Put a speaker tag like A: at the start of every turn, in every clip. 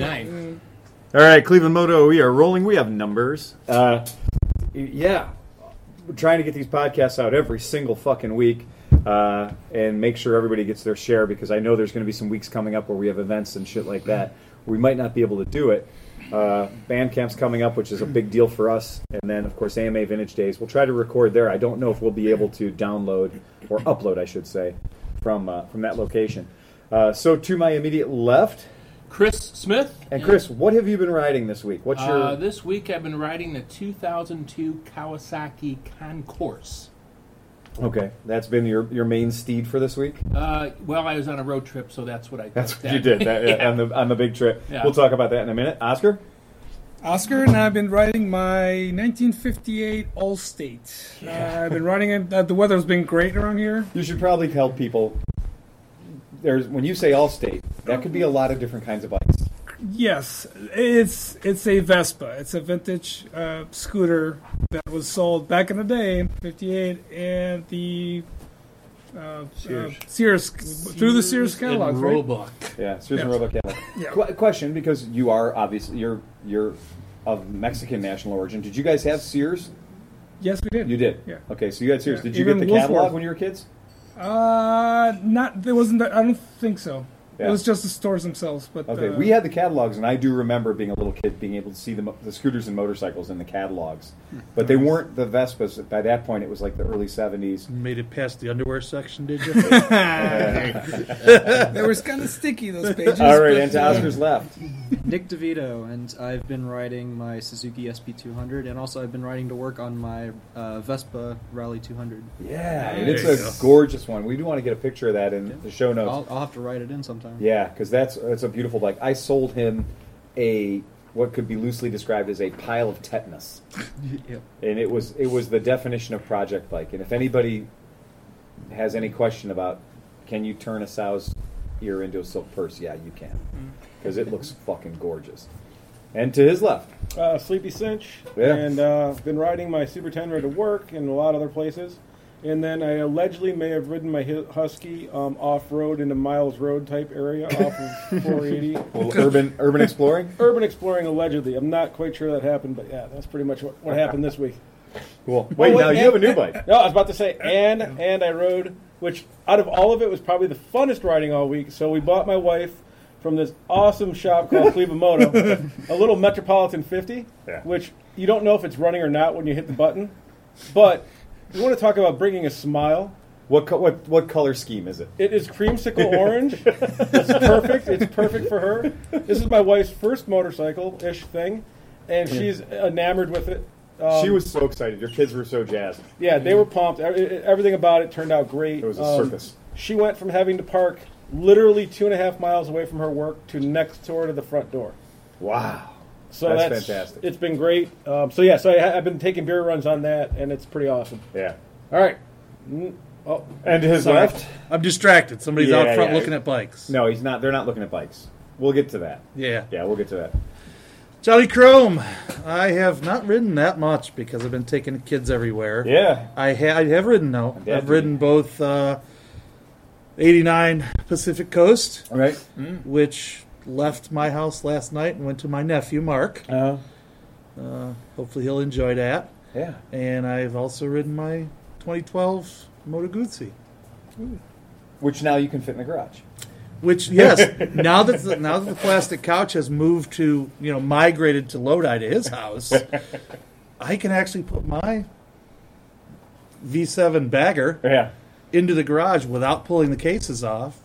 A: 99.
B: All right, Cleveland Moto, we are rolling. We have numbers. Uh, y- yeah, we're trying to get these podcasts out every single fucking week uh, and make sure everybody gets their share because I know there's going to be some weeks coming up where we have events and shit like that. We might not be able to do it. Uh, Bandcamp's coming up, which is a big deal for us, and then of course AMA Vintage Days. We'll try to record there. I don't know if we'll be able to download or upload, I should say, from uh, from that location. Uh, so to my immediate left.
A: Chris Smith.
B: And Chris, what have you been riding this week? What's your
A: Uh, this week I've been riding the 2002 Kawasaki Concourse.
B: okay? That's been your your main steed for this week.
A: Uh, well, I was on a road trip, so that's what I
B: That's
A: took
B: what you did that, yeah,
A: Yeah.
B: on the on the big trip.
A: Yeah.
B: We'll talk about that in a minute. Oscar,
C: Oscar, and I've been riding my 1958 Allstate. Uh, I've been riding it. Uh, the weather's been great around here.
B: you should probably tell people. There's when you say Allstate, that could be a lot of different kinds of bikes.
C: Yes, it's it's a Vespa. It's a vintage uh, scooter that was sold back in the day, 58, and the uh,
B: Sears.
C: Uh, Sears through the Sears catalog. right?
A: Roebuck.
B: Yeah, Susan
C: Yeah.
B: Roebuck. Cadillac.
C: Yeah.
B: Qu- question, because you are obviously you're you're of Mexican national origin. Did you guys have Sears?
C: Yes, we did.
B: You did.
C: Yeah.
B: Okay, so you had Sears.
C: Yeah.
B: Did you
C: Even
B: get the
C: Woolworth.
B: catalog when you were kids?
C: Uh, not there wasn't. I don't think so.
B: Yeah.
C: It was just the stores themselves. But
B: Okay,
C: uh,
B: we had the catalogs, and I do remember being a little kid being able to see the, mo- the scooters and motorcycles in the catalogs, but they weren't the Vespas. By that point, it was like the early seventies.
D: Made it past the underwear section, did you?
C: they were kind of sticky those pages.
B: All right,
C: but,
B: and to
C: uh,
B: Oscar's left.
E: Nick DeVito, and I've been riding my Suzuki SP200, and also I've been riding to work on my uh, Vespa Rally 200.
B: Yeah, and
D: There
B: it's
D: you
B: a
D: go.
B: gorgeous one. We do want to get a picture of that in the show notes.
E: I'll, I'll have to ride it in sometime.
B: Yeah, because that's that's a beautiful bike. I sold him a what could be loosely described as a pile of tetanus,
E: Yep.
B: and it was it was the definition of project bike. And if anybody has any question about can you turn a sow's ear into a silk purse, yeah, you can, because it looks fucking gorgeous. And to his left,
F: Uh, Sleepy Cinch,
B: Yeah.
F: and uh, been riding my Super Tenra to work and a lot of other places. And then I allegedly may have ridden my Hu- Husky um, off road into Miles Road type area off of 480.
B: little urban urban exploring.
F: Urban exploring allegedly. I'm not quite sure that happened, but yeah, that's pretty much what, what happened this week.
B: Cool. Wait,
F: wait,
B: now you
F: and-
B: have a new bike.
F: No, I was about to say, and and I rode, which out of all of it was probably the funnest riding all week. So we bought my wife from this awesome shop called Clevemoto a little Metropolitan 50,
B: Yeah.
F: which you don't know if it's running or not when you hit the button. But you want to talk about bringing a smile.
B: What co- what what color scheme is it?
F: It is creamsicle orange. it's perfect. It's perfect for her. This is my wife's first motorcycle ish thing, and
B: Hmm.
F: she's enamored with it. Um,
B: she was so excited. Your kids were so jazzed.
F: yeah, they were pumped. E- e- Everything about it turned out great. Um,
B: It was a circus.
F: She went from having to park literally two and a half miles away from her work to next door to the front door.
B: Wow.
F: So
B: That's
F: that's,
B: fantastic.
F: It's been great. Um, so yeah, so I, ha- I've been taking beer runs on that, and it's pretty awesome.
B: Yeah.
F: All right. Mm, oh,
B: And to his
F: Sorry.
B: left.
D: I'm distracted. Somebody's
B: Yeah,
D: out front
B: yeah.
D: looking at bikes.
B: No, he's not. They're not looking at bikes. We'll get to that.
D: Yeah.
B: Yeah, we'll get to that.
D: Johnny Chrome. I have not ridden that much because I've been taking kids everywhere.
B: Yeah.
D: I, ha- I have ridden though.
B: Yeah,
D: I've
B: dude.
D: ridden both uh, 89 Pacific Coast,
B: All right.
D: which left my house last night and went to my nephew Mark.
B: Uh,
D: Uh, hopefully he'll enjoy that.
B: yeah.
D: And I've also ridden my 2012 Moto Guzzi.
B: Which now you can fit in the garage.
D: Which yes, now that the, now that the plastic couch has moved to you know migrated to Lodi to his house, I can actually put my V7 bagger
B: Yeah.
D: into the garage without pulling the cases off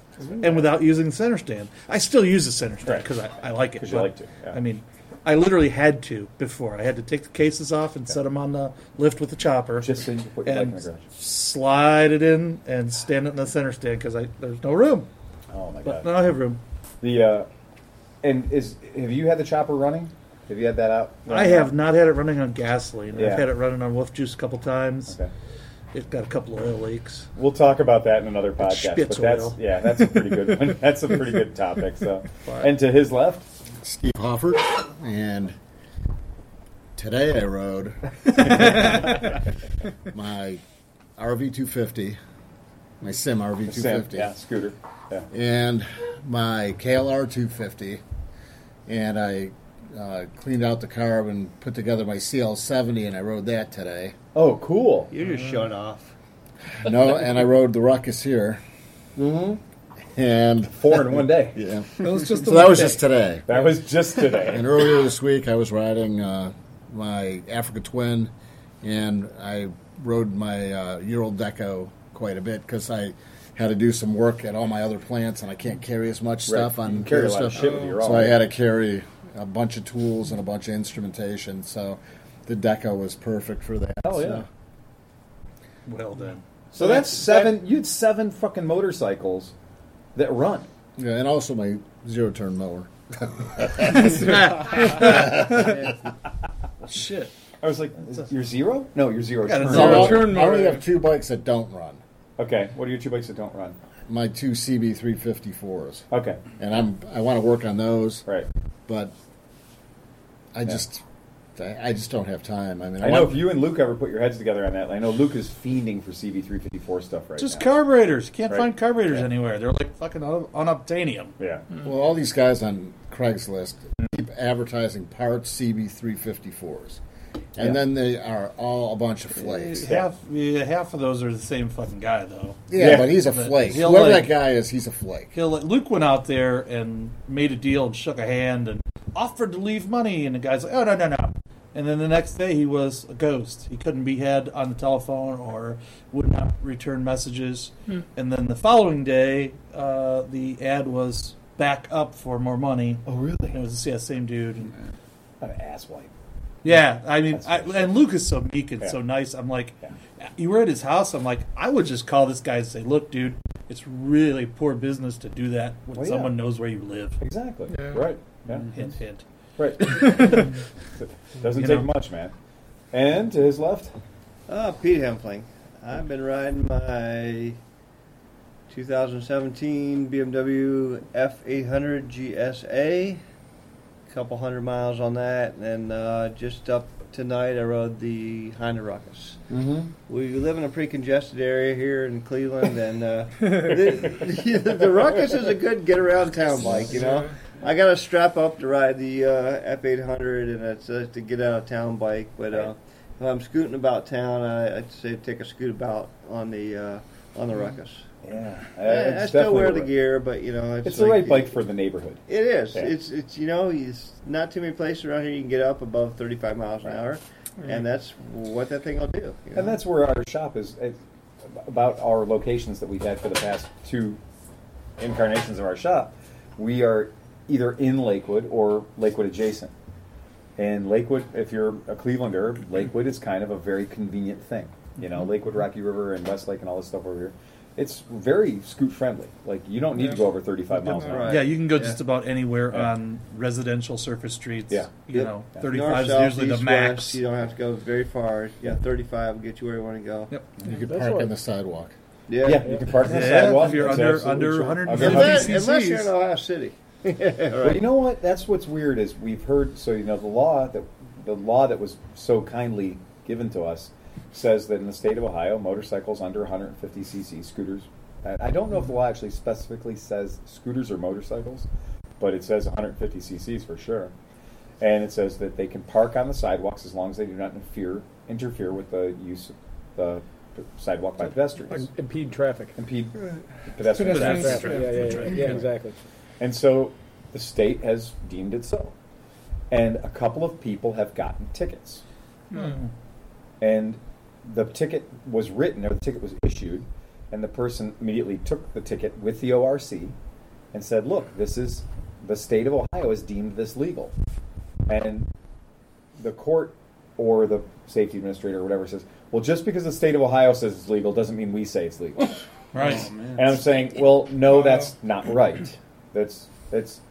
D: and without using the center stand. I still use the center stand
B: Right.
D: because I, I like it.
B: 'Cause you
D: but,
B: like to, yeah.
D: I mean, I literally had to before. I had to take the cases off and set them on the lift with the chopper
B: Just so you can put your bike in the
D: and
B: garage.
D: slide it in and stand it in the center stand because there's no room.
B: Oh my
D: But
B: god.
D: now I have room.
B: The uh, and is have you had the chopper running? Have you had that out?
D: I have not had it running on gasoline.
B: Yeah.
D: I've had it running on wolf juice a couple times.
B: Okay.
D: It's got a couple of oil leaks.
B: We'll talk about that in another podcast. But
D: Spitz
B: that's
D: oil.
B: yeah, that's a pretty good one. That's a pretty good topic. So,
D: Fire.
B: and to his left,
G: Steve Hofford, and today I rode my RV 250, my Sim RV
B: Sam,
G: 250,
B: yeah, scooter. Yeah.
G: and my KLR 250,
E: and I uh, cleaned out the car and put together my CL70, and I rode that today.
B: Oh, cool.
D: You're just showing off.
E: No, and I rode the Ruckus here. Mm-hmm. And
B: Four in one day.
E: yeah,
C: That was just
E: so
C: a
E: that was
C: little
E: just today.
B: That was just today.
E: And earlier this week, I was riding uh, my Africa Twin, and I rode my uh, Ural Deco quite a bit because I had to do some work at all my other plants, and I can't carry as much stuff
B: Right. You can
E: on
B: carry a
E: other
B: lot of
E: stuff.
B: shit with your
E: So
B: own.
E: I had to carry a bunch of tools and a bunch of instrumentation. So the Deco was perfect for that.
B: Oh, yeah.
E: So-
D: Well done.
B: So that's seven. You had seven fucking motorcycles that run.
E: yeah, and also my zero turn mower.
D: Shit.
B: I was like, you're zero? No, you're zero.
D: Yeah, that's
B: turn.
D: Zero all.
E: I-
D: turn
E: I only
D: mower.
E: have two bikes that don't run.
B: Okay, what are your two bikes that don't run?
E: My two CB354s,
B: Okay,
E: and I'm I want to work on those.
B: right.
E: but I just I I just don't have time. I mean,
B: I know
E: want-
B: if you and Luke ever put your heads together on that, I know Luke is fiending for CB354 stuff right
D: Just
B: now.
D: carburetors. Can't
B: Right.
D: find carburetors anywhere. They're like fucking un- unobtainium.
B: Yeah.
E: well, all these guys on Craigslist keep advertising parts CB354s, and
B: Yeah.
E: then they are all a bunch of flakes. Yeah,
D: Half, yeah, half of those are the same fucking guy though.
B: Yeah.
E: but he's a
D: But
E: flake.
D: he'll
E: Whoever
D: like-
E: that guy is, he's a flake.
D: He'll let- Luke went out there and made a deal and shook a hand and offered to leave money, and the guy's like, "Oh no, no, no!" And then the next day he was a ghost. He couldn't be had on the telephone or would not return messages.
B: Hmm.
D: And then the following day, uh, the ad was back up for more money.
B: Oh,
D: And it
B: really?
D: was yeah, same dude. And,
B: What an asswipe.
D: yeah, I mean, I,
B: That's-
D: and Luke is so meek and
B: Yeah.
D: so nice. I'm like,
B: Yeah.
D: you were at his house. I'm like, I would just call this guy and say, "Look, dude, it's really poor business to do that when
B: Well, yeah.
D: someone knows where you live."
B: Exactly. Right. Yeah.
D: Hint, hint.
B: Right. Doesn't take
D: You know.
B: much, man. And to his left.
H: Uh, Pete Hempling. I've been riding my 2017 BMW F800 GSA. couple hundred miles on that. And uh, just up tonight, I rode the Honda Ruckus.
E: Mm-hmm.
H: We live in a pretty congested area here in Cleveland, and uh, the, the Ruckus is a good get around town bike, you know? I got to strap up to ride the uh, F800, and it's uh, to get out of town bike. But uh, if I'm scooting about town, I, I'd say take a scoot about on the uh, on the ruckus.
B: Yeah.
H: I, I still wear the gear, but you know, it's,
B: It's the
H: like-
B: right bike for the neighborhood.
H: It is.
B: Yeah.
H: It's it's you know, it's not too many places around here you can get up above 35 miles an hour, and that's what that thing will do. you know?
B: And that's where our shop is, it's about our locations that we've had for the past two incarnations of our shop. We are either in Lakewood or Lakewood adjacent. And Lakewood, if you're a Clevelander, Lakewood is kind of a very convenient thing. You know, Lakewood, Rocky River, and Westlake, and all this stuff over here. It's very scoot friendly. Like, you don't need to go over 35 miles an hour.
H: Right.
D: Yeah, you can go just about anywhere on residential surface streets.
B: Yeah.
D: you
H: Yep.
D: know,
B: Yeah.
D: 35
H: North, south,
D: is usually
H: east,
D: the max.
H: west, you don't have to go very far. Yeah, 35 will get you where you want to go.
D: Yep.
E: You could
B: That's
E: park
B: right.
E: on the sidewalk.
H: Yeah.
B: Yeah, you can park on the
D: Yeah,
B: sidewalk.
D: if you're
B: That's
D: under-
B: absolutely
D: under
B: true.
D: 150
B: I've never-
H: Unless, unless you're in
D: CCs.
H: Ohio City.
B: But you know what? That's what's weird is we've heard. So you know the law that the law that was so kindly given to us says that in the state of Ohio, motorcycles under 150 cc, scooters. I I don't know if the law actually specifically says scooters or motorcycles, but it says 150 cc's for sure. And it says that they can park on the sidewalks as long as they do not interfere interfere with the use of the sidewalk by pedestrians,
F: impede traffic.
B: impede pedestrian
C: Pedestrians.
B: traffic.
F: Yeah, yeah, yeah, yeah, exactly.
B: And so the state has deemed it so. And a couple of people have gotten tickets. And the ticket was written, or the ticket was issued, and the person immediately took the ticket with the ORC and said, look, this is, the state of Ohio has deemed this legal. And the court or the safety administrator or whatever says, well, just because the state of Ohio says it's legal doesn't mean we say it's legal.
D: Right.
B: And I'm saying, well, no, that's not right. That's that's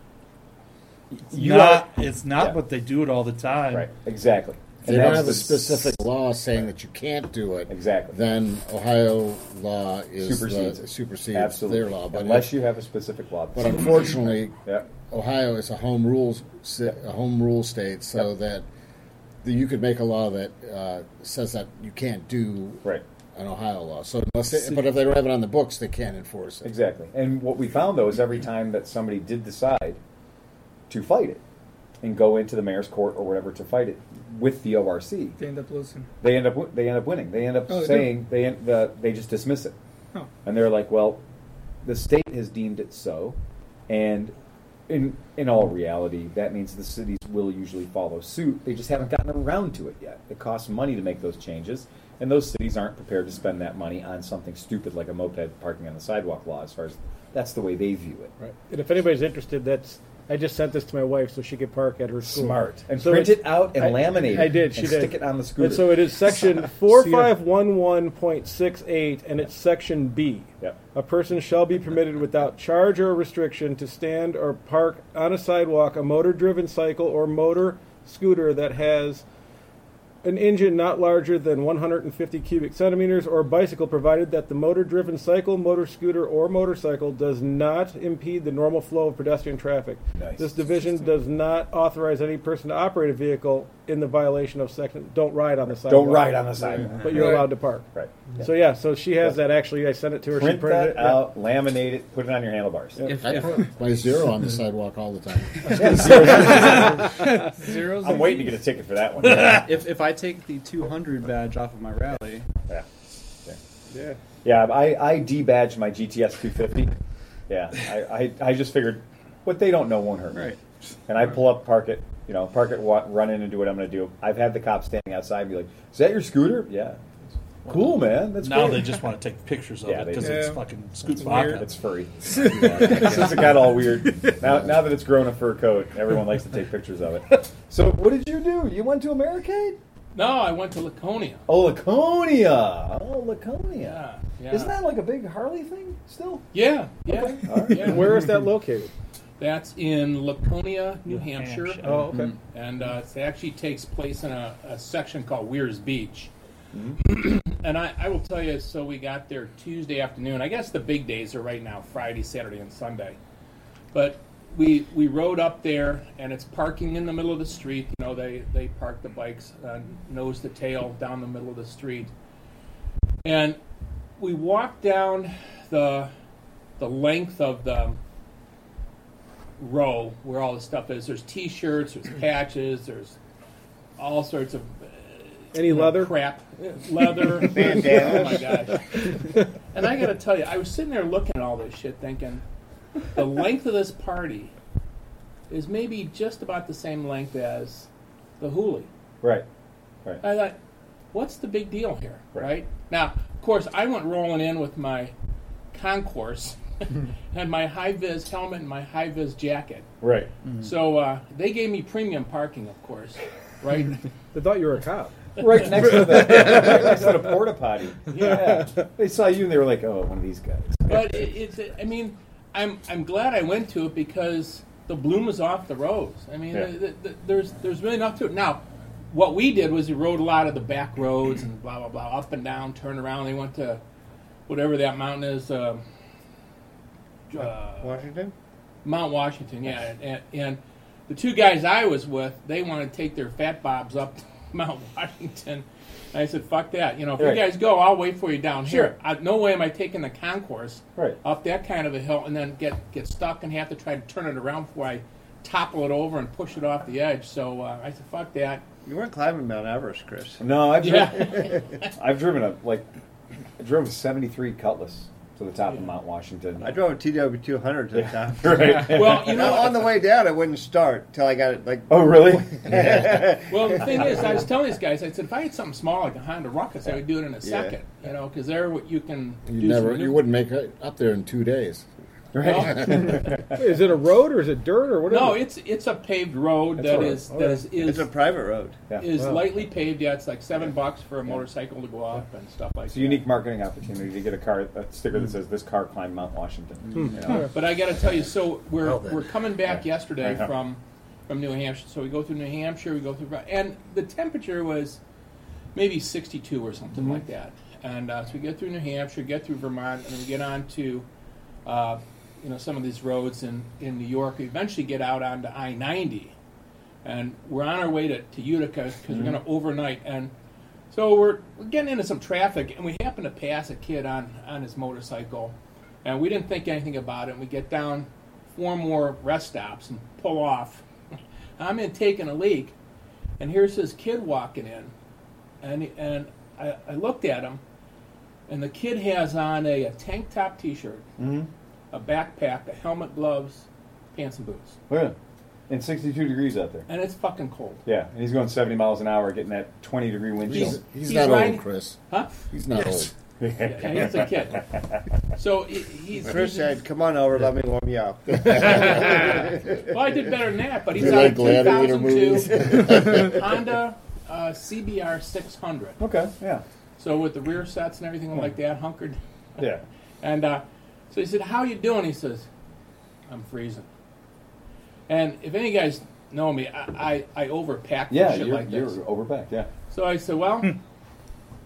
D: You not, it's not
B: Yeah.
D: what they do it all the time.
B: right, exactly.
E: If they don't
B: that's
E: have a
B: the
E: specific law saying that you can't do it.
B: Exactly.
E: Then Ohio law is
B: supersedes
E: the,
B: it.
E: supersedes
B: Absolutely.
E: their law. But
B: unless you have a specific law.
E: But unfortunately,
B: Yeah.
E: Ohio is a home rules si- a home rule state, so that the, you could make a law that uh, says that you can't do
B: Right.
E: an Ohio law. So unless they, but if they don't have it on the books, they can't enforce it.
B: Exactly. And what we found though is every time that somebody did decide to fight it, and go into the mayor's court or whatever to fight it with the ORC.
C: They end up losing.
B: They end up wi- they end up winning. They end up
C: Oh, they do?
B: saying they end, the, they just dismiss it,
C: Oh.
B: and they're like, well, the state has deemed it so, and in in all reality, that means the cities will usually follow suit. They just haven't gotten around to it yet. It costs money to make those changes, and those cities aren't prepared to spend that money on something stupid like a moped parking on the sidewalk law. As far as that's the way they view it.
I: Right. And if anybody's interested, that's I just sent this to my wife so she could park at her school.
B: Smart and
I: So
B: print
I: it's-
B: it out and
I: I-
B: laminate it.
I: I did. She
B: and
I: did.
B: Stick it on the scooter.
I: And so it is section four five one one point six eight, and it's section B.
B: Yep.
I: A person shall be permitted without charge or restriction to stand or park on a sidewalk a motor-driven cycle or motor scooter that has an engine not larger than 150 cubic centimeters or bicycle provided that the motor driven cycle motor scooter or motorcycle does not impede the normal flow of pedestrian traffic
B: Nice.
I: this division does not authorize any person to operate a vehicle in the violation of section don't ride on the sidewalk
B: Don't ride on the sidewalk.
I: but you're allowed to park
B: Mm-hmm. Right.
I: so yeah so she has that actually i sent it to her she
B: Print
I: printed
B: that
I: it yeah.
B: out, laminate it, put it on your handlebars.
J: If,
E: I
J: if,
E: put my zero on the sidewalk all the time.
C: Zeros.
B: I'm waiting to get a ticket for that one. yeah.
J: if, if I take the 200 badge off of my rally,
B: yeah.
I: yeah
B: Yeah, I, I debadged my GTS 250. Yeah, I, I, I just figured what they don't know won't hurt me.
J: Right.
B: And I pull up, park it, you know, park it, wa- run in and do what I'm going to do. I've had the cops standing outside and be like, is that your scooter? Yeah. Cool, man. That's
K: now
B: great.
K: they just want to take pictures of
B: Yeah,
K: it
B: they
K: because
B: do.
K: it's
C: Yeah.
K: fucking scoot
B: Vodka,
K: vodka.
B: It's furry. Since it got all weird, now, now that it's grown a fur coat, everyone likes to take pictures of it. So, what did you do? You went to Americade?
A: No, I went to Laconia.
B: Oh, Laconia! Oh, Laconia!
A: Yeah, yeah.
B: Isn't that like a big Harley thing still?
A: Yeah, yeah. yeah.
I: where is that located
A: That's in Laconia, New, Hampshire.
K: Hampshire.
I: oh okay
B: Mm.
A: and uh, it actually takes place in a, a section called Weir's Beach. and I, I will tell you, so we got there Tuesday afternoon. I guess the big days are right now Friday, Saturday, and Sunday. But we we rode up there, and it's parking in the middle of the street. You know, they they park the bikes uh, nose to tail down the middle of the street, and we walked down the the length of the row where all the stuff is. There's T-shirts, there's patches, there's all sorts of uh,
I: any leather
A: crap, leather. oh my gosh! And I got to tell you, I was sitting there looking at all this shit, thinking the length of this party is maybe just about the same length as the Hooli.
B: Right.
A: I thought, what's the big deal here,
B: Right.
A: right? Now, of course, I went rolling in with my concourse and my high vis helmet and my high vis jacket.
B: Right.
A: So uh, they gave me premium parking, of course, right?
I: they thought you were a cop
B: Right next to the right next to the porta potty. Yeah. They saw you and they were like, "Oh, one of these guys."
A: but it, it's, I mean, I'm I'm glad I went to it because the bloom is off the rose. I mean,
B: Yeah.
A: th- th- there's there's really nothing to it now. What we did was we rode a lot of the back roads and blah blah blah, up and down, turn around. They went to whatever that mountain is, um, uh,
H: Washington?
A: Mount Washington. Yeah, and, and the two guys I was with, they wanted to take their fat bobs up Mount Washington. I said, "Fuck that! You know, if
B: Right.
A: you guys go, I'll wait for you down
B: Sure.
A: here. I, no way am I taking the concourse
B: Right.
A: up that kind of a hill and then get get stuck and have to try to turn it around before I topple it over and push it off the edge. So uh, I said, "Fuck that."
H: You weren't climbing Mount Everest, Chris.
B: No, I've driven,
A: Yeah,
B: I've driven a like I drove a '73 Cutlass to the top of Mount Washington.
H: I drove a TW200 to the top.
B: right.
A: well, you
H: You
A: know,
H: know, on the way down, I wouldn't start till I got it. Like,
B: Oh, really?
A: Well, the thing is, I was telling these guys, I said, if I had something small like a Honda Ruckus, I would do it in a second, you know, because there what you can
E: You
A: do
E: never,
A: some
E: you
A: new- Oh,
E: wouldn't make it up there in two days.
A: Well,
I: is it a road or is it dirt or what is
A: no,
I: it?
A: it's it's a paved road
B: It's
A: that
B: all right.
A: is that is
H: it's
A: is,
H: a private road.
B: Yeah.
A: is
B: Wow.
A: lightly paved. Yeah, it's like seven bucks for a motorcycle to go up and stuff like
B: It's
A: that.
B: a unique marketing opportunity to get a car a sticker that says "This car climbed Mount Washington." You know?
A: But I got to tell you, so we're
E: Well, then.
A: we're coming back yesterday
B: Yeah.
A: from from New Hampshire. So we go through New Hampshire, we go through, and the temperature was maybe 62 or something
E: Mm-hmm.
A: like that. And uh, so we get through New Hampshire, get through Vermont, and then we get on to uh, you know some of these roads in in New York. We eventually get out onto I-90, and we're on our way to, to Utica because
E: Mm-hmm.
A: we're going to overnight and. So we're, we're getting into some traffic, and we happen to pass a kid on, on his motorcycle, and we didn't think anything about it. And we get down four more rest stops and pull off I'm in taking a leak, and here's this kid walking in, and and I, I looked at him, and the kid has on a, a tank top T-shirt, a backpack, a helmet, gloves, pants, and boots,
B: Really? And 62 degrees out there.
A: and it's fucking cold.
B: Yeah, and he's going 70 miles an hour, getting that 20 degree wind chill.
E: He's,
A: He's-
E: he's
A: he's
E: not
A: riding-
E: old, Chris.
A: Huh?
E: He's not old.
A: Yeah, he's a kid. So he- he's.
H: Chris said, "Come on over, let me warm you up."
A: well, I did better than that, but he's
E: They're
A: on a
E: like gladiator
A: 2002 Honda uh, CBR 600.
B: Okay, yeah.
A: So with the rear sets and everything like that, hunkered.
B: Yeah.
A: And uh, so he said, "How you doing?" He says, "I'm freezing." And if any guys know me, I I, I overpack for
B: Yeah,
A: shit
B: you're,
A: like
B: you're
A: this.
B: overback, yeah.
A: So I said, "Well,"
B: Hmm.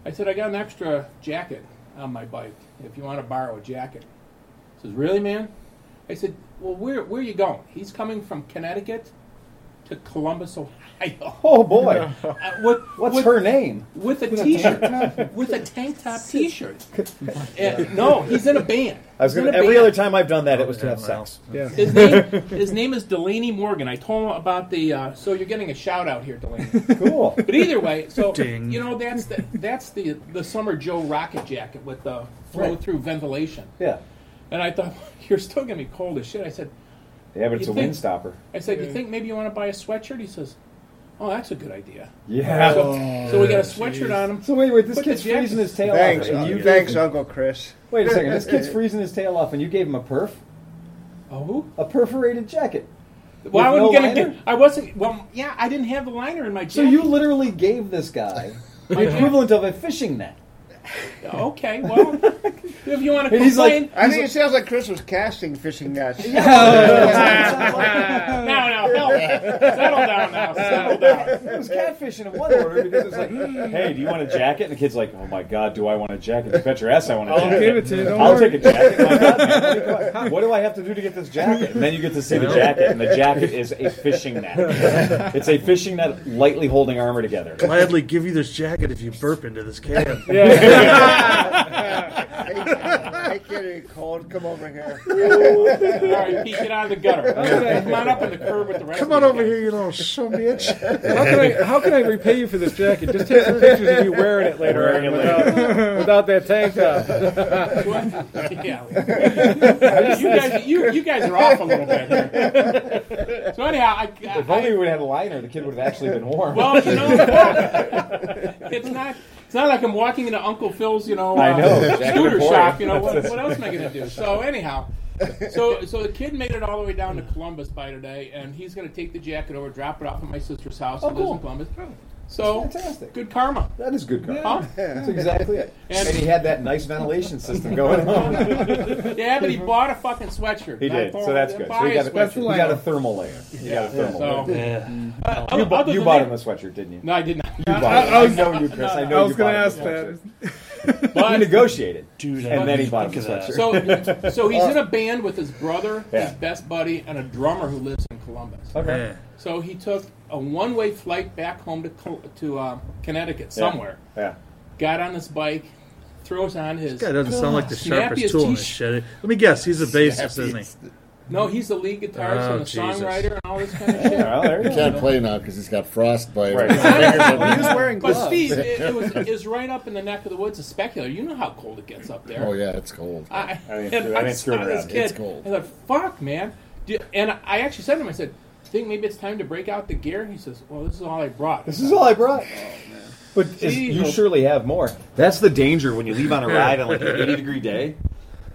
A: I said, "I got an extra jacket on my bike. If you want to borrow a jacket," he says, "Really, man?" I said, "Well, where where you going?" He's coming from Connecticut to Columbus, Ohio.
B: Oh, boy.
A: Uh, with,
B: What's
A: with,
B: her name?
A: with a t-shirt, with a tank top t-shirt. And- no, he's in a band.
B: I was
A: He's
B: gonna,
A: in a
B: every
A: band.
B: other time I've done that, it was
D: Oh,
B: to have sex.
I: Yeah.
A: His name, his name is Delaney Morgan. I told him about the. Uh, so you're getting a shout out here, Delaney.
B: Cool.
A: But either way, so
K: Ding.
A: you know that's the that's the the summer Joe rocket jacket with the flow through ventilation.
B: Yeah.
A: And I thought you're still gonna be cold as shit. I said,
B: Yeah, but it's a
A: You
B: wind
A: think-
B: stopper.
A: I said, you think maybe you want to buy a sweatshirt? He says, Oh, that's a good idea.
B: Yeah.
A: So, so we got a sweatshirt on him.
B: So wait, wait, this
A: Put the
B: kid's
A: jacket-
B: freezing his tail
H: Thanks,
B: off. and you
H: thanks, Uncle Chris.
B: Wait a second, this kid's freezing his tail off, and you gave him a perf,
A: Oh, who?
B: a perforated jacket.
A: Well, I
B: With
A: wasn't
B: no
A: gonna
B: liner?
A: get. I wasn't. Well, yeah, I didn't have the liner in my jacket.
B: So you literally gave this guy the equivalent of a fishing net.
A: okay? Well, if you want to
B: And he's
A: complain,
H: I think it sounds like Chris was casting fishing nets.
A: no, no, no, settle down now, settle down.
B: It was catfishing in one order because it's like, hey, do you want a jacket? And the kid's like, oh my god, do I want a jacket? You bet your ass I want a
C: I'll
B: jacket.
C: give it to you. Don't
B: I'll
C: worry.
B: take a jacket. My God, man, what, do you- what do I have to do to get this jacket? And then you get to see the jacket, and the jacket is a fishing net. It's a fishing net lightly holding armor together.
D: Gladly give you this jacket if you burp into this can.
H: I can't eat cold. Come over here.
A: All right, Pete, get out of the gutter. Come on up on the curb with the rest.
D: Come
A: of
D: on
A: you
D: over
A: guys.
D: here, you little son of a bitch.
I: How can I how can I repay you for this jacket? Just take some pictures of you wearing it later
B: Wearing
I: on
B: it later.
I: without, without that tank top.
A: What? yeah. you guys, you, you guys are off a little bit. Here. So anyhow, I,
B: If only
A: I,
B: we would have had a liner, the kid would have actually been warm.
A: well, you know, it's not. It's not like I'm walking into Uncle Phil's, you know,
B: I know,
A: uh,
B: Jack
A: scooter
B: Emporia.
A: shop. You know, what, what else am I going to do? So anyhow, so so the kid made it all the way down to Columbus by today, and he's going to take the jacket over, drop it off at my sister's house, who lives
B: cool.
A: in Columbus. So
B: That's fantastic.
A: good karma,
B: that is good. Karma.
A: huh?
B: That's exactly it.
A: And-
B: And, he had that nice ventilation system going on.
A: Yeah, but he bought a fucking sweatshirt.
B: He did,
A: Buy-
B: so that's good. So
A: buy
B: he
A: a
B: got a,
A: sweatshirt.
B: he got a thermal layer. He got a thermal
A: So,
B: layer.
K: Yeah.
A: uh,
B: You, bought-
A: other
B: you
A: than
B: bought
A: that-
B: him a sweatshirt, didn't you?
A: No, I did not.
B: You bought
C: I-
B: it.
C: I
B: I
C: was-
B: know you, Chris. I know
C: I
B: you
C: was going
B: bought
C: to
B: him a
C: ask
B: sweatshirt.
C: that.
B: We
A: But,
B: negotiated.
K: Dude, I
B: And then he
K: didn't
B: bought
K: think
B: him a
K: of that.
B: sweatshirt.
A: so, so he's in a band with his brother,
B: Yeah.
A: his best buddy, and a drummer who lives in Columbus.
B: Okay.
A: So he took a one-way flight back home to Col- to uh, Connecticut
B: Yeah.
A: somewhere.
B: Yeah.
A: Got on this bike, throws on his.
D: That doesn't sound like the
A: Snappiest
D: sharpest tool in this
A: teeth.
D: shed. Let me guess, he's a bassist, isn't he?
A: No, he's the lead guitarist
D: Oh,
A: and the
D: Jesus.
A: songwriter and all this kind of shit.
B: Well, there you
E: He
B: go.
E: can't play now because he's got frostbite.
B: Right.
H: he was wearing
A: But
H: gloves.
A: Steve, it, it was is right up in the neck of the woods of Specular. You know how cold it gets up there.
E: Oh yeah, it's cold.
A: I,
B: I ain't
A: and
B: screw- I
A: I
B: ain't
A: saw
B: screwing
A: this
B: around.
A: kid.
E: It's cold.
A: I thought, fuck, man. Do- and I actually said to him, I said, think maybe it's time to break out the gear? He says, well, this is all I brought.
B: This is all I brought. But is- you
A: Jesus.
B: surely have more. That's the danger when you leave on a ride on like an 80 degree day,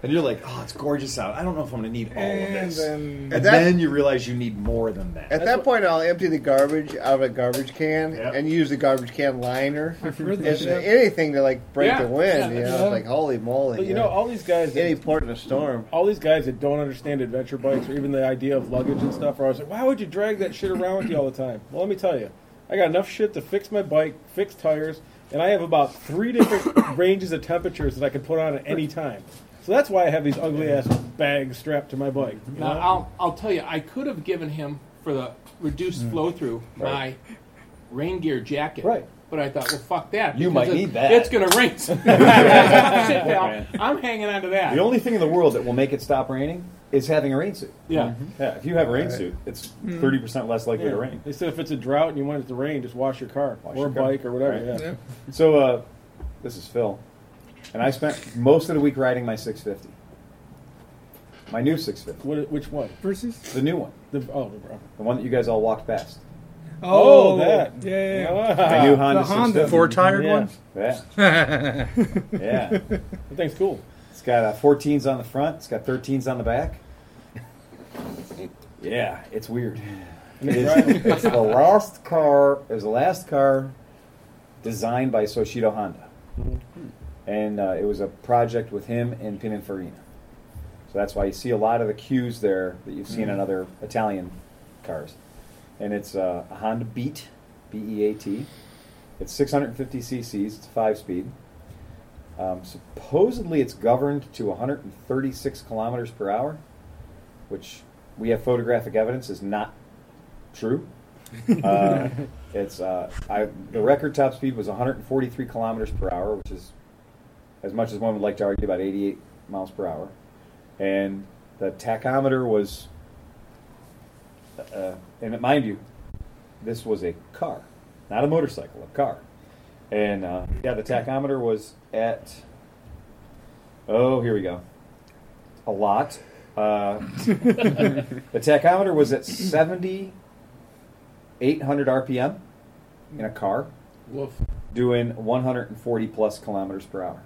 B: and you're like, "Oh, it's gorgeous out. I don't know if I'm going to need all of
C: And
B: this." And
C: then
H: At that,
B: then you realize you need more than that.
H: at that point, I'll empty the garbage out of a garbage can
B: Yep.
H: and use the garbage can liner.
C: heard that
H: It's
C: shit.
H: anything to like break
A: Yeah.
H: the wind.
A: Yeah.
H: you know, it's like holy moly.
F: But you know, all these guys,
H: any
F: that,
H: port in a storm.
F: all these guys that don't understand adventure bikes or even the idea of luggage and stuff are always like, "Why would you drag that shit around with you all the time?" Well, let me tell you, I got enough shit to fix my bike, fix tires, and I have about three different ranges of temperatures that I can put on at any time. So that's why I have these ugly ass bags strapped to my bike. you
A: Now,
F: know?
A: I'll, I'll tell you, I could have given him, for the reduced flow through, my rain gear jacket.
B: Mm. Right.
A: But I thought, well, fuck that.
B: You
A: because
B: might
A: it-
B: need that.
A: It's going to rain. Shit, pal.
B: man.
A: I'm hanging on to that.
B: The only thing in the world that will make it stop raining is having a rain suit.
A: Yeah.
B: Yeah, if you have a rain
F: Right.
B: suit, it's
C: Hmm.
B: thirty percent less likely
F: Yeah.
B: to rain.
F: They said if it's a drought and you want it to rain, just wash your car
B: Wash
F: or
B: your
F: a
B: car.
F: bike or whatever.
B: Right.
F: Yeah.
B: So uh, this is Phil, and I spent most of the week riding my 650, my new 650,
F: What, which one?
C: Versus?
B: the new one,
F: The, oh, the Bronco.
B: the one that you guys all walked past,
F: Oh, that.
C: Yeah, yeah, yeah.
F: Ah.
B: my new Honda,
C: the Honda.
B: 650.
D: Four tired
F: Yeah.
D: one.
B: Yeah, yeah.
F: That thing's cool.
B: It's got uh, 14s on the front. It's got 13s on the back. Yeah, it's weird. It is, it's the last car. It was the last car designed by Soshito Honda, and uh, it was a project with him and Pininfarina. So that's why you see a lot of the cues there that you've seen in other Italian cars, and it's uh, a Honda Beat, B E A T. It's 650 cc's. It's five speed. Um, supposedly, it's governed to 136 kilometers per hour, which we have photographic evidence is not true. Uh, it's uh, I, the record top speed was 143 kilometers per hour, which is as much as one would like to argue about 88 miles per hour, and the tachometer was, uh, and mind you, this was a car, not a motorcycle, a car. And uh, yeah, the tachometer was at. Oh, here we go. A lot. Uh, the tachometer was at 7,800 RPM in a car,
A: Woof.
B: doing 140 plus kilometers per hour,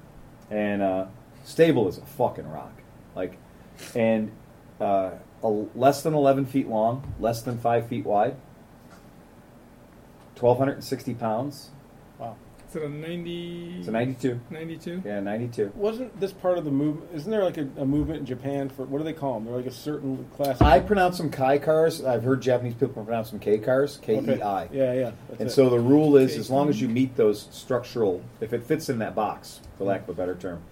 B: and uh, stable as a fucking rock. Like, and uh, a, less than 11 feet long, less than five feet wide, 1,260 pounds.
C: Is it a 90?
B: It's a 92.
C: 92?
B: Yeah, 92.
F: Wasn't this part of the move? Isn't there like a, a movement in Japan for what do they call them? They're like a certain class.
B: I pronounce them Kai cars. I've heard Japanese people pronounce them K cars, K
F: Okay.
B: E I.
F: Yeah, yeah. That's
B: And
F: it.
B: so the rule is, as long as you meet those structural, if it fits in that box, for lack of a better term,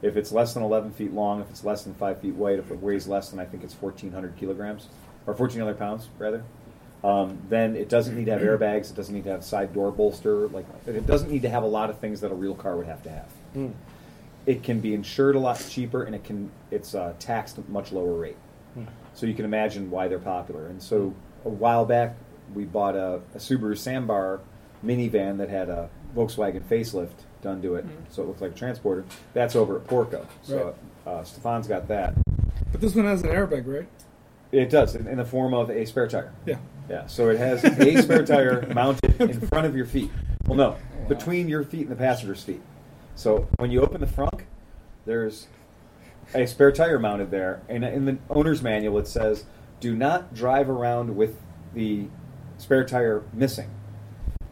B: if it's less than 11 feet long, if it's less than five feet wide, if it weighs less than I think it's 1,400 kilograms or 1,400 pounds rather, um, then it doesn't need to have airbags. It doesn't need to have side door bolster. Like it doesn't need to have a lot of things that a real car would have to have.
F: Hmm,
B: It can be insured a lot cheaper, and it can it's uh, taxed at much lower rate.
F: hmm,
B: So you can imagine why they're popular. And so a while back, we bought a, a Subaru Sambar minivan that had a Volkswagen facelift done to it, so it looked like a transporter. That's over at Porco. So uh, Stefan's got that.
C: But this one has an airbag, right?
B: It does in, in the form of a spare tire.
C: Yeah.
B: Yeah, so it has a spare tire mounted in front of your feet. Well, no, between your feet and the passenger's feet. So when you open the frunk, there's a spare tire mounted there. And in the owner's manual, it says do not drive around with the spare tire missing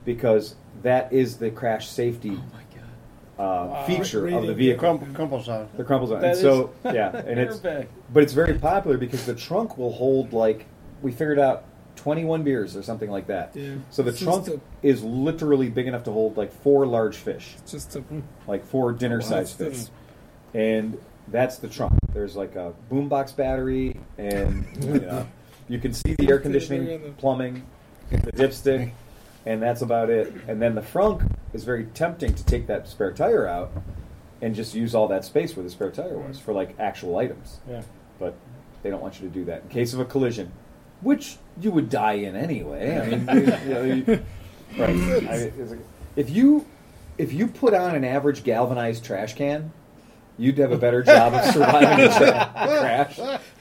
B: because that is the crash safety uh, feature of the
C: Rating.
B: vehicle.
H: Crump, crumple sound.
B: The crumples on.
F: That
B: And
F: is-
B: so yeah, and it's
F: Airbag.
B: but it's very popular because the trunk will hold like we figured out 21 beers or something like that.
C: Yeah.
B: So the
C: It's
B: trunk
C: just
B: is literally big enough to hold like four large fish,
C: Just to.
B: like four dinner-sized
C: Wow.
B: fish, and that's the trunk. There's like a boombox battery, and you, know, you can see the air conditioning, plumbing, the dipstick, and that's about it. And then the frunk is very tempting to take that spare tire out and just use all that space where the spare tire was for like actual items
F: Yeah.
B: but they don't want you to do that in case of a collision, which you would die in anyway. I mean, you- you know, you- right? I mean, it's like- if you if you put on an average galvanized trash can, you'd have a better job of surviving a tra- crash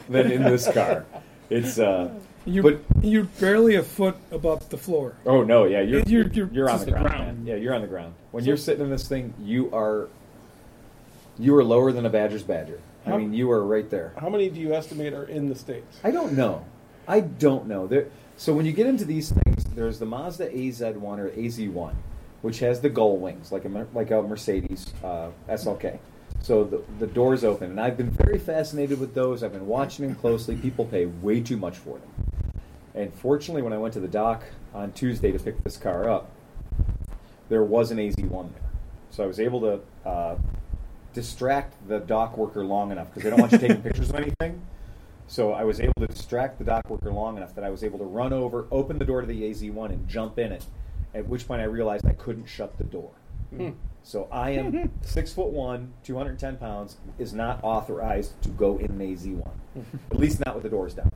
B: than in this car. It's uh
C: You're,
B: But-
C: you're barely a foot above the floor.
B: oh no, yeah, you're
C: You're-
B: you're,
C: you're
B: on
C: just
B: the
C: the
B: ground,
C: ground.
B: man. Yeah, you're on the ground. When you're sitting in this thing, you are you are lower than a badger's badger. I
F: How-
B: mean, you are right there.
F: How many do you estimate are in the states?
B: I don't know. I don't know. There, so when you get into these things, there's the Mazda AZ1 or AZ1, which has the gull wings, like a Mer- like a Mercedes uh, SLK. So the the doors open, and I've been very fascinated with those. I've been watching them closely. People pay way too much for them. And fortunately, when I went to the dock on Tuesday to pick this car up, there was an AZ1 there. So I was able to uh, distract the dock worker long enough because they don't want you taking pictures of anything. So I was able to distract the dock worker long enough that I was able to run over, open the door to the AZ1, and jump in it. At which point I realized I couldn't shut the door. So I am six foot one, two hundred and ten pounds, is not authorized to go in an AZ one. At least not with the doors down.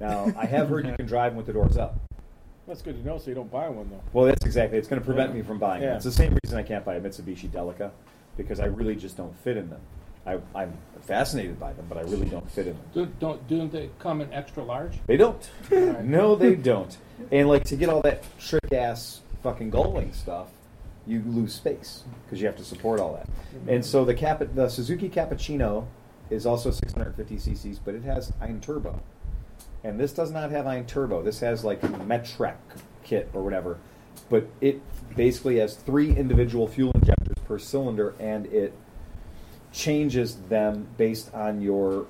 B: Now, I have heard you can drive them with the doors up.
F: That's good to know, so you don't buy one though.
B: Well, that's exactly. It's going to prevent me from buying them.
F: Yeah.
B: It's the same reason I can't buy a Mitsubishi Delica because I really just don't fit in them. I, I'm fascinated by them, but I really don't fit in them.
A: Don't, don't, don't they come in extra large?
B: They don't.
A: Alright.
B: No, they don't. And like to get all that trick ass fucking gullwing stuff, you lose space because you have to support all that. And so the Cap- the Suzuki Cappuccino is also 650 cc's, but it has ein turbo, and this does not have ein turbo. This has like Metrec kit or whatever, but it basically has three individual fuel injectors per cylinder, and it changes them based on your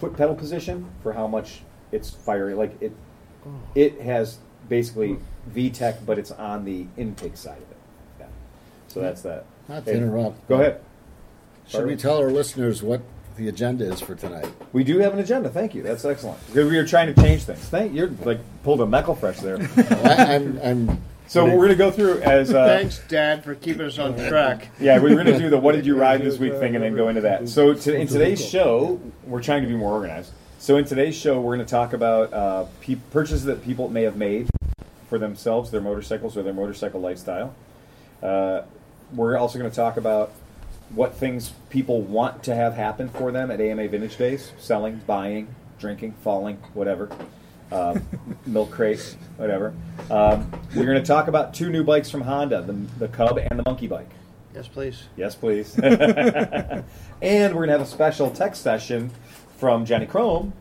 B: foot pedal position for how much it's firing. Like it, it has basically VTEC, but it's on the intake side of it. Yeah. So that's that.
E: Not to
B: Hey,
E: interrupt.
B: Go ahead.
E: Should we tell our listeners what the agenda is for tonight?
B: We do have an agenda. Thank you. That's excellent. We were trying to change things. Thank you. Like pulled a meckle fresh there.
E: I, I'm, I'm
B: So we're going to go through as uh,
H: Thanks, Dad, for keeping us on track.
B: Yeah, we were going to do the what did you ride this week thing and then go into that. So to, in today's show, we're trying to be more organized. So in today's show, we're going to talk about uh, pe- purchases that people may have made for themselves, their motorcycles, or their motorcycle lifestyle. Uh, we're also going to talk about what things people want to have happen for them at AMA Vintage Days selling, buying, drinking, falling, whatever. Um, milk crate, whatever. Um, we're going to talk about two new bikes from Honda the, the Cub and the Monkey Bike.
H: Yes, please.
B: Yes, please. and we're going to have a special text session from Jenny Chrome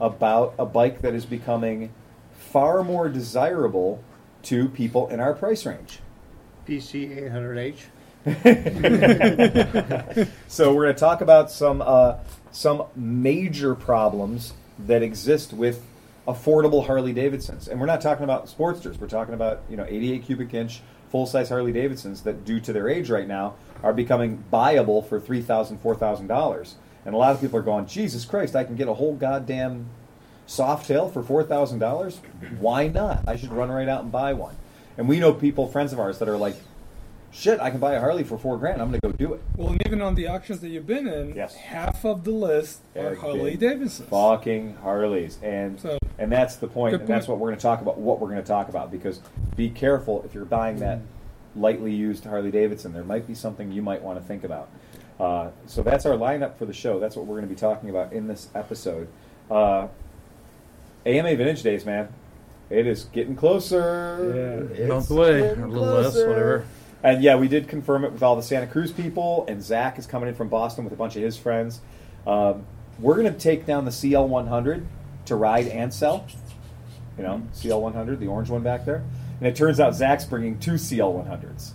B: about a bike that is becoming far more desirable to people in our price range.
H: PC 800H.
B: So we're going to talk about some uh, some major problems that exist with affordable Harley Davidsons, and we're not talking about Sportsters. We're talking about you know 88 cubic inch full size Harley Davidsons that, due to their age right now, are becoming buyable for three thousand, four thousand dollars. And a lot of people are going, Jesus Christ, I can get a whole goddamn soft tail for four thousand dollars. Why not? I should run right out and buy one. And we know people, friends of ours, that are like, shit, I can buy a Harley for four grand. I'm going to go do it.
C: Well, and even on the auctions that you've been in,
B: Yes.
C: half of the list are
B: Okay.
C: Harley Davidsons.
B: fucking Harleys, and
C: So-
B: and that's the point,
C: Good
B: and that's
C: point.
B: what we're going to talk about. What we're going to talk about because be careful if you're buying that lightly used Harley Davidson. There might be something you might want to think about. Uh, so that's our lineup for the show. That's what we're going to be talking about in this episode. Uh, AMA Vintage Days, man, it is getting closer.
D: Yeah. Month away, or a
B: getting
D: little less, whatever.
B: And yeah, we did confirm it with all the Santa Cruz people, and Zach is coming in from Boston with a bunch of his friends. Um, we're going to take down the CL100 to ride and sell. You know, CL100, the orange one back there. And it turns out Zach's bringing two CL100s.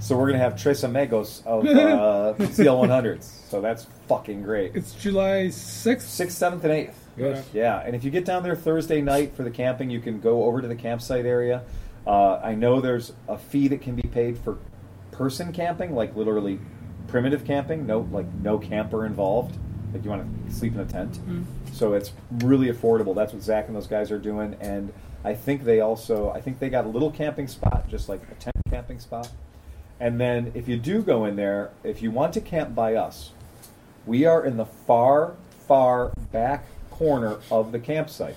B: So we're going to have tres amigos of uh, CL100s. So that's fucking great.
C: It's July 6th.
B: 6th, 7th, and 8th.
C: Yes.
B: Yeah, and if you get down there Thursday night for the camping, you can go over to the campsite area. Uh, I know there's a fee that can be paid for person camping, like literally primitive camping, no like no camper involved. Like you want to sleep in a tent, so it's really affordable. That's what Zach and those guys are doing, and I think they also I think they got a little camping spot, just like a tent camping spot. And then if you do go in there, if you want to camp by us, we are in the far, far back corner of the campsite.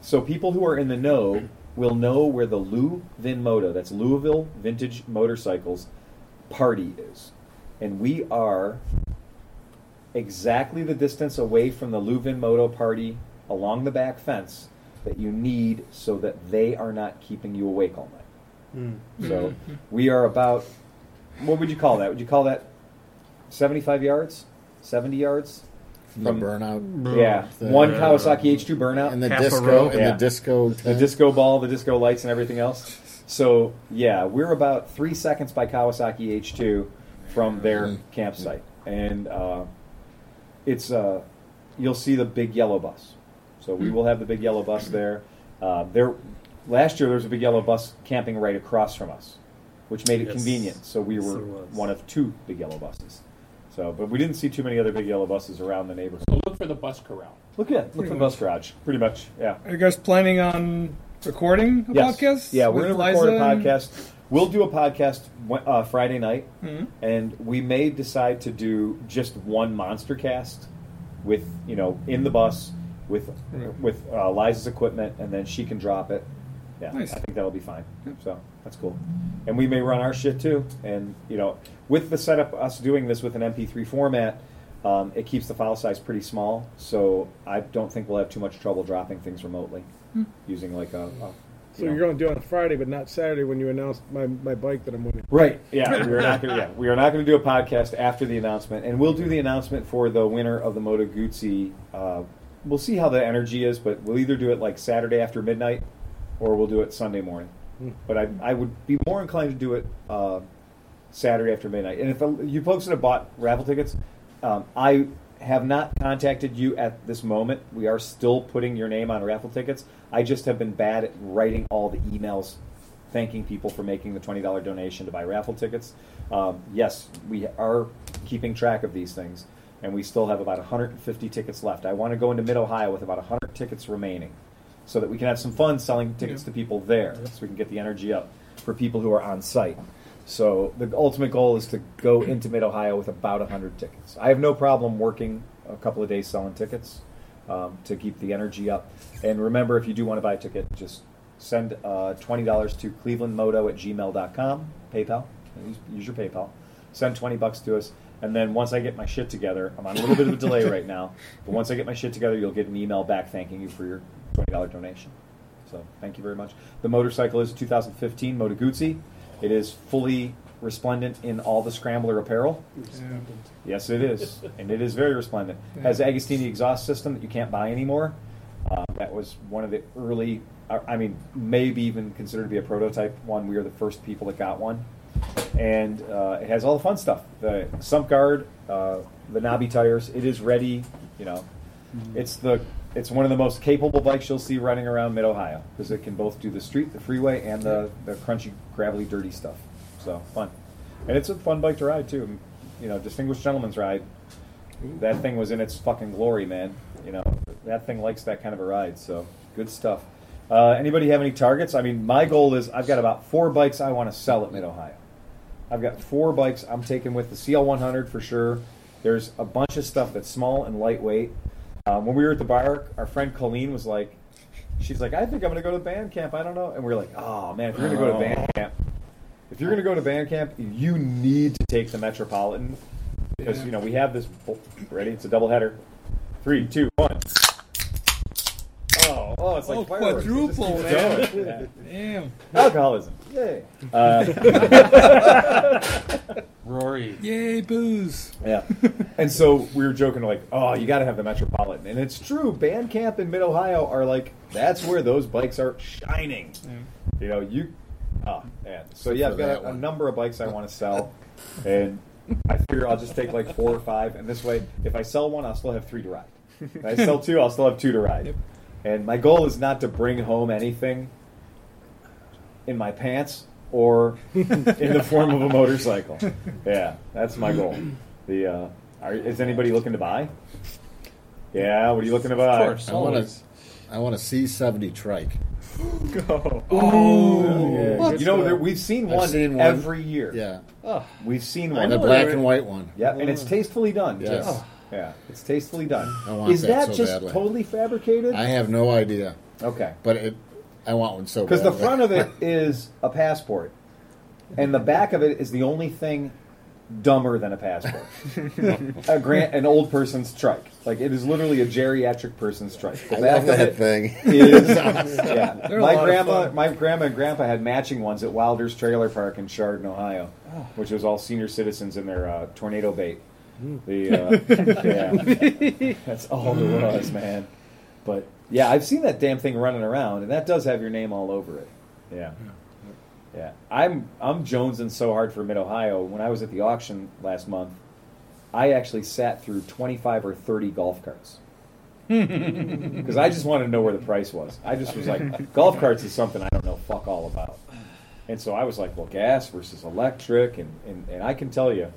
B: So people who are in the know will know where the Lou Vin Moto, that's Louisville Vintage Motorcycles, party is. And we are exactly the distance away from the Lou Vin Moto party along the back fence that you need so that they are not keeping you awake all night. So we are about, what would you call that? Would you call that 75 yards? 70 yards?
E: from the
B: From-
E: burnout
B: Yeah.
E: The-
B: One Kawasaki H2 burnout.
E: and the
D: Half a
E: disco
D: row.
E: and
B: Yeah.
E: the disco.
B: the
E: tent.
B: disco ball, the disco lights, and everything else. So yeah, we're about three seconds by Kawasaki H2 from their campsite, and uh, it's uh, you'll see the big yellow bus. So we will have the big yellow bus there. Uh, there, last year there was a big yellow bus camping right across from us, which made it
D: Yes.
B: convenient. So we
D: Yes,
B: were
D: there was.
B: one of two big yellow buses. So, but we didn't see too many other big yellow buses around the neighborhood.
A: So look for the bus corral.
B: Look at look
C: Pretty
B: for the bus garage, pretty much, yeah.
C: Are you guys planning on recording a
B: Yes.
C: podcast?
B: Yeah, we're
C: with
B: going to record a
C: Liza and-
B: podcast. We'll do a podcast uh,
C: Hmm?
B: Friday night, and we may decide to do just one monster cast with you know in the bus with with uh, Liza's equipment, and then she can drop it. Yeah,
C: Nice.
B: I think that'll be fine. So that's cool, and we may run our shit too. And you know, with the setup, us doing this with an MP3 format, um, it keeps the file size pretty small. So I don't think we'll have too much trouble dropping things remotely using like a. a
I: So
B: you know-
I: you're going to do it on Friday, but not Saturday when you announced my, my bike that I'm winning.
B: Right. Yeah, we are not going. Yeah, we are not going to do a podcast after the announcement, and we'll do the announcement for the winner of the Moto Guzzi. Uh, we'll see how the energy is, but we'll either do it like Saturday after midnight, or we'll do it Sunday morning. But I, I would be more inclined to do it uh, Saturday after midnight. And if uh, you folks that have bought raffle tickets, um, I have not contacted you at this moment. We are still putting your name on raffle tickets. I just have been bad at writing all the emails thanking people for making the $20 donation to buy raffle tickets. Um, yes, we are keeping track of these things, and we still have about 150 tickets left. I want to go into Mid Ohio with about 100 tickets remaining so that we can have some fun selling tickets to people there so we can get the energy up for people who are on site. So the ultimate goal is to go into Mid Ohio with about 100 tickets. I have no problem working a couple of days selling tickets um, to keep the energy up. And remember, if you do want to buy a ticket, just send uh, $20 to clevelandmoto at gmail.com, PayPal. Use, use your PayPal. Send 20 bucks to us. And then once I get my shit together, I'm on a little bit of a delay right now, but once I get my shit together, you'll get an email back thanking you for your $20 donation. So thank you very much. The motorcycle is a 2015 Moto Guzzi. It is fully resplendent in all the scrambler apparel. Yes, it is, and it is very resplendent. Has Agostini exhaust system that you can't buy anymore. Uh, that was one of the early, I I mean, maybe even considered to be a prototype one. We were the first people that got one, and uh, it has all the fun stuff: the sump guard, uh, the knobby tires. It is ready. You know, it's the it's one of the most capable bikes you'll see running around Mid Ohio because it can both do the street, the freeway, and the, the crunchy, gravelly, dirty stuff. So fun, and it's a fun bike to ride too. You know, distinguished gentleman's ride. That thing was in its fucking glory, man. You know, that thing likes that kind of a ride. So good stuff. Uh, anybody have any targets? I mean, my goal is I've got about four bikes I want to sell at Mid Ohio. I've got four bikes I'm taking with the CL100 for sure. There's a bunch of stuff that's small and lightweight. Um, when we were at the bar, our friend Colleen was like, she's like, I think I'm going to go to band camp. I don't know. And we are like, oh, man, if you're going to go to band camp, if you're going to go to band camp, you need to take the Metropolitan. Because, you know, we have this. Ready? It's a double header. Three, two, one. Oh, oh, it's like
C: Oh,
B: fireworks. It just
C: quadruple,
B: keeps
C: man.
B: going. Yeah.
C: Damn.
B: Alcoholism. Yay. Uh,
K: Rory.
C: Yay, booze.
B: Yeah. and so we were joking, like, oh, you got to have the Metropolitan. And it's true. Bandcamp and Mid Ohio are like, that's where those bikes are shining. You know, you. Oh, man. So, yeah, I've
E: For
B: got
E: that
B: a, a
E: one.
B: number of bikes I want to sell. and I figure I'll just take like four or five. And this way, if I sell one, I'll still have three to ride. If I sell two, I'll still have two to ride. And my goal is not to bring home anything in my pants or in the form of a motorcycle. Yeah, that's my goal. The uh, are, is anybody looking to buy? Yeah, what are you looking to buy?
K: Of course.
E: I want
K: always.
E: to. I want a C70 trike.
B: You know, there, we've seen
E: I've
B: one,
E: seen one.
B: every year.
E: Yeah,
B: We've seen
E: the
B: one.
E: black and white one.
B: Yeah, and it's tastefully done. too.
E: Yes.
B: Yeah, it's tastefully done.
E: I want
B: is
E: that
B: that
E: so
B: just
E: badly.
B: totally fabricated?
E: I have no idea,
B: okay.
E: but it. I want one so
B: Because the
E: badly.
B: front of it is a passport, and the back of it is the only thing dumber than a passport. a grant, an old person's trike. Like it is literally a geriatric person's trike. The
E: I
B: back
E: love
B: of
E: that
B: it
E: thing.
B: is- yeah.
C: They're a
B: My
C: lot of
B: grandma,
C: fun.
B: my grandma and grandpa had matching ones at Wilder's Trailer Park in Chardon, Ohio,
C: Oh.
B: which was all senior citizens in their uh, tornado bait.
C: Hmm.
B: The uh, yeah, that's all there
C: Hmm.
B: was, man. But yeah, I've seen that damn thing running around, and that does have your name all over it. Yeah, yeah. I'm I'm jonesing so hard for Mid Ohio. When I was at the auction last month, I actually sat through 25 or 30 golf carts because I just wanted to know where the price was. I just was like, golf carts is something I don't know fuck all about. And so I was like, well, gas versus electric, and, and, and I can tell you,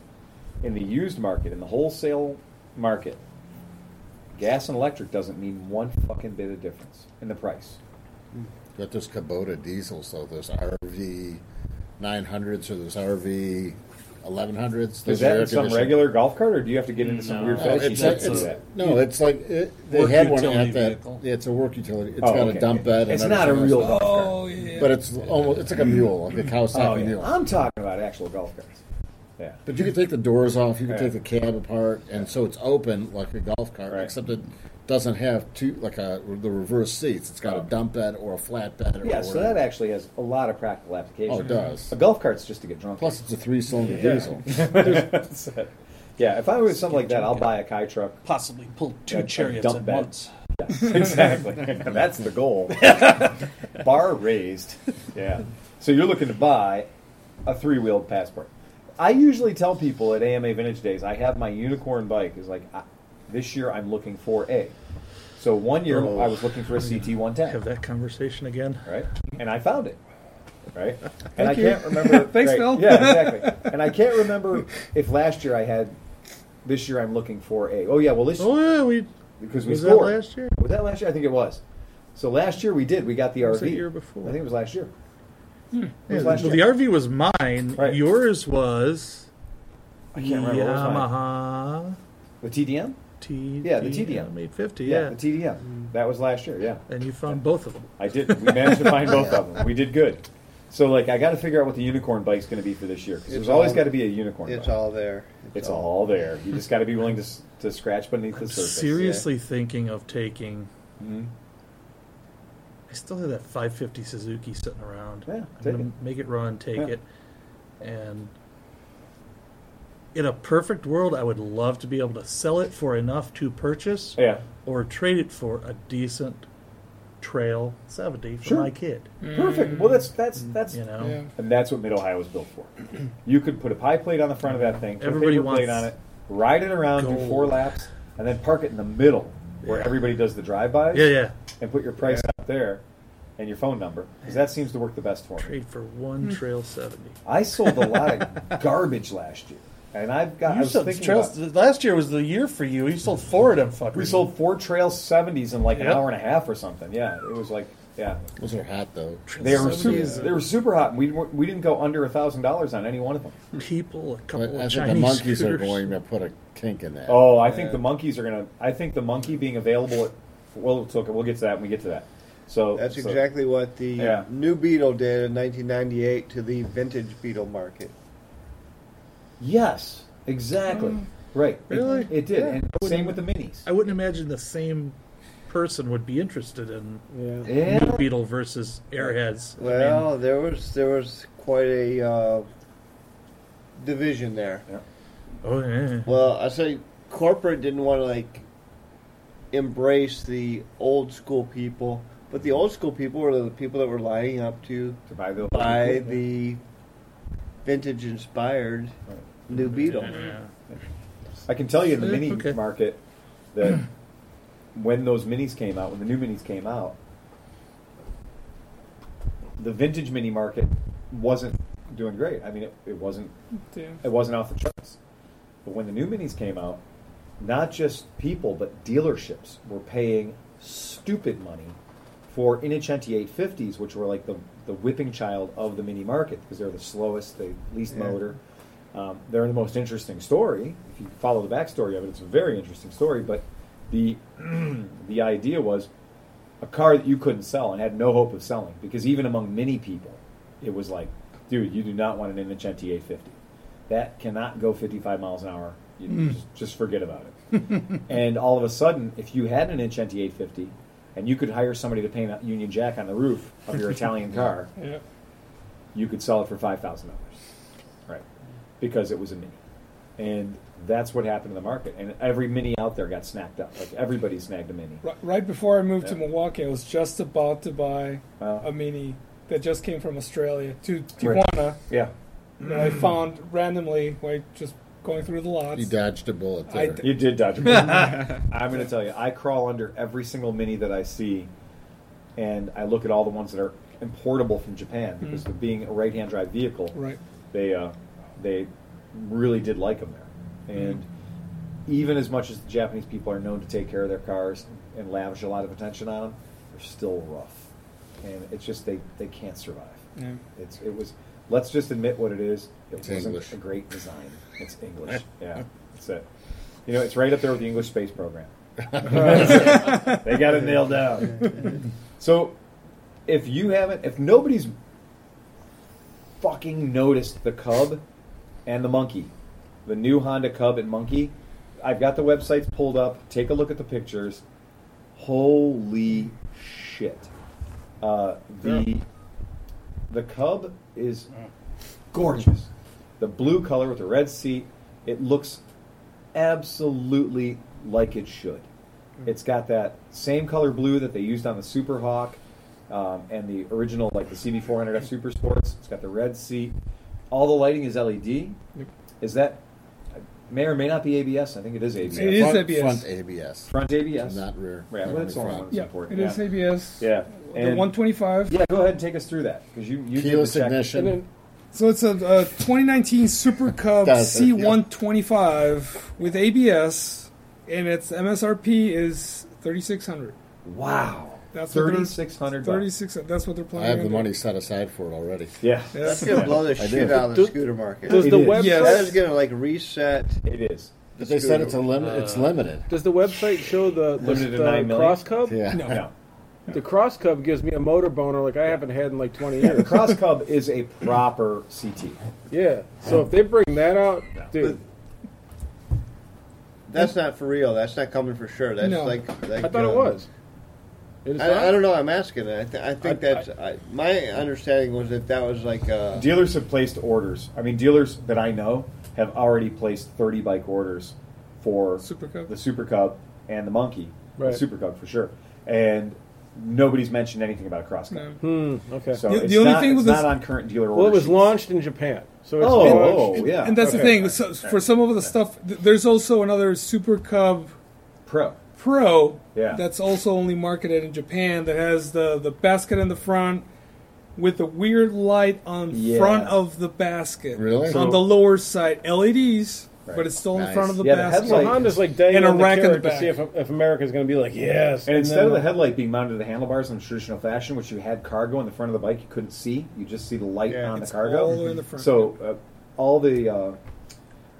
B: in the used market, in the wholesale market, gas and electric doesn't mean one fucking bit of difference in the price.
E: Got those Kubota diesels, though those RV 900s or those RV eleven hundreds.
B: Is that in some regular golf cart, or do you have to get into some weird
E: No,
B: fashion?
E: it's,
B: to
E: it's-
B: do that?
E: no, it's like it, they
K: Work
E: had one
K: utility
E: at that.
K: vehicle.
E: Yeah, it's a work utility. It's
B: Oh,
E: got
B: okay.
E: a dump bed. and
B: It's not a
E: everything
B: real
E: else.
B: golf cart.
C: Oh yeah.
E: but it's almost it's like a mule, like a Kawasaki
B: Oh, yeah.
E: mule.
B: I'm talking about actual golf carts. Yeah.
E: But you can take the doors off. You can
B: Yeah.
E: take the cab apart, and so it's open like a golf cart,
B: Right.
E: except it doesn't have two like a the reverse seats. It's
B: Oh.
E: got a dump bed or a flat bed. Or
B: Yeah, so
E: whatever.
B: that actually has a lot of practical application.
E: Oh, it does.
B: A golf cart's just to get drunk.
E: Plus, it's a three-cylinder diesel.
B: That's it. yeah, if I was something like that, I'll buy a Kai truck.
K: Possibly pull two
B: A- a
K: chariots
B: dump
K: at
B: bed.
K: once.
B: exactly. That's the goal. Bar raised. Yeah. So you're looking to buy a three wheeled passport. I usually tell people at AMA Vintage Days, I have my unicorn bike. It's like, I, this year I'm looking for a. So one year
E: Oh.
B: I was looking for a CT
D: Have
B: 110,
D: that conversation again.
B: right? And I found it. Right, and I
J: you.
B: can't remember.
J: Thanks,
B: right,
J: Phil.
B: Yeah, exactly. And I can't remember if last year I had. This year I'm looking for a. Oh yeah, well this
D: Oh yeah, we
B: because we
D: was that
B: scored.
D: last year.
B: Was that last year? I think it was. So last year we did. We got the RV.
D: was the year before.
B: I think it was last year. It
D: Yeah,
B: was last
D: well,
B: year.
D: the RV was mine.
B: Right.
D: Yours was
B: I can't remember. What was mine.
D: Yamaha.
B: The TDM.
D: T-
B: Yeah, the TDM.
D: eight fifty.
B: Yeah,
D: Yeah, Hmm.
B: the TDM. That was last year. Yeah,
D: and you found both of them.
B: I did. We managed to find both of them. We did good. So like, I got to figure out what the unicorn bike's going to be for this year because there's
H: It's
B: always
H: all-
B: got to be a unicorn.
H: It's
B: bike.
H: all there.
B: It's all there. You just got to be willing to s- to scratch beneath the surface. Mm-hmm.
D: Seriously thinking of taking. I still have that 550 Suzuki sitting around.
B: Yeah,
D: I'm
B: take
D: gonna
B: it.
D: make it run, take
B: Yeah.
D: it, and in a perfect world, I would love to be able to sell it for enough to purchase
B: Yeah.
D: or trade it for a decent trail 70 for
B: Sure.
D: my kid.
B: Perfect. Well, that's that's that's
D: You know,
E: Yeah.
B: And that's what Mid Ohio was built for. You could put a pie plate on the front of that thing, put
D: Everybody
B: a paper plate
D: wants
B: on it, ride it around, do
D: gold.
B: four laps, and then park it in the middle where everybody does the drive-bys.
D: yeah, yeah.
B: And put your price out there and your phone number because that seems to work the best for me.
D: Trade for one trail 70.
B: I sold a lot of garbage last year, and I've got. I
K: You
B: was
K: sold
B: thinking
K: trails.
B: about-
K: Last year was the year for you. You sold four of them fuckers.
B: we sold four Trail 70s in like an
D: Yep.
B: hour and a half or something. Yeah, it was like yeah.
E: Those are hot though.
B: They were super, they were super hot. And we weren't- we didn't go under a thousand dollars on any one of them.
D: people, a
E: But
D: couple
E: I
D: of
E: think the
D: Chinese
E: monkeys are
D: scooters.
E: going to put a kink in that.
B: Oh, I think the monkeys are gonna. I think the monkey being available. At, well, it's okay, we'll get to that when we get to that. So
H: That's
B: so-
H: exactly what the
B: Yeah.
H: new Beetle did in 1998 to the vintage Beetle market.
B: Yes, exactly. Right. It-
D: Really?
B: It, did.
D: Yeah.
B: And same with the minis.
D: I wouldn't imagine the same person would be interested in
I: Yeah.
B: Yeah.
D: New Beetle versus Airheads. I mean,
H: Well, there was there was quite a uh, division there.
D: oh yeah.
H: Well, I say corporate didn't want to like embrace the old school people, but the old school people were the people that were lining up to
B: To buy the-
H: buy the vintage inspired new Beetle.
D: Yeah.
B: I can tell you in the
D: Yeah,
B: mini
D: okay.
B: market that when those minis came out, when the new minis came out, the vintage mini market wasn't doing great. I mean, it, it wasn't
C: Damn.
B: it wasn't off the charts. But when the new minis came out, not just people but dealerships were paying stupid money for Innocenti 850s, which were like the the whipping child of the mini market because they're the slowest, the least motor. Um, they're the most interesting story. If you follow the backstory of it, it's a very interesting story. But the the idea was a car that you couldn't sell and had no hope of selling because even among many people, it was like, dude, you do not want an Innocenti 850. That cannot go 55 miles an hour. You just, just forget about it. and all of a sudden, if you had an Innocenti 850 and you could hire somebody to paint a Union Jack on the roof of your Italian car,
C: Yeah.
B: you could sell it for five thousand dollars, right? Because it was a mini, and that's what happened to the market. And every mini out there got snapped up. Like everybody snagged a mini.
C: Ri- Right before I moved to
B: Yeah.
C: Milwaukee, I was just about to buy
B: Wow.
C: a mini that just came from Australia to
B: Right.
C: Tijuana
B: Yeah,
C: that I found randomly while just going through the lots.
E: He dodged a bullet
C: I
E: there.
C: d-
B: you did dodge a bullet. I'm going to tell you, I crawl under every single mini that I see, and I look at all the ones that are importable from Japan because of being a right-hand drive vehicle,
C: Hmm. Right.
B: they uh, they really did like them
C: Hmm.
B: there. And even as much as the Japanese people are known to take care of their cars and lavish a lot of attention on them, they're still rough, and it's just they, they can't survive.
C: Yeah.
B: It's it was Let's just admit what it is. It
E: It's
B: wasn't
E: English.
B: a great design. It's English. yeah, that's it. You know, it's right up there with the English space program. they got it nailed down. So, if you haven't, if nobody's fucking noticed the Cub and the Monkey, the new Honda Cub and Monkey, I've got the websites pulled up. Take a look at the pictures. Holy shit! Uh, the the Cub is
C: Mm.
B: gorgeous. The blue color with the red seat, it looks absolutely like it should.
C: Mm.
B: It's got that same color blue that they used on the Super Hawk um, and the original, like the CB400F Super Sports. It's got the red seat. All the lighting is LED. Is that may or may not be ABS? I think it is ABS.
C: It is
E: front,
C: ABS.
E: Front ABS,
B: Front ABS.
E: not rear.
B: Yeah, well, that's all I
E: Front.
B: want. It's
C: Yeah,
B: important,
C: it is
B: yeah.
C: ABS.
B: Yeah.
C: The
B: And,
C: 125.
B: yeah, go ahead and take us through that because you you did the
E: Keyless
B: check.
E: ignition.
C: So it's a, a 2019 Super Cub
E: That's it, yeah.
C: C125 with ABS, and its MSRP is 3600.
B: Wow.
C: That's what they're-
B: Thirty six hundred.
C: 36. That's what they're
E: I
C: planning.
E: have the
C: on
E: money set aside for it already.
B: Yeah,
C: doing.
H: That's
C: Yes.
H: gonna blow the
E: I
H: shit
E: did.
H: out of the scooter market.
I: Does
B: It
I: the
B: is.
I: website
C: Yes.
H: That is gonna like reset.
B: it is.
E: But they said it's a lim-
B: Uh,
E: it's limited.
I: does the website show the, the,
B: Limited to
I: the
B: nine million?
I: cross cub?
E: Yeah.
B: No.
I: The cross cub gives me a motor boner like I haven't had in like twenty
B: The
I: years.
B: Cross Cub is a proper CT.
I: yeah. So if they bring that out, dude,
H: That's not for real. That's not coming for sure. That's
C: No.
H: like, like
I: I thought
H: uh,
I: it was. It is not?
H: I, I don't know. I'm asking. I, th- I think that's I, my understanding was that that was like uh,
B: Dealers have placed orders. I mean, dealers that I know have already placed 30 bike orders for
C: Super Cub.
B: the Super Cub and the Monkey.
I: Right.
B: The Super Cub for sure. And nobody's mentioned anything about a Cross Cub.
C: No.
I: Hmm. Okay.
B: So
C: The-
B: it's
C: the only
B: not,
C: thing
B: it's
C: with
B: not
C: this-
B: on current dealer orders.
I: Well, it was launched in Japan, so it's
B: Oh,
I: launched.
B: oh, yeah.
C: And that's the
B: Okay.
C: thing. So, for some of the stuff, th- there's also another Super Cub
B: Pro.
C: Pro
B: Yeah.
C: that's also only marketed in Japan that has the, the basket in the front with the weird light on
B: Yeah.
C: front of the basket.
E: Really?
C: on the lower side, LEDs,
B: Right.
C: but it's still in
E: Nice.
C: front of the
B: Yeah, the
C: basket.
I: So
B: headlight-
I: Honda's like dangling
C: And a
I: the
C: rack in the
I: carrot to
C: back.
I: see if, if America's going to be like yes.
B: And instead
I: then-
B: of
C: uh,
B: the headlight being mounted to the handlebars in traditional fashion, which you had cargo in the front of the bike, you couldn't see. You just see the light
H: Yeah.
B: on
C: It's
B: the cargo.
C: all the way in the front.
B: So uh, all the uh,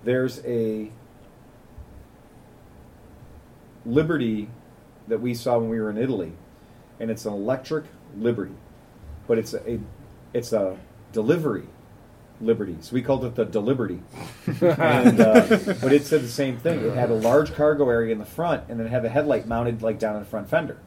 B: there's a Liberty that we saw when we were in Italy, and it's an electric Liberty, but it's a it's a delivery Liberty. So we called it the Deliberty. and, uh, but it said the same thing. It had a large cargo area in the front, and then it had the headlight mounted like down in the front fender,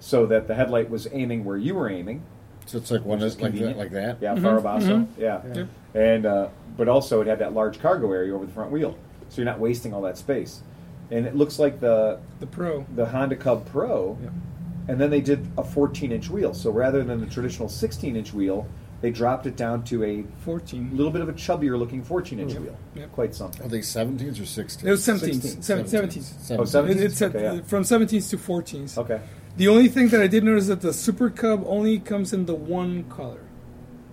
B: so that the headlight was aiming where you were aiming.
E: So it's like one
B: Which is
E: is like that,
B: convenient.
E: like that.
B: Yeah,
C: Mm-hmm.
B: Farabasso. Yeah, and uh, but also it had that large cargo area over the front wheel, so you're not wasting all that space. And it looks like the
C: the Pro.
B: the Honda Cub Pro, and then they did a 14 inch wheel. So rather than the traditional 16 inch wheel, they dropped it down to a
C: 14.
B: little bit of a chubbier looking 14 inch wheel.
C: Yep.
B: Quite
E: Are
B: something.
E: they 17s or 16s?
C: It was 17s.
B: 16s.
C: 17s.
E: 17s.
B: Oh, 17s?
C: It- it's at-
B: Okay, yeah.
C: From 17s to 14s.
B: Okay.
C: The only thing that I did notice is that the Super Cub only comes in the one color.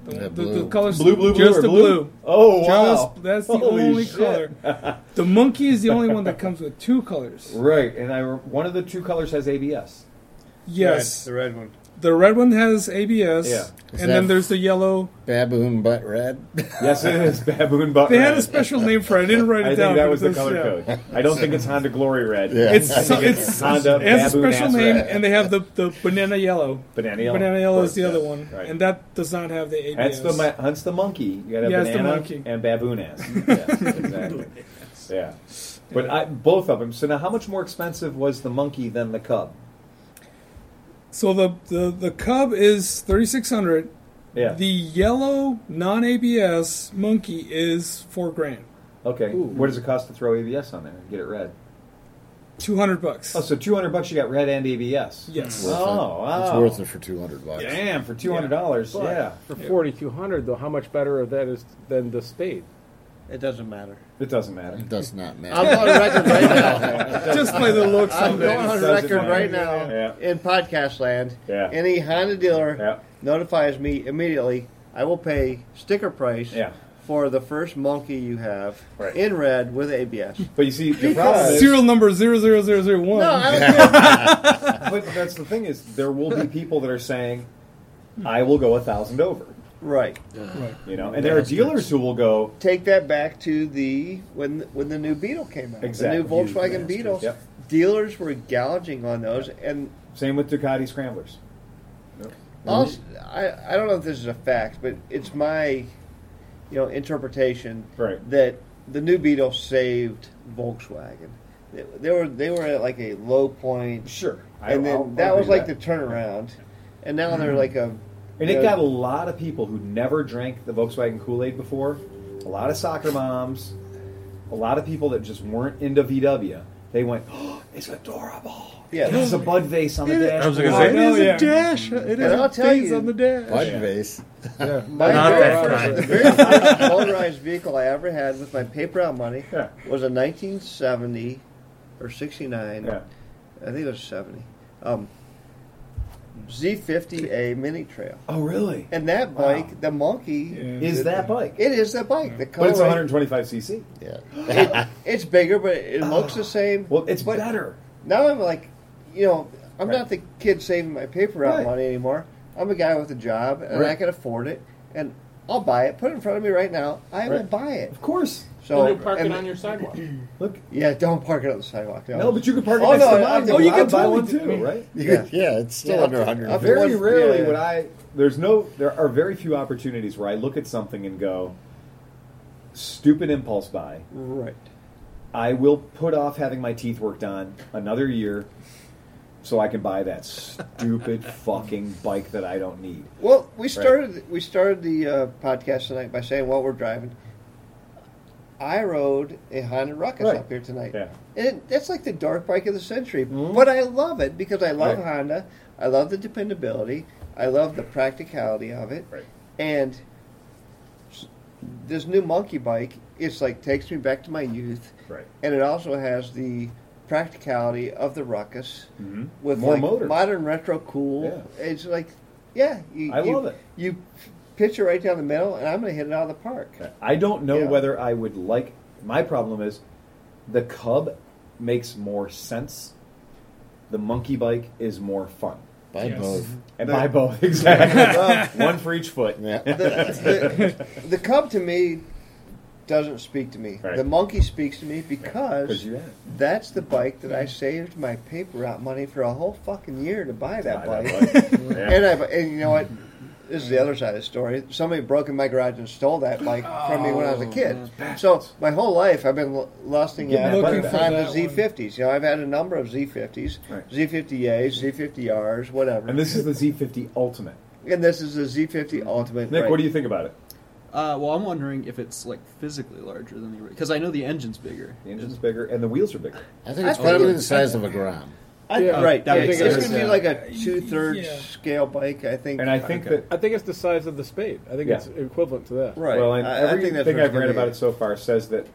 C: The,
E: Yeah,
C: the- the,
E: blue.
C: colors,
B: Blue, blue, blue,
C: just
B: or
C: the
B: blue?
C: blue.
B: Oh, wow.
C: Just, that's the
B: Holy
C: only
B: shit.
C: color. The monkey is the only one that comes with two colors.
B: Right, and I re- one of the two colors has ABS.
C: Yes,
H: the red one.
C: the red one has ABS,
B: Yeah.
E: Is
C: and then
E: that-
C: there's the yellow.
E: Baboon butt red.
B: Oh, Yes, it is baboon butt.
C: They
B: red.
C: had a special name for it. I didn't write it
B: I
C: down.
B: think that
C: but
B: was the
C: this-
B: color
C: yeah.
B: code. I don't think it's Honda Glory Red.
E: Yeah.
C: It's
B: I
C: so,
B: think
C: it's,
B: it's Honda
C: it has a
B: Baboon
C: special
B: Ass
C: name,
B: Rat.
C: and they have the, the banana yellow.
B: banana yellow.
C: Banana yellow
B: Of
C: is the
B: course,
C: other
B: yeah.
C: one,
B: Right.
C: and that does not have the
B: That's
C: ABS.
B: the the hunts the monkey. You got a
C: Yeah, it's the
B: banana
C: monkey.
B: and baboon ass. Yes, exactly. yeah, but I, both of them. So now, how much more expensive was the monkey than the cub?
C: so the, the the Cub is thirty six hundred.
B: Yeah.
C: The yellow non ABS monkey is four grand,
B: okay. What does it cost to throw ABS on there and get it red?
C: two hundred bucks.
B: Oh, so two hundred bucks you got red and ABS.
C: yes,
E: Worth it.
B: Oh, wow.
E: It's worth it for 200 bucks.
B: Damn, for two hundred dollars. Yeah.
I: for forty two hundred though, how much better of that is than the spade?
H: It doesn't matter.
B: it doesn't matter.
E: It does not matter.
H: I'm on record right now.
C: just by the looks
H: I'm
C: of it.
H: going on
B: Doesn't
H: record
B: matter.
H: right now
B: Yeah.
H: in podcast land.
B: Yeah.
H: Any Honda dealer
B: Yeah.
H: notifies me immediately. I will pay sticker price
B: Yeah.
H: for the first monkey you have
B: Right.
H: in red with ABS.
B: But you see, the problem is,
C: Serial number zero zero zero zero one.
H: No, I don't care.
B: but that's the thing is, there will be people that are saying, "I will go a thousand over."
H: Right.
C: Right.
B: You know, and there are dealers who will go.
H: Take that back to the when when the new Beetle came out.
B: Exactly.
H: The new Volkswagen Beetle.
B: Yep.
H: Dealers were gouging on those, and
B: Same with Ducati scramblers.
H: also, I I don't know if this is a fact, but it's my you know interpretation
B: Right.
H: that the new Beetle saved Volkswagen. They, they were they were at like a low point,
B: Sure. I-
H: Mm-hmm. and then
B: I'll- I'll
H: that was
B: agree
H: like
B: with
H: the turnaround, and now they're like a
B: And
H: you
B: it
H: know,
B: got a lot of people who never drank the Volkswagen Kool Aid before, a lot of soccer moms, a lot of people that just weren't into VW. They went, oh, it's adorable.
H: Yeah.
B: It has a bud vase on the dash.
D: I was gonna
B: Oh,
D: say-
B: I
D: It
B: know,
D: is
B: yeah.
D: dash. It
H: And I'll tell you,
E: Bud vase.
H: My
D: Not
H: very
D: that
H: first-
D: kind.
H: The very first motorized vehicle I ever had with my paper out money
B: Yeah.
H: was a 1970 or 69.
B: Yeah.
H: I think it was 70. Um, Z50A Mini Trail.
B: Oh, really?
H: And that bike, the monkey,
B: Is that bike?
H: it is that bike. The
B: But it's
H: color,
B: 125cc.
E: Yeah.
H: it, it's bigger, but it looks the same.
B: Oh. Well, it's better.
H: Now I'm like, you know, I'm
B: Right.
H: not the kid saving my paper route
B: Right.
H: money anymore. I'm a guy with a job, and I
B: Right.
H: can afford it, and I'll buy it. Put it in front of me right now. I will buy it.
B: Of course.
A: So
H: So
A: you park it
H: and-
A: on your sidewalk. You
B: Look.
H: yeah, don't park it on the sidewalk.
B: No, but you can park it
H: Oh,
B: next
H: no,
B: to
H: I'm-
B: mine.
H: oh, you
B: I'll
H: can
B: buy one
H: totally
B: too,
H: do it.
B: right?
H: Yeah.
E: Yeah. it's still
H: Yeah.
E: under 100.
H: I've-
B: Very
H: One-
B: rarely
H: yeah.
B: would I. There's no. There are very few opportunities where I look at something and go, "Stupid impulse buy."
H: right.
B: I will put off having my teeth worked on another year, so I can buy that stupid fucking bike that I don't need.
H: Well, we started we started the uh, podcast tonight by saying while we're driving, I rode a Honda Ruckus
B: Right.
H: up here tonight,
B: Yeah. Mm-hmm.
H: and it, that's like the dark bike of the century. But I love it because I love
B: Right.
H: Honda. I love the dependability. I love the practicality of it,
B: Right.
H: and s- this new monkey bike it's like takes me back to my youth,
B: Right.
H: and it also has the practicality of the Ruckus
B: Mhm.
H: with
B: More
H: like
B: motor.
H: modern retro cool.
B: Yeah.
H: It's like, yeah, you,
B: I
H: you-
B: love it.
H: You pitch it right down the middle, and I'm going to hit it out of the park.
B: I don't know
H: Yeah.
B: whether I would like. My problem is, the Cub makes more sense. The monkey bike is more fun.
E: Buy
C: Yes.
E: both.
B: And buy both exactly. One for each foot.
E: Yeah.
H: The, the, the cub to me doesn't speak to me.
B: Right.
H: The monkey speaks to me because
B: Because you had.
H: that's the bike that I saved my paper out money for a whole fucking year to buy that
B: Buy
H: bike.
B: that bike. Yeah.
H: And I and you know what? This is the other side of the story. Somebody broke in my garage and stole that bike from me when I was a kid. So my whole life I've been l- lusting
B: Get
H: at
B: that
H: on
B: bike
H: the
B: back.
C: Looking for that
H: Z50s. You know, I've had a number of Z50s,
B: Right.
H: Z50As, Z50Rs, whatever.
B: And this is the Z50 Ultimate.
H: And this is the Z50 Ultimate.
B: Nick,
H: right.
B: what do you think about it?
J: Uh, well, I'm wondering if it's like physically larger than the because I know the engine's bigger.
B: The engine's bigger and the wheels are bigger.
E: I think it's
H: I-
E: probably the size of a gram.
H: I,
I: Yeah,
H: right.
J: that
H: yeah,
J: makes
H: it's
J: sense.
H: going to be
J: Yeah.
H: like a two-thirds
C: Yeah.
H: scale bike, I think.
B: And I think that
I: I think it's the size of the spade. I think
B: Yeah.
I: it's equivalent to that.
H: right.
B: Well, and
H: I, I think
B: everything
H: that's what
B: I've
H: it's gonna
B: read
H: be.
B: about it so far says that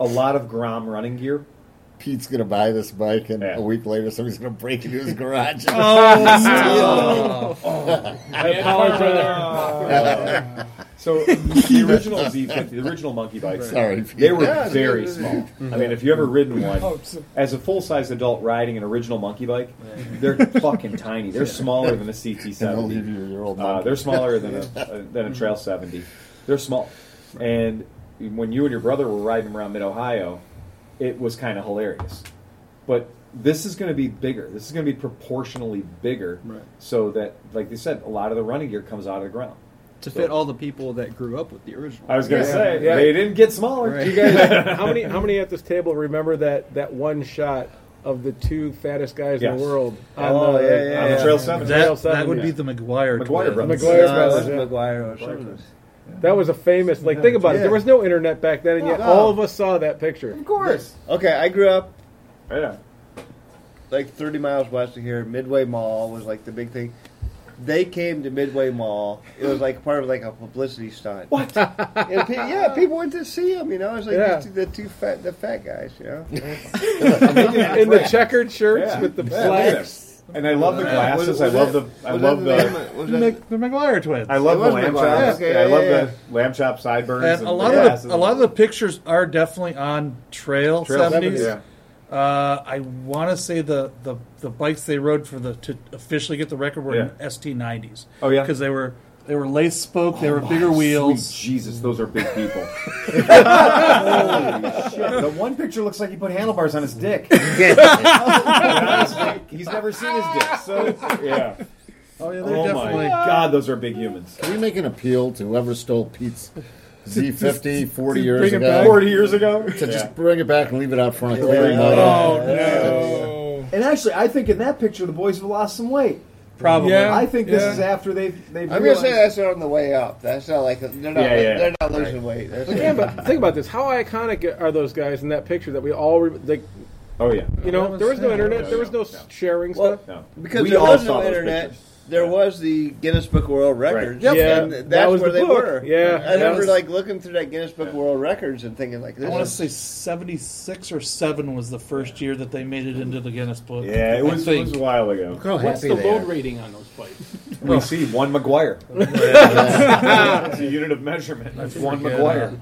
B: a lot of Grom running gear.
E: Pete's going to buy this bike, and
B: Yeah. Oh.
E: a week later, somebody's going to break into his garage.
A: had a car right there.
B: So the original Z50, the original monkey bikes,
E: Sorry,
B: they
E: Pete.
B: were
H: Yeah,
B: very
H: it's-
B: small. I mean, if you ever ridden one,
C: Oh, so-
B: as a full size adult riding an original monkey bike, they're fucking tiny. They're smaller than a
E: And they'll leave
B: CT70.
E: you with your old
B: Uh,
E: monkey.
B: they're smaller than a, a than a Trail 70. They're small, and when you and your brother were riding around Mid Ohio, it was kind of hilarious. But this is going to be bigger. This is going to be proportionally bigger,
J: Right.
B: so that, like they said, a lot of the running gear comes out of the ground.
J: To fit all the people that grew up with the original.
B: I was going to
I: Yeah.
B: say
I: Yeah.
B: they didn't get smaller.
J: Right.
I: You guys, how many how many at this table remember that that one shot of the two fattest guys in
B: Yes.
I: the world
H: Oh, yeah, yeah,
B: On the
H: yeah.
B: Trail 70.
I: Trail
D: That, that
I: seven,
D: would
I: yeah.
D: be the McGuire.
B: McGuire
D: twins.
B: brothers.
I: McGuire
H: Uh,
I: brothers, yeah.
H: McGuire or something.
I: That was a famous like think about it.
H: Yeah.
I: There was no internet back then, and yet
H: No.
I: all of us saw that picture.
B: Of course.
H: Okay, I grew up
B: Yeah.
H: like 30 miles west of here, Midway Mall was like the big thing. They came to Midway Mall. It was like part of like a publicity stunt. What? And pe- yeah, people went to see them. You know, it was like
I: Yeah.
H: these two- the two fat, the fat guys. You know,
I: In the checkered shirts
B: Yeah.
I: with the
B: Yeah,
I: flags.
B: And I love the glasses.
H: Was- was
B: I love
H: that-
B: the. I
H: was
B: love
H: that
B: the.
H: name of- was
D: The,
H: that-
D: Mc- the McGuire twins.
B: I love
H: It
B: the
H: was
B: lamb
H: McGuire.
B: chops.
H: Okay,
B: Yeah, I
H: yeah,
B: love
H: yeah.
B: the lamb chop sideburns.
D: and a lot
B: the
D: of
B: glasses.
D: the, a lot of the pictures are definitely on Trail,
B: Trail
D: 70s.
B: 70s, yeah.
D: Uh, I want to say the, the, the bikes they rode for the to officially get the record were
B: Yeah.
D: in ST90s.
B: Oh, yeah?
D: because they were
K: They were lace spoke. They were bigger wheels.
B: Oh, Sweet Jesus, those are big people. Holy shit. The one picture looks like he put handlebars on his dick. Honestly, He's never seen his dick, so yeah.
K: Oh yeah, they're
B: Oh
K: definitely.
B: my god, those are big humans.
E: Can we make an appeal to whoever stole Pete's Z50 40 years
C: bring it
E: ago?
C: back?
B: Forty years ago.
E: To just bring it back and leave it out front of
H: Yeah.
E: everybody.
C: Oh no!
B: And actually, I think in that picture the boys have lost some weight.
K: Probably.
C: Yeah.
B: I think this
C: yeah.
B: is after they've they've.
H: I'm gonna
B: realized-
H: say that's on the way up. That's not like they're not
B: Yeah, yeah.
H: they're not losing weight. That's
F: Yeah, but think about this. How iconic are those guys in that picture that we all, re- like,
B: Oh yeah.
F: you know,
D: was
F: there was no
D: saying.
F: internet,
B: Yeah,
F: there was
B: yeah,
F: no
B: yeah.
F: sharing
H: Well,
F: stuff.
B: No.
H: because
B: We
H: there
B: all
H: was
B: saw
H: no
B: those
H: internet.
B: pictures.
H: There was the Guinness Book of World Records.
B: Yep.
F: Yeah,
H: and that's
F: that was
H: where
F: the
H: they
F: book.
H: were.
F: Yeah,
H: I remember
F: that was-
H: like looking through that Guinness Book of World Records and thinking like,
K: I
H: this
K: want to
H: is
K: say seventy six or seven was the first year that they made it into the Guinness Book.
B: Yeah, it
K: I
B: was, it
K: think.
B: was a while ago.
E: Look how
A: What's
E: happy
A: the
E: they
A: load
E: are.
A: rating on those bikes?
B: We see one McGuire. it's a unit of measurement. That's one McGuire.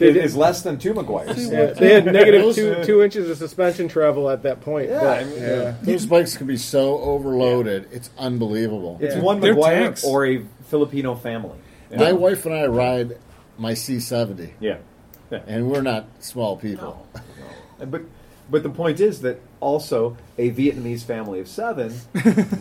B: It is less than two McGuires.
F: Yeah, they had negative two two inches of suspension travel at that point.
B: Yeah,
F: but-
B: I mean,
H: Yeah. These bikes can be so overloaded. It's unbelievable.
B: it's one
C: They're
B: McGuire
C: tanks.
B: or a Filipino family. Yeah.
E: My wife and I ride my C70,
B: yeah.
E: and we're not small people.
B: But but the point is that also a Vietnamese family of seven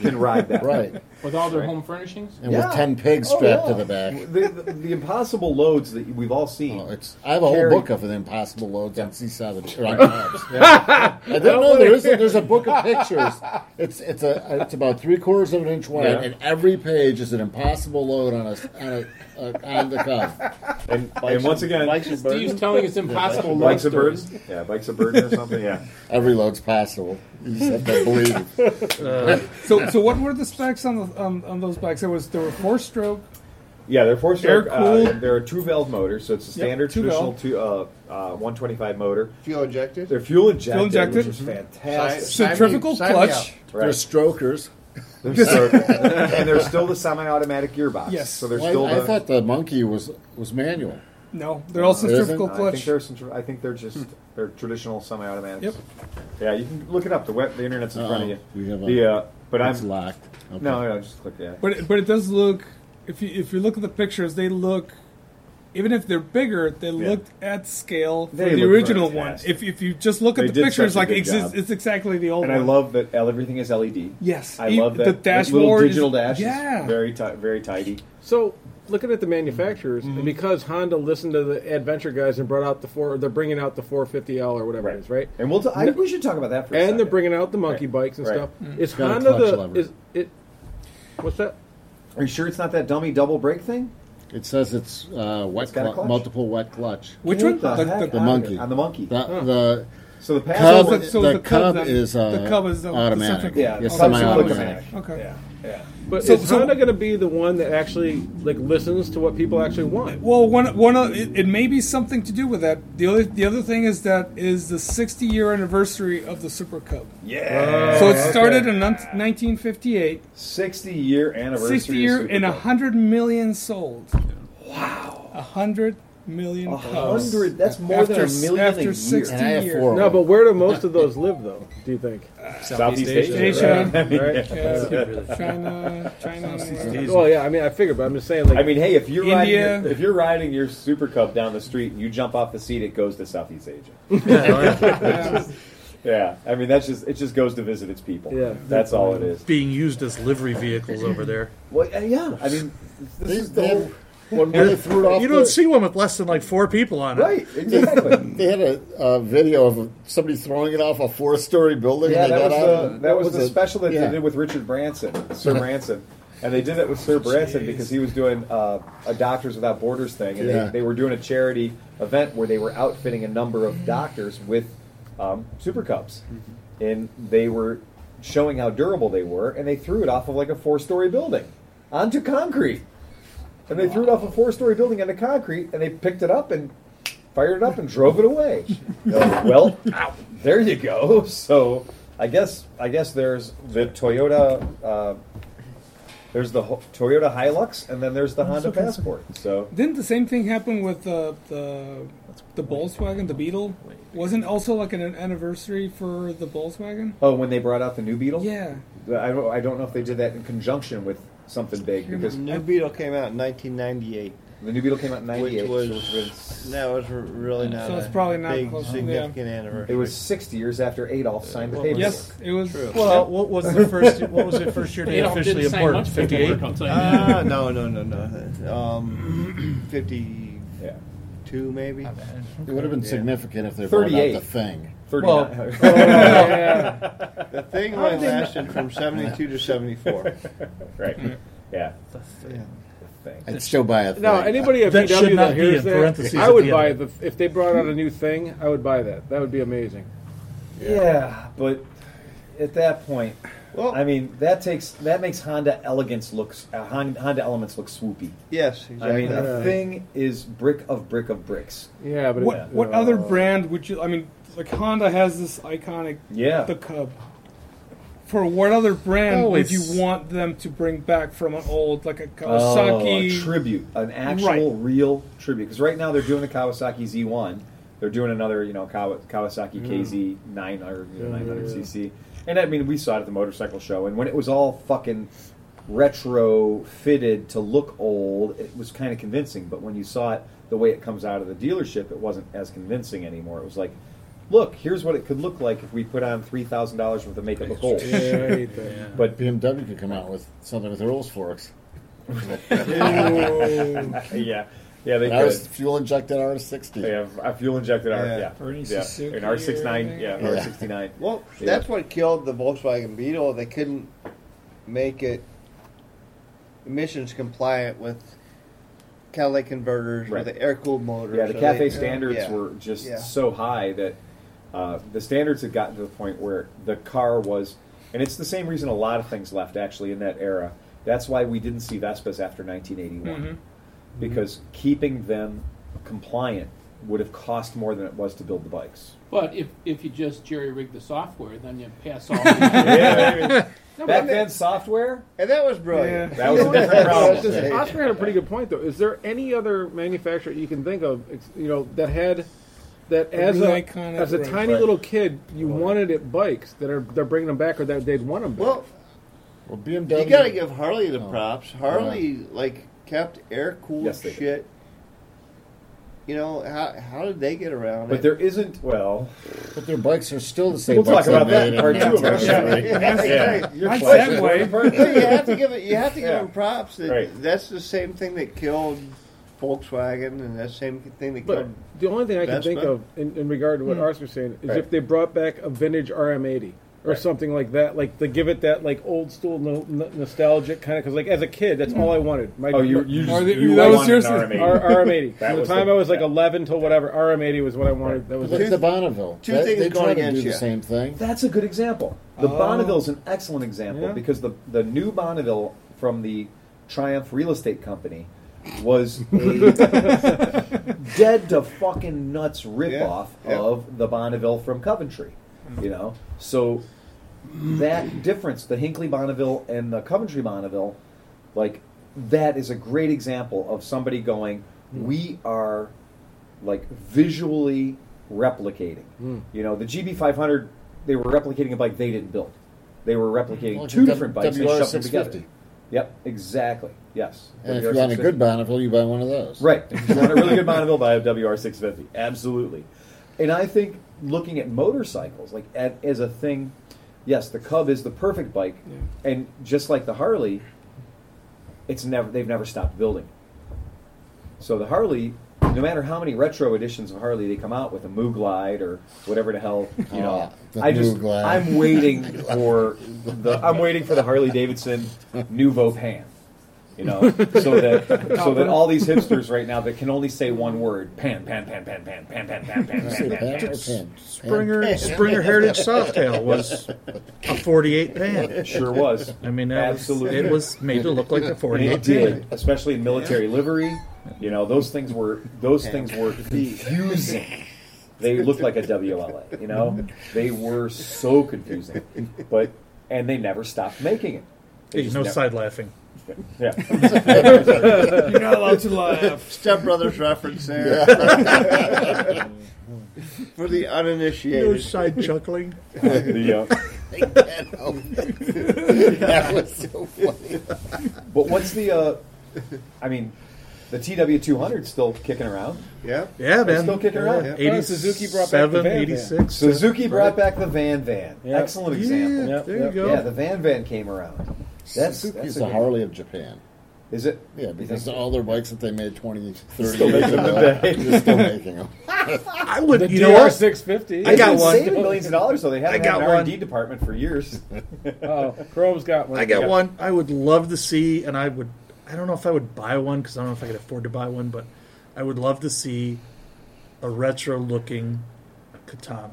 B: can ride that.
E: Right.
A: With all their home furnishings?
E: And
B: Yeah.
E: with 10 pigs
B: Oh,
E: strapped
B: yeah.
E: to the back.
B: The, the, the impossible loads that we've all seen.
E: Oh, it's, I have a whole
B: Carry.
E: book of the impossible loads on C7 or on cabs. I didn't know there is a, there's a book of pictures. It's it's a it's about three quarters of an inch wide,
B: Yeah.
E: and every page is an impossible load on a on a, a on the cab.
B: and, and once again,
H: Bikes and
A: Steve's
H: birds.
A: telling it's impossible. love
B: bikes of
A: stories.
B: burden. Yeah, bikes of burden or something. Yeah.
E: Every load's possible. You just have to believe. it.
C: So, so what were the specs on the on, on those bikes? There was there were four stroke.
B: Yeah, they're four stroke. Uh,
C: Air-cooled.
B: they're a two valve motor, so it's a standard
C: two
B: traditional two, uh, uh, 125 motor.
H: Fuel injected.
B: They're fuel injected,
C: Fuel injected.
B: which
C: Mm-hmm.
B: is
H: Sign-
B: fantastic.
H: sign me-
C: Centrifugal
H: sign me
C: clutch.
H: up.
E: They're
B: Right.
E: strokers.
B: They're so- and they're still the semi-automatic gearbox.
C: Yes.
B: So they're
E: Well,
B: still.
E: I,
B: the,
E: I thought the monkey was was manual.
C: No, they're all centrifugal
E: isn't.
B: I think
C: clutch.
B: they're. some- I think they're just. They're traditional semi-automatics.
C: Hmm. Yep.
B: Yeah, you can look it up. The web, the internet's in front of you.
E: Uh-oh. We have a-
B: the, uh, but
E: It's
B: I'm
E: locked. Okay.
B: no, no, just click that.
C: But it, but it does look if you if you look at the pictures, they look even if they're bigger, they looked at scale for
B: They
C: the
B: look
C: original one.
B: fantastic.
C: If if you just look at
B: They
C: the
B: did
C: pictures,
B: such a
C: like
B: good
C: it's,
B: job.
C: it's exactly the old
B: And I
C: one.
B: love that everything is LED.
C: yes,
B: I
C: E-
B: love that
C: the
B: that
C: dashboard.
B: little
C: is-
B: digital dash.
C: yeah,
B: Is very ti- very tidy.
F: So, looking at the manufacturers, and because Honda listened to the adventure guys and brought out the four, they're bringing out the 450L or whatever it is, right?
B: And we'll. T- I, we should talk about that for. a
F: And
B: second.
F: they're bringing out the monkey bikes and
B: Right.
F: stuff. Is
E: Got a
F: Honda
E: clutch
F: the
E: lever.
F: is it? What's that?
B: Are you sure it's not that dummy double brake thing?
E: It says it's uh, wet
B: It's got a
E: clu-
B: clutch?
E: multiple wet clutch.
C: which
B: What
C: one?
B: the heck?
E: The monkey.
B: On the monkey.
E: The, the
B: so the pass.
E: cub,
C: so- so
E: the,
C: the
E: cub
C: cub then-
E: is uh,
C: the cub is the- the
E: automatic.
C: centrifugal.
B: Yeah,
E: It's
B: the cub's
E: semi-automatic.
B: automatic.
C: Okay.
B: Yeah. Yeah.
F: But
C: So-
F: is
C: so-
F: Honda going to be the one that actually like listens to what people actually want?
C: Well, one one of, it, it may be something to do with that. The other the other thing is that is the 60 year anniversary of the Super Cub.
B: Yeah.
C: So it started in nun- 1958,
B: 60 year anniversary.
C: 60 year
B: of
C: and
B: Supercross.
C: 100 million sold. Wow. 100 million.
B: A
C: cars.
B: hundred. That's more
C: After
B: than a
C: s-
B: million
C: after
B: a year.
C: 60
E: And I have
C: years.
E: four.
F: No, but where do most of those live though? Do you think?
B: Southeast Asia.
C: Asia,
F: Right?
C: uh, China, China. whatever.
F: Well, yeah. I mean, I figure, but I'm just saying, like,
B: I mean, hey, if you're riding
C: India.
B: your, if you're riding your Super Cub down the street and you jump off the seat, it goes to Southeast Asia.
C: Yeah.
B: yeah, I mean that's just it just goes to visit its people.
F: Yeah.
B: that's all it is.
D: being used as livery vehicles over there.
B: Well, uh, yeah, I mean this
E: They-
B: is the
E: they had-
B: whole,
E: when they threw it off
D: You don't
E: the-
D: see one with less than like four people on it.
B: right exactly.
E: They had a, a video of somebody throwing it off a four-story building.
B: Yeah,
E: and they
B: that was
E: got out.
B: the, that was the
E: a-
B: special that
E: yeah.
B: they did with Richard Branson, Sir Branson. And they did it with Sir Branson because he was doing uh, a Doctors Without Borders thing, and
E: Yeah.
B: they, they were doing a charity event where they were outfitting a number of doctors with um, Super Cubs,
E: Mm-hmm.
B: and they were showing how durable they were, and they threw it off of like a four-story building onto concrete, and they threw it off a four-story building onto concrete, and they picked it up and fired it up and drove it away. Uh, well, there you go. So I guess I guess there's the Toyota. Uh, there's the Ho- Toyota Hilux, and then there's the Honda Passport. So
C: Didn't the same thing happen with the the, the Volkswagen, the Beetle? Wasn't also like an anniversary for the Volkswagen?
B: oh, when they brought out the new Beetle,
C: Yeah.
B: I don't I don't know if they did that in conjunction with something big because
H: New Beetle came out in 1998.
B: the new Beetle came out in '98,
H: Which was-
B: so which was-
H: That was r- really not
C: So it's
H: a
C: probably not
H: big,
C: close,
H: significant
B: it
H: anniversary.
B: was 60 years after Adolf signed the paper.
C: Yes, it was.
K: Well, what was the first? What was the first year they
A: They don't
K: officially
A: didn't sign
K: imported?
A: much
K: Fifty-eight.
A: paperwork, I'll tell
B: Uh,
A: you. that.
H: Ah, no, no, no, no. Um, 52,
B: Yeah.
H: maybe?
E: It would have been significant if they brought out
B: 38.
E: the thing.
B: 39.
H: The thing only lasted from 72 to 74.
B: right. Yeah.
H: Yeah.
B: Thing.
E: I'd still buy a thing.
I: No, anybody at
K: That should
I: VW
K: not
I: that
K: be
I: hears
K: in
I: that,
K: parentheses
I: I
K: at
I: would
K: the
I: buy
K: end.
I: the if they brought out a new thing. I would buy that. That would be amazing.
B: Yeah. but at that point,
H: Well-
B: I mean, that takes that makes Honda elegance looks uh, Hon- Honda elements look swoopy.
H: Yes, exactly.
B: I mean, the
I: Yeah.
B: thing is brick of brick of bricks.
I: Yeah, but
C: What
I: it,
C: what other brand would you? I mean, like Honda has this iconic
B: Yeah,
C: the Cub. For what other brand
K: Oh,
C: would
K: it's-
C: you want them to bring back from an old like a
B: Oh, a
C: Kawasaki?
B: tribute, an actual
C: Right.
B: real tribute. Because right now they're doing the Kawasaki Z1, they're doing another, you know, Kawa- Kawasaki
C: Mm.
B: KZ 900, you know, 900 cc. And I mean, we saw it at the motorcycle show, and when it was all fucking retro fitted to look old, it was kind of convincing. But when you saw it the way it comes out of the dealership, it wasn't as convincing anymore. It was like. Look, here's what it could look like if we put on three thousand dollars worth of makeup of gold.
I: Yeah, I hate that.
B: But
E: BMW could come out with something with their old forks.
B: yeah, yeah, they
E: That
B: could.
E: was fuel injected R60.
B: They have a fuel injected R,
H: Yeah.
B: yeah,
C: Or any
B: yeah.
C: Suzuki
B: an R six nine,
C: or
B: yeah,
E: Yeah.
B: R sixty nine.
H: Well,
B: Yeah.
H: that's what killed the Volkswagen Beetle. They couldn't make it emissions compliant with catalytic converters
B: Right.
H: with the air cooled motor.
B: Yeah, the
H: so
B: cafe
H: they-
B: standards
H: yeah.
B: were just
H: Yeah.
B: so high that uh, the standards had gotten to the point where the car was, and it's the same reason a lot of things left actually in that era. That's why we didn't see Vespas after nineteen because keeping them compliant would have cost more than it was to build the bikes.
A: But if, if you just jerry rig the software, then you pass off.
B: Back then, software
H: And that was brilliant.
B: that was a different problem.
H: Hey.
I: Oscar had a pretty good point though. Is there any other manufacturer you can think of, ex- you know, that had that as
C: really
I: a
C: iconic
I: as a
C: brand.
I: tiny little kid you wanted it bikes that are they're bringing them back or that they'd want them back.
H: Well,
E: Well, BMW.
H: you got to give Harley the
E: Oh.
H: props. Harley like kept air cooled
B: Uh-huh. Yes, they did.
H: shit. You know how how did they get around
B: But
H: it?
B: there isn't well.
E: But their bikes are still the same.
B: We'll
E: bikes
B: talk about that
E: made
B: in part two of our show.
E: Right.
H: yeah, yeah.
B: Your
C: Not
B: question-
H: you have to give it. You have to give
B: Yeah.
H: them props. That,
B: Right.
H: That's the same thing that killed Volkswagen, and that same thing that
I: But
H: killed.
I: the only thing I can
H: Vespa?
I: think of in, in regard to what Oscar's saying is
B: Right.
I: if they brought back a vintage RM80 or
B: Right.
I: something like that, like to give it that like old school no, no- nostalgic kind of because like as a kid that's all I wanted. My,
B: Oh, you,
I: my-
B: you,
C: Or
B: just,
C: the-
B: you
C: that was
B: wanted an
C: seriously-
B: RM80.
I: R- RM80.
B: That
I: From the
B: was
I: time
B: the-
I: I was like
B: yeah.
I: 11 till whatever, RM80 was what I wanted. That was
E: Look
I: it.
E: at the Bonneville.
H: two
E: They-
H: things
E: they
H: going
E: try to
H: against
E: do the
H: you.
E: same thing.
B: That's a good example. The Bonneville's an excellent example
I: Yeah.
B: because the the new Bonneville from the Triumph Real Estate Company was a dead to fucking nuts ripoff
H: Yeah, yeah.
B: of the Bonneville from Coventry. You know, so that difference, the Hinkley Bonneville and the Coventry Bonneville, like that is a great example of somebody going,
E: Hmm.
B: we are like visually replicating.
E: Hmm.
B: You know, the GB500, they were replicating a bike they didn't build. They were replicating
E: Well,
B: two
E: it's a
B: different
E: W-
B: bikes and shoved them together.
E: WR650.
B: Yep, exactly. Yes.
E: And if you want a
B: WR650.
E: good Bonneville, you buy one of those.
B: Right. If you want a really good Bonneville, buy a WR650. Absolutely. And I think looking at motorcycles, like at, as a thing, yes, the Cub is the perfect bike, and just like the Harley, it's never they've never stopped building. it. So the Harley, no matter how many retro editions of Harley they come out with, a Moo Glide or whatever the hell, you know,
E: Oh, the
B: I just
E: Moo Glide.
B: I'm waiting for the I'm waiting for the Harley Davidson Nouveau Pan you know, so that so that all these hipsters right now that can only say one word, pan, pan, pan, pan, pan, pan, pan, pan, pan,
E: Say
B: pan,
E: pan
B: pan,
E: or
B: pan.
E: pin?
D: Springer Springer Heritage Softail was a 48 pan.
B: Sure was.
D: I mean, that
B: absolutely,
D: was, it was made to look like a
B: And
D: 48
B: it
D: pan.
B: did, especially in military livery. You know, those things were those things were confusing. They looked like a WLA. You know, they were so confusing, but and they never stopped making it. They
D: Hey,
B: just
D: no
B: never-
D: side laughing.
B: Yeah.
C: You're not allowed to laugh.
H: Step Brothers reference there. For the
D: Your
H: uninitiated.
D: side chuckling.
B: The, uh,
H: They can't help it. that was so funny.
B: but what's the? Uh, I mean, the TW two hundred still kicking around.
H: Yeah.
D: Yeah,
B: They're
D: man.
B: still kicking around.
D: uh, Yeah.
F: Oh, Suzuki brought back the
D: 87,
F: van van.
D: 86.
B: Suzuki brought back the Van Van.
F: Yep.
B: Excellent
D: Yeah,
B: example.
F: Yep,
D: there you
F: yep.
D: go.
B: Yeah, the Van Van came around. That's, that's
E: Suzuki's
B: a
E: the
B: good-
E: Harley of Japan.
B: Is it?
E: Yeah, because
B: think-
E: all their bikes that they made 20, 30
B: Still
E: years
B: making them
E: ago,
B: today.
E: they're still making them.
D: I would.
F: The
D: you know
F: DR
D: what?
F: six fifty.
D: I got
B: They've been
D: one.
B: Saving millions of dollars, though they haven't
D: got
B: had an
D: one.
B: R&D department for years.
F: Oh, Chrome's got one.
D: I got one. I would love to see, and I would. I don't know if I would buy one because I don't know if I could afford to buy one, but I would love to see a retro-looking katana.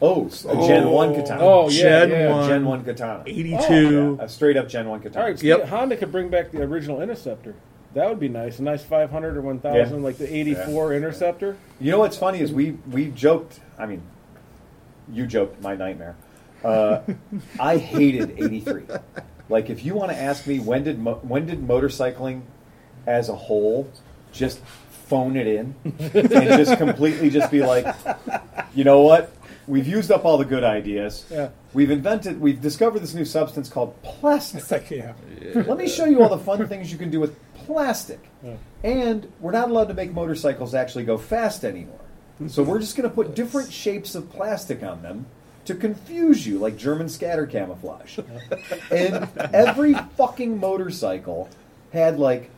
B: Oh, a Gen One katana.
F: Oh yeah,
D: Gen
F: yeah.
D: one.
B: Gen One katana.
D: 82.
B: A straight up Gen One
F: All
B: katana.
F: right, so
D: Yep.
F: Honda could bring back the original Interceptor. That would be nice. A nice 500 or 1000,
B: Yeah.
F: like the 84 Interceptor.
B: You know what's funny is we we joked. I mean, you joked my nightmare. Uh, I hated '83. Like, if you want to ask me when did mo- when did motorcycling as a whole just phone it in and just completely just be like, you know what? We've used up all the good ideas.
F: Yeah.
B: We've invented. We've discovered this new substance called plastic.
C: It's like, yeah.
B: Let me show you all the fun things you can do with plastic. And we're not allowed to make motorcycles actually go fast anymore. So we're just going to put different shapes of plastic on them to confuse you, like German scatter camouflage. and every fucking motorcycle had, like,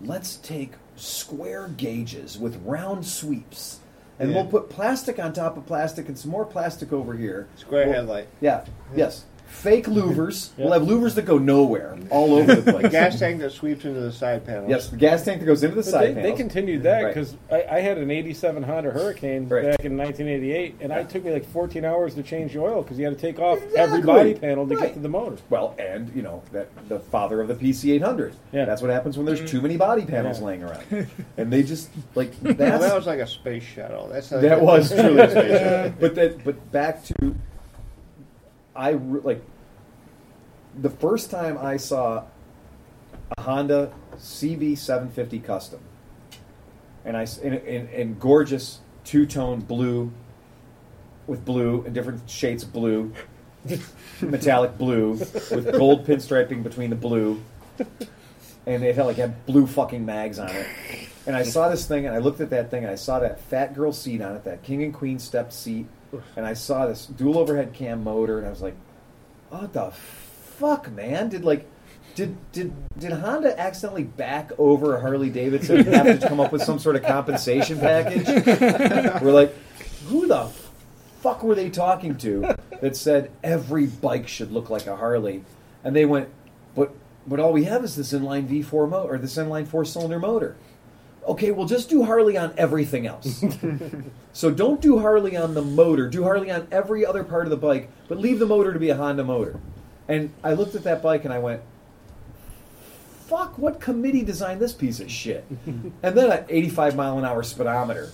B: let's take square gauges with round sweeps. And we'll put plastic on top of plastic and some more plastic over here.
H: Square
B: We'll-
H: headlight.
B: yeah. Yes. Fake louvers. We'll have louvers that go nowhere, all over the place.
H: Gas tank that sweeps into the side panels.
B: Yes, the gas tank that goes into the
F: But
B: side
F: they, they
B: panels.
F: continued that
B: Mm-hmm. Right.
F: because I, I had an 87 Honda Hurricane
B: Right.
F: back in 1988, and it took me like 14 hours to change the oil because you had to take off
B: Exactly.
F: every body panel to
B: Right.
F: get to the motor.
B: well, and you know that the father of the PC 800.
F: Yeah.
B: That's what happens when there's too many body panels
F: Yeah.
B: laying around, and they just like
H: Well,
B: that's
H: that was like a space shuttle. That's like
B: that was truly special. But that, but back to, I re- like the first time I saw a Honda CB750 Custom, and I s- in, in, in gorgeous two tone blue, with blue and different shades of blue, metallic blue with gold pinstriping between the blue, and it had like had blue fucking mags on it. And I saw this thing, and I looked at that thing, and I saw that fat girl seat on it, that king and queen stepped seat, and I saw this dual overhead cam motor, and I was like, "What the fuck, man? Did like, did did did Honda accidentally back over a Harley Davidson and have to come up with some sort of compensation package?" We're like, "Who the fuck were they talking to that said every bike should look like a Harley?" And they went, "But but all we have is this inline V4 motor or this inline four cylinder motor." okay, well, just do Harley on everything else. so don't do Harley on the motor. Do Harley on every other part of the bike, but leave the motor to be a Honda motor. And I looked at that bike and I went, fuck, what committee designed this piece of shit? and then an 85 mile an hour speedometer.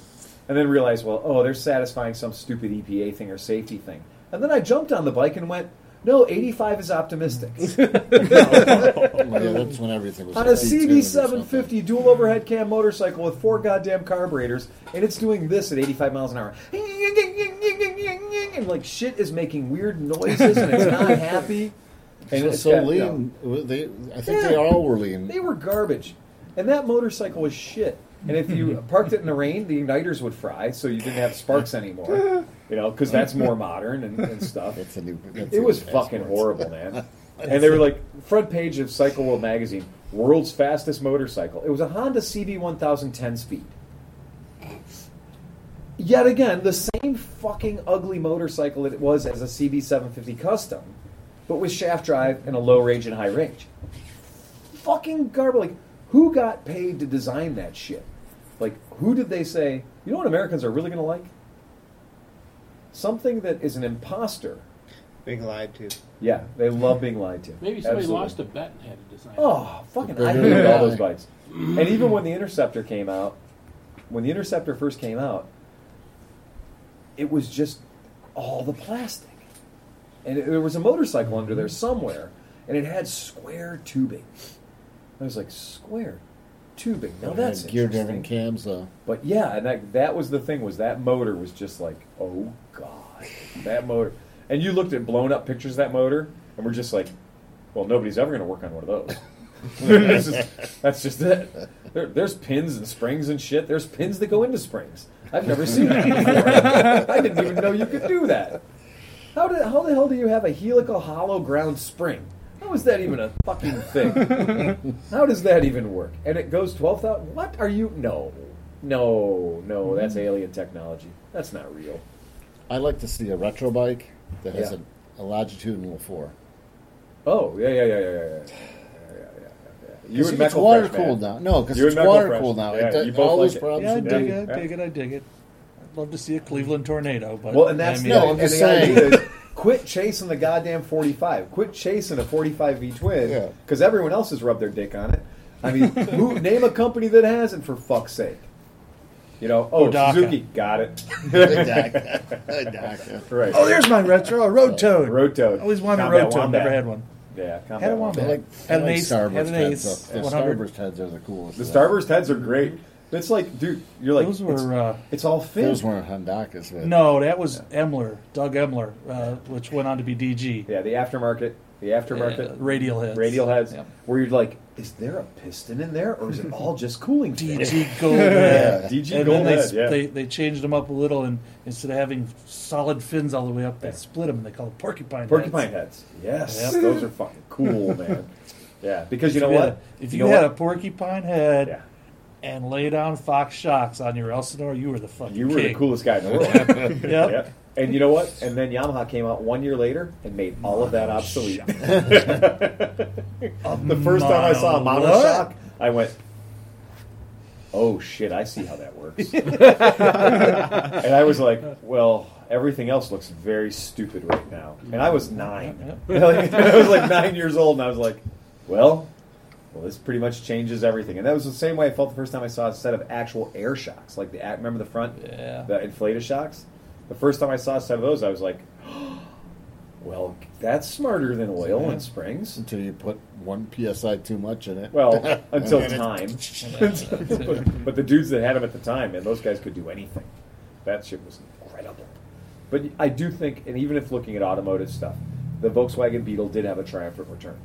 B: And then realized, well, oh, they're satisfying some stupid EPA thing or safety thing. And then I jumped on the bike and went, no, 85 is optimistic.
E: Oh, Yeah, that's when everything was
B: on a
E: like
B: CB
E: or something.
B: 750 dual overhead cam motorcycle with four goddamn carburetors, and it's doing this at 85 miles an hour. And like shit is making weird noises, and it's not happy. And
E: It was
B: it's
E: so
B: got-
E: lean. They, I think
B: Yeah.
E: they all were lean.
B: They were garbage, and that motorcycle was shit. And if you parked it in the rain, the igniters would fry, so you didn't have sparks anymore. You know, because that's more modern and, and stuff.
E: That's a new. That's a
B: It was
E: new
B: fucking
E: password.
B: horrible, man. And they were like front page of Cycle World magazine, world's fastest motorcycle. It was a Honda CB 1010 speed. Yet again, the same fucking ugly motorcycle that it was as a CB 750 Custom, but with shaft drive and a low range and high range. Fucking garbage. Like, who got paid to design that shit? Like, who did they say, you know what Americans are really going to like? Something that is an imposter
H: being lied to.
B: yeah, they love being lied to.
A: Maybe somebody
B: Absolutely.
A: lost a bet and had to design. it.
B: Oh, fucking! I
E: Yeah.
B: hated all those bikes. And even when the Interceptor came out, when the Interceptor first came out, it was just all the plastic, and it, there was a motorcycle under there somewhere, and it had square tubing, I was like, square tubing. Now
E: It
B: that's
E: had gear-driven
B: interesting.
E: cams though.
B: But yeah, and that that was the thing was that motor was just like, oh god, that motor. And you looked at blown up pictures of that motor, and we're just like, well, nobody's ever going to work on one of those. that's, just, that's just it. There, there's pins and springs and shit. There's pins that go into springs. I've never seen that before. I didn't even know you could do that. How, did, how the hell do you have a helical hollow ground spring? How is that even a fucking thing? how does that even work? And it goes 12,000? What are you? No. No, no, that's
E: Mm-hmm.
B: alien technology. That's not real.
E: I'd like to see a retro bike that has
B: Yeah.
E: a, a longitudinal four.
B: Oh, yeah, yeah, yeah, yeah, yeah. yeah. yeah, yeah, yeah, yeah. You
E: It's-
B: and
E: it's
B: Meckel
E: water
B: Fresh, man.
E: cooled now. No, because
B: You
E: it's
B: and Meckel
E: water
B: Fresh.
E: cooled now.
B: Yeah,
E: it,
B: you
E: does
B: both
E: all those
B: like it.
E: problems.
D: Yeah, I
E: it
D: dig
E: does.
D: it. I dig it. I dig it. I'd love to see a Cleveland tornado, but
B: Well, and that's
D: I
B: I
D: mean,
E: no,
B: no.
E: I'm
B: And
E: just
B: the
E: saying.
B: idea is, quit chasing the goddamn 45. Quit chasing a 45 V
E: Yeah.
B: twin because everyone else has rubbed their dick on it. I mean, who, name a company that hasn't for fuck's sake. You know, oh
D: Odaka.
B: Suzuki, got it
E: Exactly. Exactly.
B: right.
D: Oh, there's my retro, a road toad.
B: Road Toad.
D: Always wanted
B: Combat
D: a road toad,
B: Wombat.
D: never had one.
B: Yeah, combat
D: Had a
B: Wombat.
D: wombat.
E: I like, I
D: Had an
E: like
D: ace- had
E: Starburst
D: an ace,
E: heads. though. The
D: 100.
E: Starburst heads are the coolest.
B: The
E: though.
B: Starburst heads are great. It's like, dude, you're like,
D: Those
B: it's,
D: were uh,
B: it's all fin.
E: Those weren't Hondakas, but
D: no, that was Emler, Doug Emler, uh, which went on to be DG.
B: Yeah, the aftermarket, the
D: Uh,
B: aftermarket
D: radial heads.
B: radial heads,
D: Yep.
B: where you're like, is there a piston in there, or is it all just cooling? fins?
D: DG Gold. head.
B: DG
D: and
B: Gold
D: then they,
B: head, yeah.
D: they they changed them up a little, and instead of having solid fins all the way up, they split them and they call them porcupine.
B: porcupine
D: heads.
B: heads. Yes,
D: Yep.
B: those are fucking cool, man. Yeah, because you know
D: If you
B: what?
D: had a- if
B: You
D: you,
B: know
D: had
B: what?
D: a porcupine head
B: Yeah.
D: and lay down Fox shocks on your Elsinore, you were the fucking
B: You were the
D: king.
B: coolest guy in the world.
D: Yep.
B: Yeah. And you know what? And then Yamaha came out one year later and made all of that obsolete. the first time I saw a mono
D: what?
B: shock, I went, "Oh shit! I see how that works." and I was like, "Well, everything else looks very stupid right now." And I was nine. I was like nine years old, and I was like, "Well." Well, this pretty much changes everything, and that was the same way I felt the first time I saw a set of actual air shocks, like the remember the front,
D: Yeah.
B: the inflator shocks. The first time I saw some of those, I was like, "Well, that's smarter than oil and springs."
E: until you put one psi too much in it.
B: Well, until time.
D: Yeah.
B: But the dudes that had them at the time, man, those guys could do anything. That shit was incredible. But I do think, and even if looking at automotive stuff, the Volkswagen Beetle did have a triumphant return.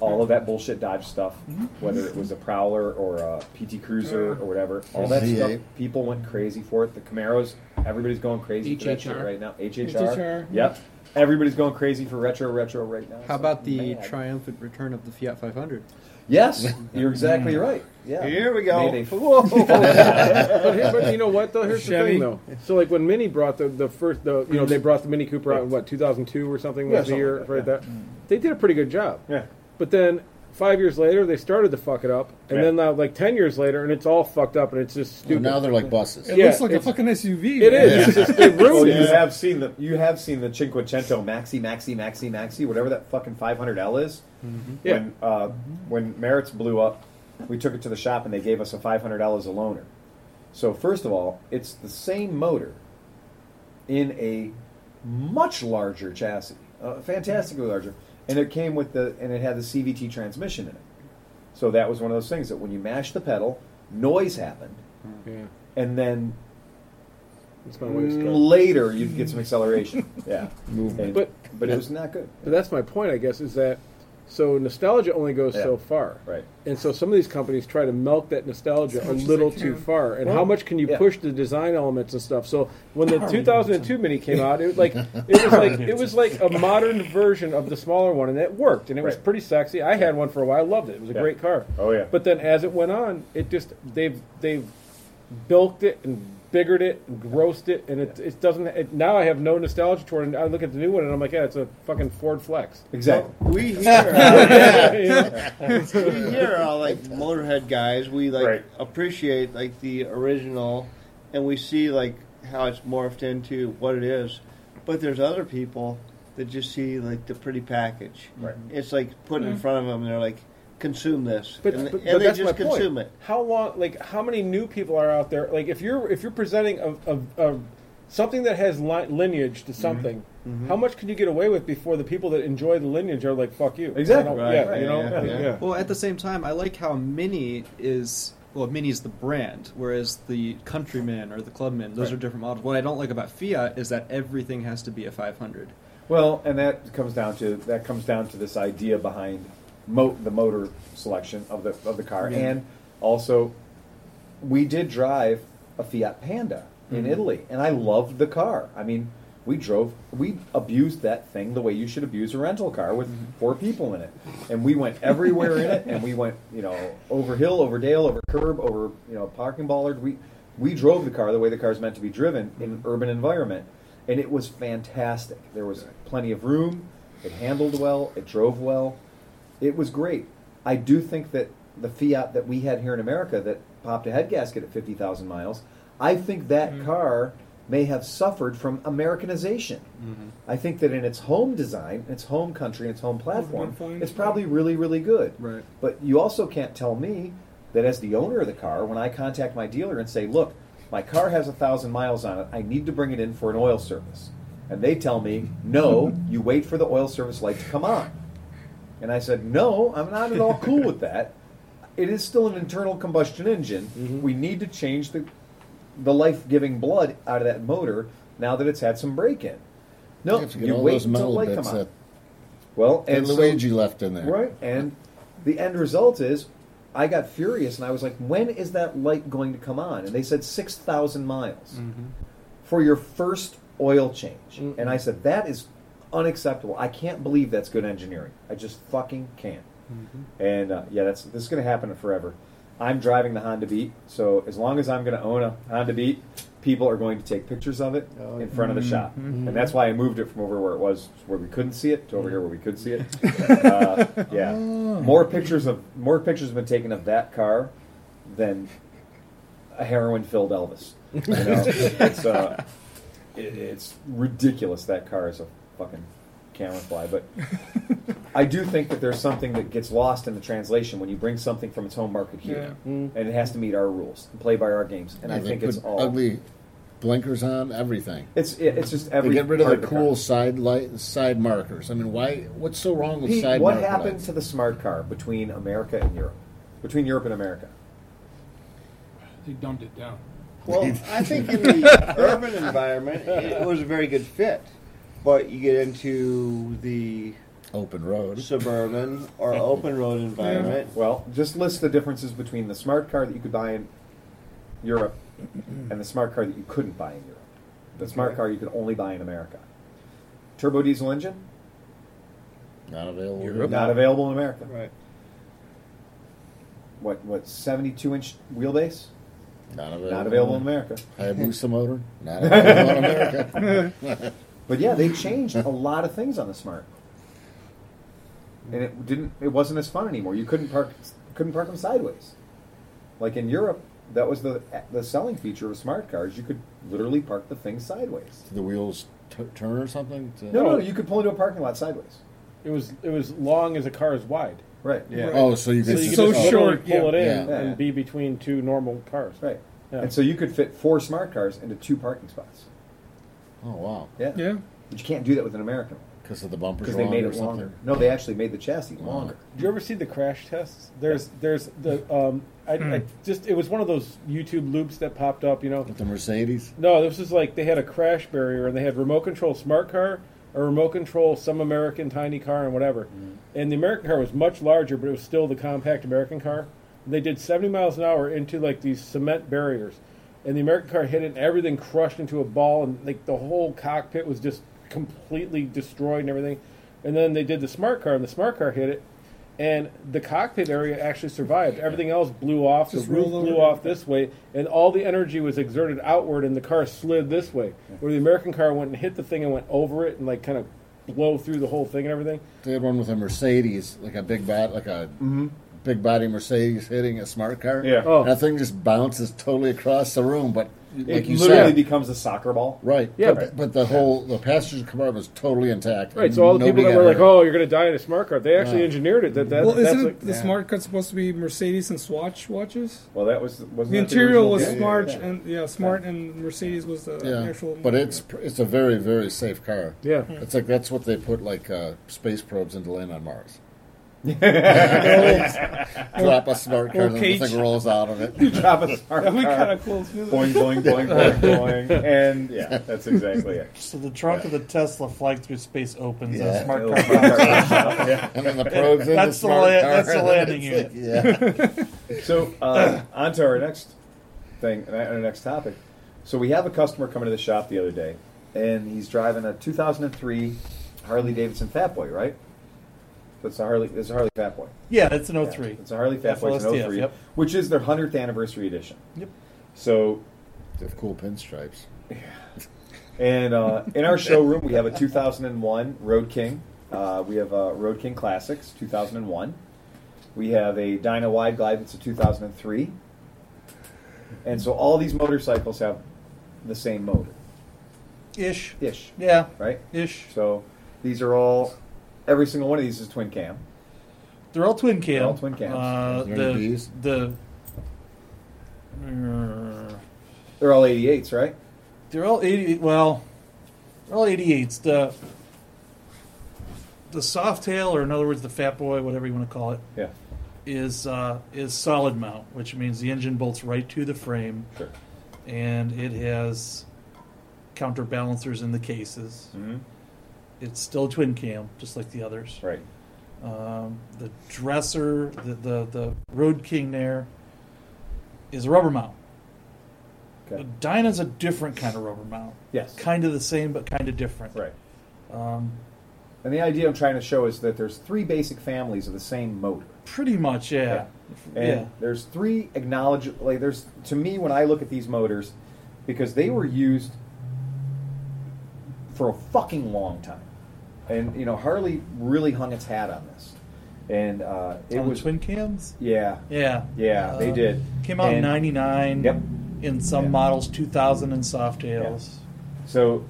B: All of that bullshit Dodge stuff, whether it was a Prowler or a PT Cruiser or whatever, all that
E: V8.
B: stuff, people went crazy for it. The Camaros, everybody's going crazy for that shit
A: HHR.
B: right now. HHR.
F: HHR.
B: Yep. Everybody's going crazy for retro, retro right now.
L: How
B: So,
L: about the
B: man.
L: triumphant return of the Fiat 500?
B: Yes, you're exactly right. Yeah.
H: Mm. Here we go.
B: May they-
F: but, here- but you know what though? Here's
C: Chevy.
F: the thing though. So like when Mini brought the, the first the you know they brought the Mini Cooper out in what 2002 or something
B: Yeah,
F: was the
B: something
F: year
B: like that,
F: right that. They did a pretty good job.
B: Yeah.
F: But then five years later they started to fuck it up, and
B: Yeah.
F: then now, like ten years later and it's all fucked up and it's just
E: Well,
F: stupid.
E: now they're like buses.
C: It
F: Yeah,
C: looks like a
F: it's-
C: fucking SUV.
F: it
C: man.
F: is. It's just they
B: Oh,
F: ruined
B: you
F: it.
B: have seen the you have seen the Cinquecento Maxi Maxi Maxi Maxi whatever that fucking 500L is.
F: Mm-hmm. Yeah. Mm-hmm.
B: When uh, when Merritt's blew up, we took it to the shop and they gave us a 500L as a loaner. So first of all, it's the same motor in a much larger chassis, uh, fantastically larger, and it came with the and it had the CVT transmission in it. So that was one of those things that when you mash the pedal, noise happened,
F: Yeah.
B: and then
F: That's my way of describing it.
B: Mm, later you'd get some acceleration. yeah,
E: Movement.
B: but
F: But-
B: but it was not good.
F: But that's my point, I guess, is that so nostalgia only goes so
B: Yeah.
F: far,
B: Right.
F: And so some of these companies try to milk that nostalgia a little too far. And how much can you
B: yeah.
F: push the design elements and stuff? So when the 2002 Mini came out, it like it was like it was like a modern version of the smaller one, and it worked, and it was
B: Right.
F: pretty sexy. I had one for a while, I loved it. It was a
B: Yeah.
F: great car.
B: Oh, yeah.
F: But then as it went on, it just they've they've bilked it and biggered it and grossed it, and it it doesn't. It, now I have no nostalgia toward it. And I look at the new one, and I'm like, yeah, it's a fucking Ford Flex.
B: Exactly.
H: We here,
F: You know?
H: we here are like motorhead guys. We like
B: Right.
H: appreciate like the original, and we see like how it's morphed into what it is. But there's other people that just see like the pretty package.
B: Right.
H: It's like put in front of them, and they're like, "Consume this,"
F: But,
H: and,
F: but,
H: and
F: but
H: they
F: that's my
H: just consume
F: point.
H: it.
F: How long? Like, how many new people are out there? Like, if you're if you're presenting a, a, a something that has li- lineage to something. How much can you get away with before the people that enjoy the lineage are like, "Fuck you"?
I: Exactly.
F: I don't-
I: Right,
F: yeah,
I: right,
F: you know.
I: yeah, yeah.
F: yeah.
J: Well, at the same time, I like how Mini is well, Mini is the brand, whereas the Countryman or the Clubman, those are different models. What I don't like about Fiat is that everything has to be a 500.
B: Well, and that comes down to that comes down to this idea behind mo- the motor selection of the of the car, and also we did drive a Fiat Panda
F: Mm-hmm.
B: in Italy, and I loved the car. I mean, we drove, we abused that thing the way you should abuse a rental car with four people in it, and we went everywhere in it, and we went you know over hill, over dale, over curb, over you know parking bollard. We we drove the car the way the car is meant to be driven in an urban environment, and it was fantastic. There was plenty of room. It handled well. It drove well. It was great. I do think that the Fiat that we had here in America that popped a head gasket at 50,000 miles, I think that car may have suffered from Americanization. I think that in its home design, its home country, its home platform,
C: fine.
B: it's probably really, really good.
J: Right.
B: But you also can't tell me that as the owner of the car, when I contact my dealer and say, look, my car has a thousand miles on it, I need to bring it in for an oil service. And they tell me, no, you wait for the oil service light to come on. And I said, no, I'm not at all cool with that. It is still an internal combustion engine.
E: Mm-hmm.
B: We need to change the, the life giving blood out of that motor now that it's had some break in. No,
E: have to get
B: you
E: all
B: wait
E: those
B: until
E: metal
B: light come
E: bits
B: on.
E: that,
B: well,
E: that
B: and so-
E: Luigi left in there.
B: Right. And the end result is I got furious and I was like, when is that light going to come on? And they said 6,000 miles
E: Mm-hmm.
B: for your first oil change. And I said, that is unacceptable. I can't believe that's good engineering. I just fucking can't.
E: Hmm.
B: And uh, yeah, that's this is going to happen forever. I'm driving the Honda Beat, so as long as I'm going to own a Honda Beat, people are going to take pictures of it in front of the shop, and that's why I moved it from over where it was, where we couldn't see it, to over here where we could see it. uh, yeah, more pictures of more pictures have been taken of that car than a heroin-filled Elvis. You know? it's, uh, it, it's ridiculous. That car is a fucking camouflage, but I do think that there's something that gets lost in the translation when you bring something from its home market here, and it has to meet our rules and play by our games. And I
E: Mm-hmm. they
B: think
E: put
B: it's all
E: ugly blinkers on everything.
B: It's it- it's just
E: They
B: every
E: get rid of
B: part
E: the
B: car.
E: cool side light, side markers. I mean, why? What's so wrong with
B: Pete,
E: side
B: what
E: marker
B: happened
E: lights?
B: to the smart car between America and Europe, between Europe and America?
A: They dumbed it down.
H: Well, I think in the urban environment, it was a very good fit. But you get into the
E: Open road.
H: suburban or open road environment.
B: Well, just list the differences between the smart car that you could buy in Europe and the smart car that you couldn't buy in Europe. The smart car you could only buy in America. Turbo diesel engine
E: not available.
B: not available in America.
H: Right.
B: What what 72 inch wheelbase?
E: Not available.
B: Not available in America.
E: Hayabusa motor. Not available in America.
B: But yeah, they changed a lot of things on the smart, and it didn't. It wasn't as fun anymore. You couldn't park couldn't park them sideways, like in Europe. That was the the selling feature of smart cars. You could literally park the thing sideways.
E: the wheels t- turn or something. To,
B: No, no, you could pull into a parking lot sideways.
F: It was it was long as a car is wide.
B: Right.
H: Yeah.
E: Oh, so you
F: So
E: can.
F: you
E: just-
F: could
C: so
F: just literally
C: short,
F: pull
C: yeah.
F: it in
B: Yeah.
F: and be between two normal cars.
B: Right.
F: Yeah.
B: And so you could fit four smart cars into two parking spots.
E: oh wow,
B: Yeah.
C: Yeah.
B: But you can't do that with an American
E: because of the bumpers.
B: because they made
E: longer or
B: it longer.
E: something.
B: No, they actually made the chassis
E: Wow.
B: longer.
F: Did you ever see the crash tests? There's there's the um I, I just it was one of those YouTube loops that popped up. You know,
E: With the Mercedes.
F: No, this is like they had a crash barrier and they had remote control smart car, a remote control some American tiny car, and whatever.
B: Mm-hmm.
F: And the American car was much larger, but it was still the compact American car. And they did 70 miles an hour into like these cement barriers. And the American car hit it, and everything crushed into a ball, and like the whole cockpit was just completely destroyed and everything. And then they did the smart car, and the smart car hit it, and the cockpit area actually survived. Everything else blew off.
C: Just
F: the roof
C: roll over.
F: blew off this way, and all the energy was exerted outward, and the car slid this way. Where the American car went and hit the thing and went over it and like kind of blow through the whole thing and everything.
E: They had one with a Mercedes, like a big body, like a
F: Mm-hmm.
E: big body Mercedes hitting a smart car.
B: Yeah.
C: Oh,
E: That thing just bounces totally across the room, but like
B: it
E: you
B: literally
E: said.
B: becomes a soccer ball.
E: Right.
F: Yeah,
E: But,
F: right.
E: but the whole the passenger compartment was totally intact.
F: Right,
E: and
F: so all the people
E: nobody
F: that
E: got
F: were like,
E: hurt.
F: "Oh, you're going to die in a smart car," they actually
E: Yeah.
F: engineered it. That, that
C: well,
F: that's
C: isn't
F: like,
C: the smart cut supposed to be Mercedes and Swatch watches?
B: Well, that was wasn't
C: The
B: that
C: interior
B: original
C: was
B: deal?
C: smart and yeah, smart and Mercedes was
F: "Oh,
C: the
E: yeah."
C: actual.
E: But it's pr- it's a very very safe car.
F: yeah.
E: It's like that's what they put like uh, space probes into land on Mars. Drop a smart car, and the
C: cage.
E: thing rolls out of it.
B: Drop a smart
C: we
B: car.
F: Uh,
C: got a cool smooth.
B: boing boing boing boing boing, and yeah, that's exactly it.
D: So the trunk of the Tesla flying through space opens.
E: Yeah.
D: A
B: oh,
D: smart car.
B: Yeah.
E: And then the probes in the
D: That's the
E: smart
D: la-
E: car.
D: that's the
E: and then
D: landing
E: it's like, yeah.
B: So uh, on to our next thing, uh, our next topic. So we have a customer coming to the shop the other day, and he's driving a 2003 Harley Davidson Fat Boy, right? That's a Harley. It's a Harley Fat Boy.
D: Yeah, it's an
B: Yeah,
D: 03.
B: It's a Harley Fat Boy. It's an
D: FLSTF,
B: 03,
D: yep.
B: which is their hundredth anniversary edition.
D: Yep.
B: So
E: They have cool pinstripes.
B: And uh, in our showroom, we have a 2001 Road King. Uh, we have a Road King Classics 2001. We have a Dyna Wide Glide that's a 2003. And so all these motorcycles have the same motor,
D: Ish.
B: ish,
D: Yeah.
B: right?
D: Ish.
B: So these are all, every single one of these is twin cam.
D: They're all twin cam.
B: They're all twin cams.
D: Uh,
E: Is there any
D: the
E: Bs?
D: the Uh,
B: They're all 88s, right?
D: they're all eighty. Well, they're all eighty eights. The the soft tail, or in other words, the fat boy, whatever you want to call it,
B: Yeah,
D: is uh, is solid mount, which means the engine bolts right to the frame,
B: sure.
D: and it has counterbalancers in the cases.
B: Mhm.
D: It's still twin cam, just like the others.
B: Right.
D: Um, the dresser, the, the, the Road King there, is a rubber mount.
B: Okay.
D: The Dyna's a different kind of rubber mount.
B: Yes.
D: Kind of the same, but kind of different.
B: Right.
D: Um,
B: And the idea I'm trying to show is that there's three basic families of the same motor.
D: pretty much, yeah. Yeah.
B: And there's three acknowledge like there's to me when I look at these motors, because they were used for a fucking long time, and you know Harley really hung its hat on this, and uh, it
D: On the
B: was
D: twin cams?
B: yeah
D: Yeah.
B: yeah they
D: Uh,
B: did
D: Came out in
B: And
D: 99.
B: Yep.
D: In some
B: Yeah.
D: models, 2000 in soft tails.
B: so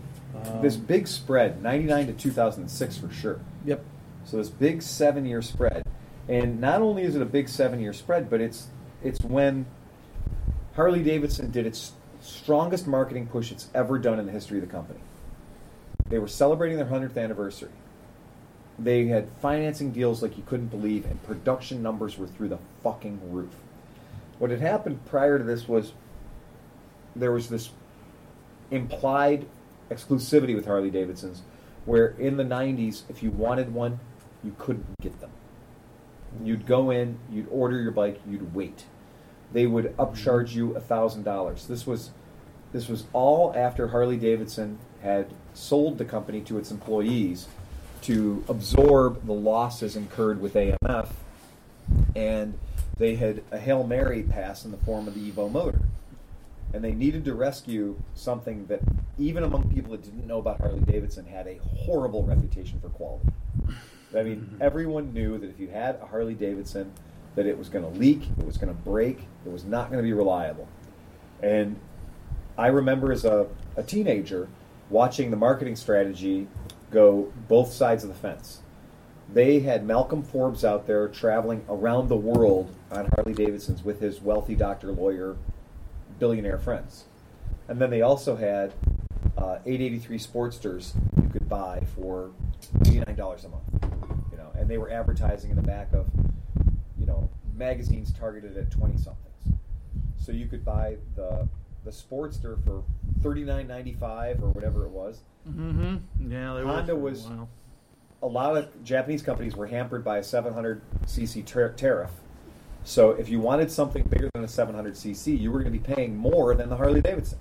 D: Um,
B: this big spread 99 to 2006 for sure.
D: Yep.
B: So this big seven-year spread, and not only is it a big seven-year spread, but it's it's when Harley Davidson did its strongest marketing push it's ever done in the history of the company. They were celebrating their hundredth anniversary. They had financing deals like you couldn't believe, and production numbers were through the fucking roof. What had happened prior to this was there was this implied exclusivity with Harley Davidsons, where in the '90s, if you wanted one, you couldn't get them. You'd go in, you'd order your bike, you'd wait. They would upcharge you thousand dollars. This was this was all after Harley Davidson had sold the company to its employees to absorb the losses incurred with AMF, and they had a hail mary pass in the form of the Evo motor and they needed to rescue something that even among people that didn't know about Harley Davidson had a horrible reputation for quality. I mean, everyone knew that if you had a Harley Davidson, that it was going to leak, it was going to break, it was not going to be reliable. And I remember as a, a teenager watching the marketing strategy go both sides of the fence. They had Malcolm Forbes out there traveling around the world on Harley Davidsons with his wealthy doctor, lawyer, billionaire friends. And then they also had uh, 883 Sportsters you could buy for $89 a month. You know, and they were advertising in the back of, you know, magazines targeted at 20 somethings. So you could buy the the Sportster for 39.95 or whatever it was.
D: hmm Yeah, they were
B: Honda
D: for a
B: was-
D: while.
B: A lot of Japanese companies were hampered by a 700cc tar- tariff. So if you wanted something bigger than a 700cc, you were going to be paying more than the Harley Davidson.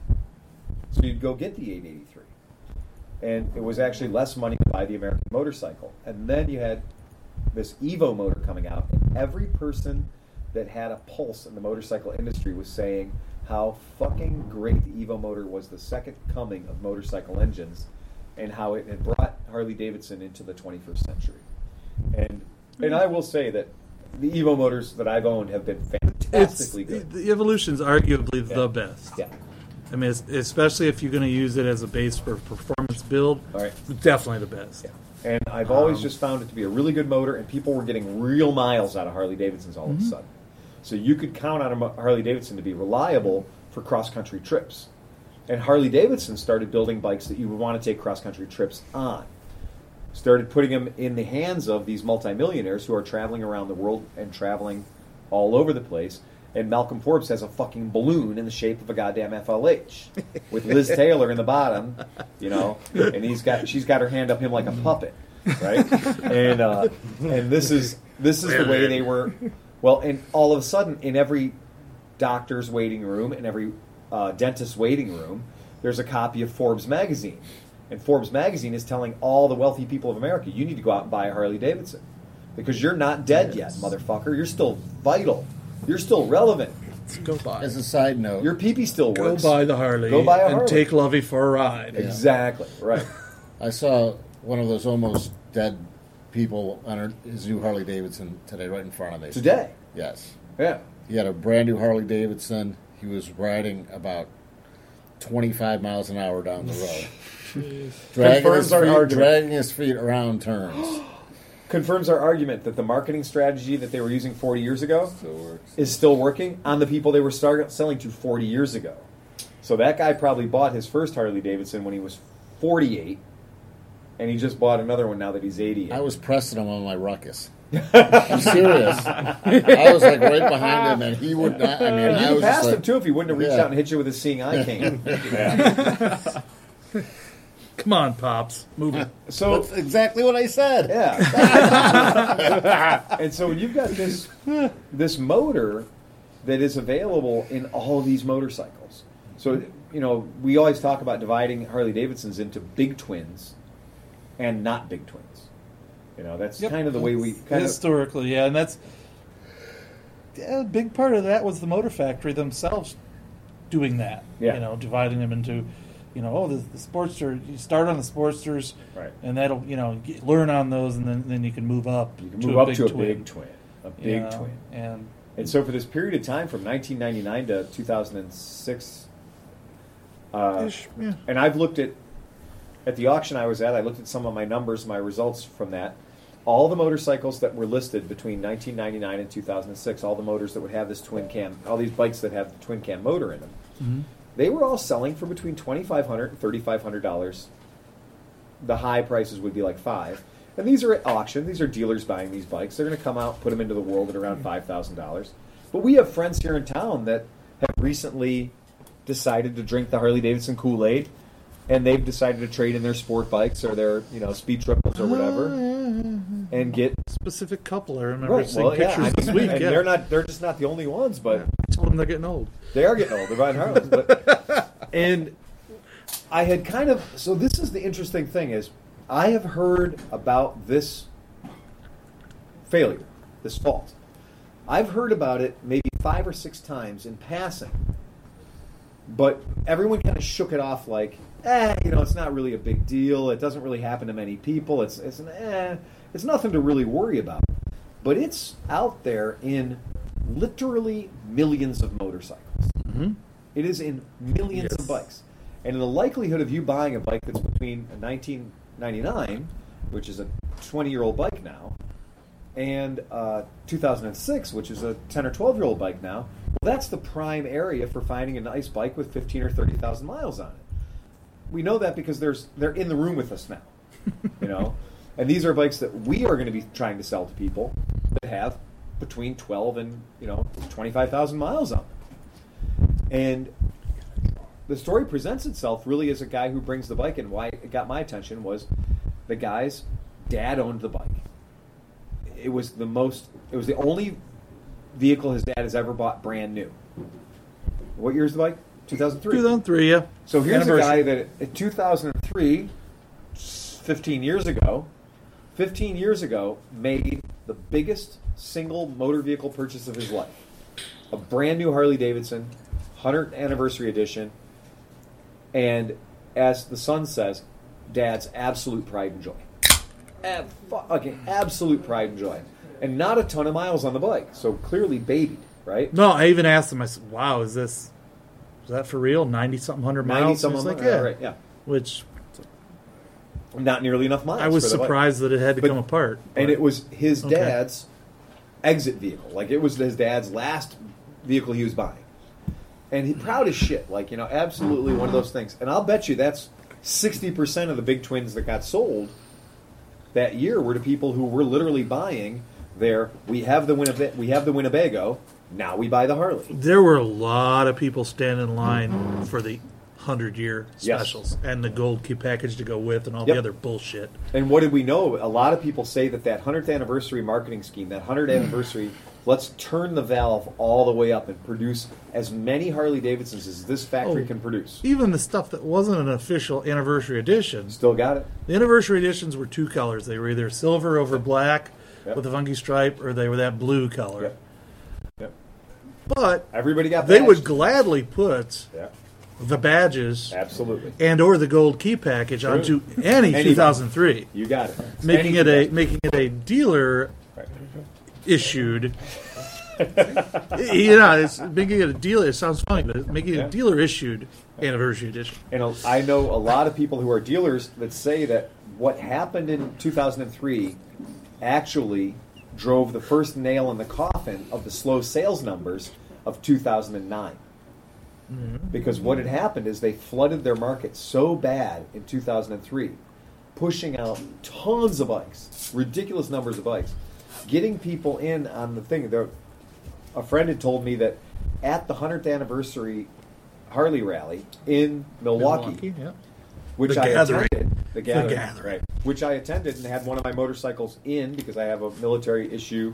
B: So you'd go get the 883. And it was actually less money to buy the American motorcycle. And then you had this Evo motor coming out, and every person that had a pulse in the motorcycle industry was saying how fucking great the Evo motor was the second coming of motorcycle engines and how it had brought Harley Davidson into the 21st century. And and I will say that the Evo motors that I've owned have been
D: It's,
B: fantastically
D: the
B: good.
D: the evolution's arguably the best.
B: Yeah.
D: I mean, it's, especially if you're going to use it as a base for performance build,
B: All right.
D: definitely the best.
B: And I've always
D: Um,
B: just found it to be a really good motor, and people were getting real miles out of Harley Davidsons all of a sudden. So you could count on a mo- Harley Davidson to be reliable for cross country trips. And Harley Davidson started building bikes that you would want to take cross country trips on. Started putting them in the hands of these multimillionaires who are traveling around the world and traveling all over the place. And Malcolm Forbes has a fucking balloon in the shape of a goddamn FLH with Liz Taylor in the bottom, you know, and he's got she's got her hand up him like a puppet right? and uh, and this is this is the way they were. Well, and all of a sudden, in every doctor's waiting room and every uh, dentist's waiting room, there's a copy of Forbes magazine, and Forbes magazine is telling all the wealthy people of America, you need to go out and buy a Harley Davidson because you're not dead yet, motherfucker. You're still vital. You're still relevant.
D: Go buy.
E: As a side note,
B: Your pee pee still
D: Go
B: works.
D: buy the Harley.
B: Go buy a
D: and
B: Harley.
D: take Lovey for a ride.
B: Exactly right.
E: I saw one of those almost dead people on her- his new Harley Davidson today, right in front of me.
B: Today,
E: Yes.
B: yeah.
E: He had a brand new Harley Davidson. He was riding about 25 miles an hour down the road. dragging, his
B: Confirms our
E: feet,
B: argument.
E: dragging his feet around turns.
B: Confirms our argument that the marketing strategy that they were using 40 years ago
E: Still works.
B: is still working on the people they were start selling to 40 years ago. So that guy probably bought his first Harley Davidson when he was 48, and he just bought another one now that he's 88.
E: I was pressing him on my ruckus. I'm serious. I was like right behind him, and he would not. I mean,
B: and
E: I
B: you
E: was
B: passed
E: just like,
B: him too if he wouldn't have reached
E: Yeah.
B: out and hit you with his seeing eye cane.
D: Come on, pops, move it.
B: So
E: That's exactly what I said.
B: yeah, and so you've got this this motor that is available in all these motorcycles. So you know we always talk about dividing Harley Davidsons into big twins and not big twins. You know that's
K: Yep.
B: kind of the way we kind of
K: historically, yeah, and that's yeah, a big part of that was the motor factory themselves doing that.
B: Yeah.
K: you know, dividing them into, you know, oh, the, the sportster. You start on the sportsters,
B: Right.
K: and that'll you know get, learn on those, and then then you can move up.
B: you can move up to a big twin, a
K: you
B: big
K: know,
B: twin.
K: and
B: And so for this period of time from 1999 to 2006, uh,
D: Ish, yeah.
B: and I've looked at at the auction I was at. I looked at some of my numbers, my results from that. All the motorcycles that were listed between 1999 and 2006, all the motors that would have this twin cam, all these bikes that have the twin cam motor in them, they were all selling for between 2,500 and 3,500 dollars. The high prices would be like five, and these are at auction. These are dealers buying these bikes. They're going to come out, put them into the world at
D: Hmm.
B: around five thousand dollars. But we have friends here in town that have recently decided to drink the Harley Davidson Kool Aid, and they've decided to trade in their sport bikes or their you know speed triples or whatever,
D: Ah.
B: and get
D: Specific couple. I remember
B: right.
D: seeing
B: Well, yeah,
D: pictures
B: I
D: this
B: mean,
D: week.
B: and
D: yeah.
B: they're not they're just not the only ones, but.
D: I told them they're getting old.
B: They are getting old. They're buying Harleys. But, and I had kind of so this is the interesting thing is I have heard about this failure, this fault. I've heard about it maybe five or six times in passing, but everyone kind of shook it off like, eh, you know, it's not really a big deal. It doesn't really happen to many people. It's it's an eh, it's nothing to really worry about. But it's out there in literally millions of motorcycles. It is in millions of bikes. And the likelihood of you buying a bike that's between a 1999, which is a 20 year old bike now, and uh, 2006, which is a 10 or 12 year old bike now, well, that's the prime area for finding a nice bike with 15 or 30,000 miles on it. We know that because there's they're in the room with us now, you know, and these are bikes that we are going to be trying to sell to people that have between 12 and you know 25,000 miles on them. And the story presents itself really as a guy who brings the bike, and why it got my attention was the guy's dad owned the bike. It was the most, it was the only vehicle his dad has ever bought brand new. What year's the bike? 2003.
D: 2003, yeah.
B: So here's a guy
D: Anniversary.
B: that in 2003, 15 years ago, 15 years ago, made the biggest single motor vehicle purchase of his life. A brand new Harley Davidson, 100th anniversary edition. And as the son says, dad's absolute pride and joy. Ab- fucking absolute pride and joy. And not a ton of miles on the bike. So clearly babied, right?
D: No, I even asked him. I said, "Wow, is this is that for real? Ninety something hundred miles.
B: 90
D: It's
B: some of
D: like,
B: them.
D: yeah.
B: Right, yeah.
D: Which
B: Not nearly enough miles.
D: I was
B: for the bike.
D: surprised that it had to
B: But-
D: come apart.
B: and
D: but-
B: it was his
D: Okay.
B: dad's exit vehicle. Like it was his dad's last vehicle he was buying, and he proud as shit. Like you know, absolutely one of those things. And I'll bet you that's sixty percent of the big twins that got sold that year were to people who were literally buying their. We have the Winnipeg. We have the Winnebago. Now we buy the Harley.
D: there were a lot of people standing in line for the hundred year
B: Yes.
D: specials and the gold key package to go with and all
B: Yep.
D: the other bullshit.
B: And what did we know? A lot of people say that that 100th anniversary marketing scheme, that 100th
D: Hmm.
B: anniversary, let's turn the valve all the way up and produce as many Harley Davidsons as this factory
D: Oh.
B: can produce.
D: Even the stuff that wasn't an official anniversary edition,
B: Still got it.
D: The anniversary editions were two colors. They were either silver over black
B: Yep.
D: with a funky stripe, or they were that blue color.
B: Yep. Yep.
D: But
B: Everybody got
D: they
B: badged.
D: would gladly put
B: Yeah,
D: the badges
B: absolutely.
D: and or the gold key package onto any
B: Any-
D: 2003,
B: You got it.
D: making it a
B: Anything.
D: making it a dealer
B: Right.
D: issued. you know, it's making it a dealer. It sounds funny, but it's making it
B: Yeah.
D: a dealer issued anniversary edition.
B: And a- I know a lot of people who are dealers that say that what happened in 2003 actually drove the first nail in the coffin of the slow sales numbers of 2009. Because what had happened is they flooded their market so bad in 2003, pushing out tons of bikes, ridiculous numbers of bikes, getting people in on the thing. There, a friend had told me that at the 100th anniversary Harley rally in Milwaukee,
D: Milwaukee, yeah.
B: which
D: The
B: I
D: gathering.
B: attended, the gathering,
D: gathering.
B: right? Which I attended and had one of my motorcycles in because I have a military issue,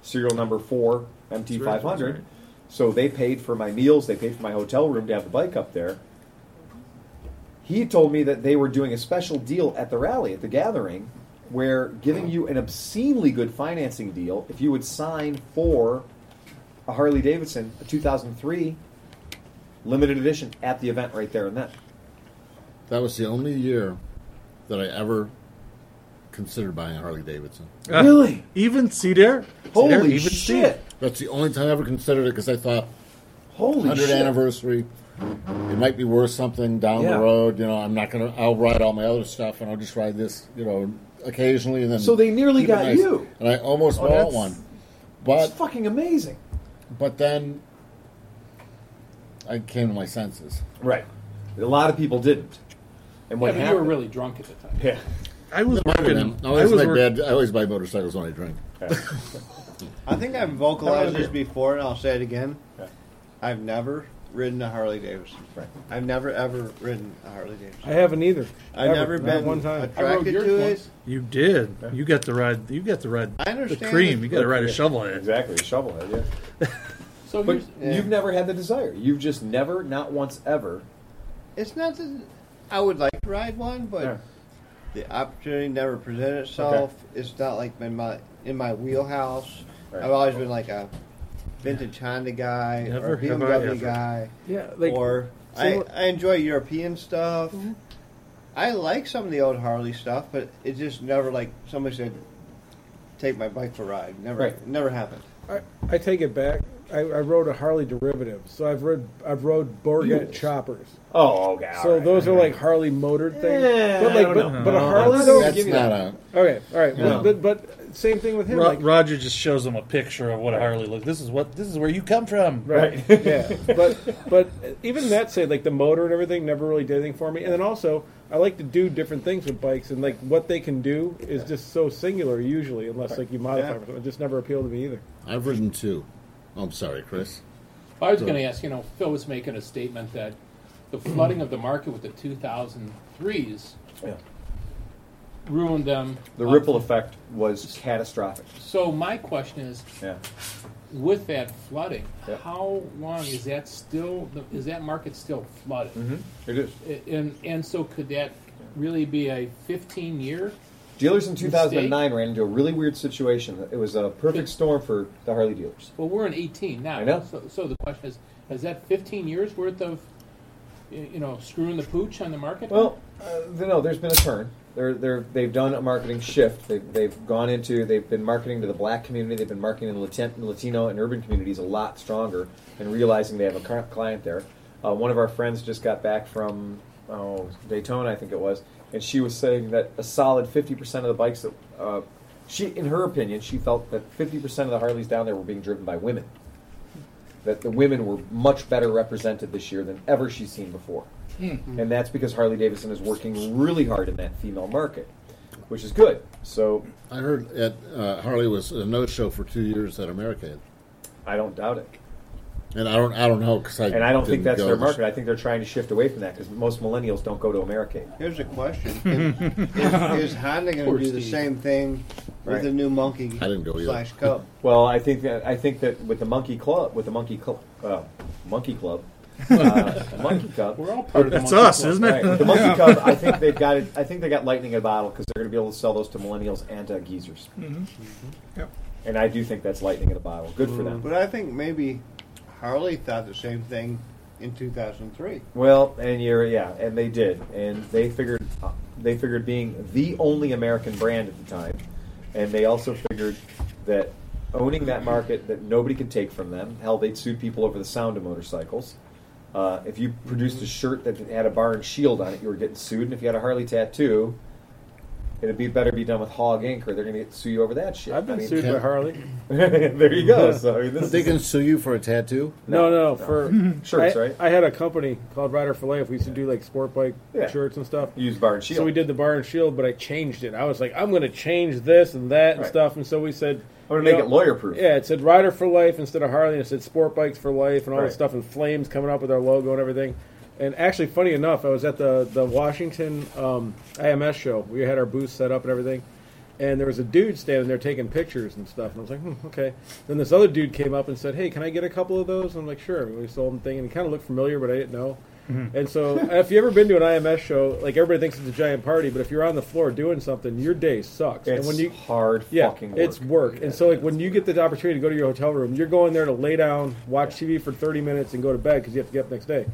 B: serial number four MT
D: right,
B: five
D: that's
B: hundred.
D: right.
B: So they paid for my meals, they paid for my hotel room to have the bike up there. He told me that they were doing a special deal at the rally, at the gathering, where giving you an obscenely good financing deal if you would sign for a Harley Davidson, a 2003 limited edition at the event right there and then.
E: That was the only year that I ever considered buying a Harley Davidson.
B: Really?
D: Even Cedar, Cedar,
B: Holy
D: even Cedar.
B: shit!
E: That's the only time I ever considered it because I thought
B: Holy
E: 100
B: shit!
E: anniversary, it might be worth something down
B: Yeah.
E: the road. You know, I'm not gonna. I'll ride all my other stuff and I'll just ride this. You know, occasionally and then.
B: So they nearly
E: keep it
B: got you.
E: And I almost
B: Oh,
E: bought
B: that's-
E: one,
B: It's
E: but
B: fucking amazing.
E: but then I came to my senses.
B: Right. A lot of people didn't. And
A: Yeah,
B: what
A: but you were
B: happened?
A: really drunk at the time.
B: yeah.
D: I was working.
E: I
D: I
E: always
D: was
E: make
D: working.
E: bad. I always buy motorcycles when I drink.
H: I think I've vocalized this before, and I'll say it again. I've never ridden a Harley Davidson. I've never ever ridden a Harley Davidson.
I: I haven't either.
H: I've
I: Ever.
H: never
I: Not
H: been
I: one time.
A: I rode
H: attracted
A: yours
H: to
A: once.
H: it.
D: You did. You got to ride. You got to ride
H: I
D: the
H: understand
D: cream.
H: it.
D: You got to ride a shovel in it.
B: Exactly. Shovel head. Yeah.
A: So
B: But
A: here's,
H: Yeah.
B: you've never had the desire. You've just never, not once ever.
H: It's not that I would like to ride one, but the opportunity never presented itself. It's not like in my in my wheelhouse.
B: Right.
H: I've always been like a vintage Honda guy
D: Never
H: or
D: have I ever.
H: BMW guy.
I: Yeah, like
H: or
I: so
H: I,
I: what- Mm-hmm.
H: I enjoy European stuff. I like some of the old Harley stuff, but it just never like somebody said, "Take my bike for a ride." Never,
B: Right.
H: never happened.
I: I, I take it back. I, I rode a Harley derivative, so I've rode I've rode Borgett choppers.
B: Oh, okay.
I: so those are like Harley motored things.
D: Yeah,
I: but
D: I
I: like,
D: don't
I: but,
D: know.
I: but a
D: No,
I: Harley
D: that's-
I: though.
E: That's
I: give me
E: not
I: that.
E: a.
I: Okay, all right.
E: No.
I: But, but same thing with him.
D: Ro-
I: like,
D: Roger just shows them a picture of what a Harley looks. This is what. This is where you come from.
I: Right. yeah. But but even that say like the motor and everything never really did anything for me. And then also I like to do different things with bikes and like what they can do is just so singular usually unless like you modify
H: Yeah.
I: them. It just never appealed to me either.
E: I've ridden two. Oh, I'm sorry, Chris.
A: I was going to ask, you know, Phil was making a statement that the flooding of the market with the 2003s
B: Yeah.
A: ruined them. Um,
B: The ripple effect was catastrophic.
A: So my question is,
B: Yeah.
A: with that flooding,
B: Yeah.
A: how long is that still? the- Is that market still flooded?
B: Mm. It is.
A: A- And and so could that really be a 15 year?
B: Dealers in 2009 ran into a really weird situation. It was a perfect storm for the Harley dealers.
A: Well, we're in 18 now.
B: I know.
A: So, so the question is, is that 15 years worth of, y- you know, screwing the pooch on the market?
B: Well, uh, no, there's been a turn. They're, they're, they've done a marketing shift. They've, they've gone into, they've been marketing to the black community, they've been marketing to Latin- Latino and urban communities a lot stronger and realizing they have a current client there. Uh, one of our friends just got back from oh, Daytona, I think it was, and she was saying that a solid 50% of the bikes that uh, she, in her opinion, she felt that 50% of the Harleys down there were being driven by women. That the women were much better represented this year than ever she's seen before. And that's because Harley Davidson is working really hard in that female market, which is good. So
E: I heard at uh, Harley was a no show for two years at American,
B: I don't doubt it.
E: and I don't I don't know because I
B: And I don't
E: didn't
B: think that's
E: go
B: their
E: this-
B: market. I think they're trying to shift away from that because most millennials don't go to Americade.
H: Here's a question: Is, is Honda going
A: Poor
H: to do the
A: Steve.
H: same thing
B: Right.
H: with the new Monkey
E: I didn't go either.
H: slash Cub?
B: Well, I think that I think that with the Monkey Club, with the Monkey Club, uh, Monkey Club, uh, Monkey Cub,
A: We're all part of the
D: That's
A: monkey
D: us,
A: club.
D: isn't it?
B: right? With the Monkey Cub, I think they've got it. I think they got lightning in a bottle because they're going to be able to sell those to millennials and to geezers.
C: Yep.
B: And I do think that's lightning in a bottle. Good for them.
H: But I think maybe Harley thought the same thing in 2003.
B: Well, and you're yeah, and they did, and they figured they figured being the only American brand at the time, and they also figured that owning that market that nobody could take from them. Hell, they'd sued people over the sound of motorcycles. Uh, if you produced a shirt that had a bar and shield on it, you were getting sued, and if you had a Harley tattoo. It'd be better be done with Hog Inc. or they're going to sue you over that shit.
F: I've been
B: I mean,
F: sued by
E: yeah.
F: Harley.
B: there you go. So I mean, this
E: They
B: is-
E: can sue you for a tattoo.
F: No, no,
B: No,
F: no. For
B: shirts,
F: I,
B: right?
F: I had a company called Rider for Life. We used to do like sport bike
B: Yeah.
F: shirts and stuff.
B: Use bar and shield.
F: So we did the bar and shield, but I changed it. I was like, I'm going to change this and that and
B: Right.
F: stuff. And so we said,
B: I'm going
F: you
B: to make
F: know,
B: it lawyer proof.
F: Yeah, it said Rider for Life instead of Harley, and it said Sport Bikes for Life, and all
B: Right.
F: this stuff, and flames coming up with our logo and everything. And actually, funny enough, I was at the the Washington um, IMS show. We had our booth set up and everything, and there was a dude standing there taking pictures and stuff. And I was like, hmm, okay. Then this other dude came up and said, "Hey, can I get a couple of those?" And I'm like, "Sure." And we sold him thing, and it kind of looked familiar, but I didn't know. And so, if you ever been to an IMS show, like everybody thinks it's a giant party, but if you're on the floor doing something, your day sucks.
B: It's
F: and when you
B: hard
F: yeah,
B: fucking work.
F: it's work. And so, like, when you get the opportunity to go to your hotel room, you're going there to lay down, watch TV for 30 minutes, and go to bed because you have to get up next day.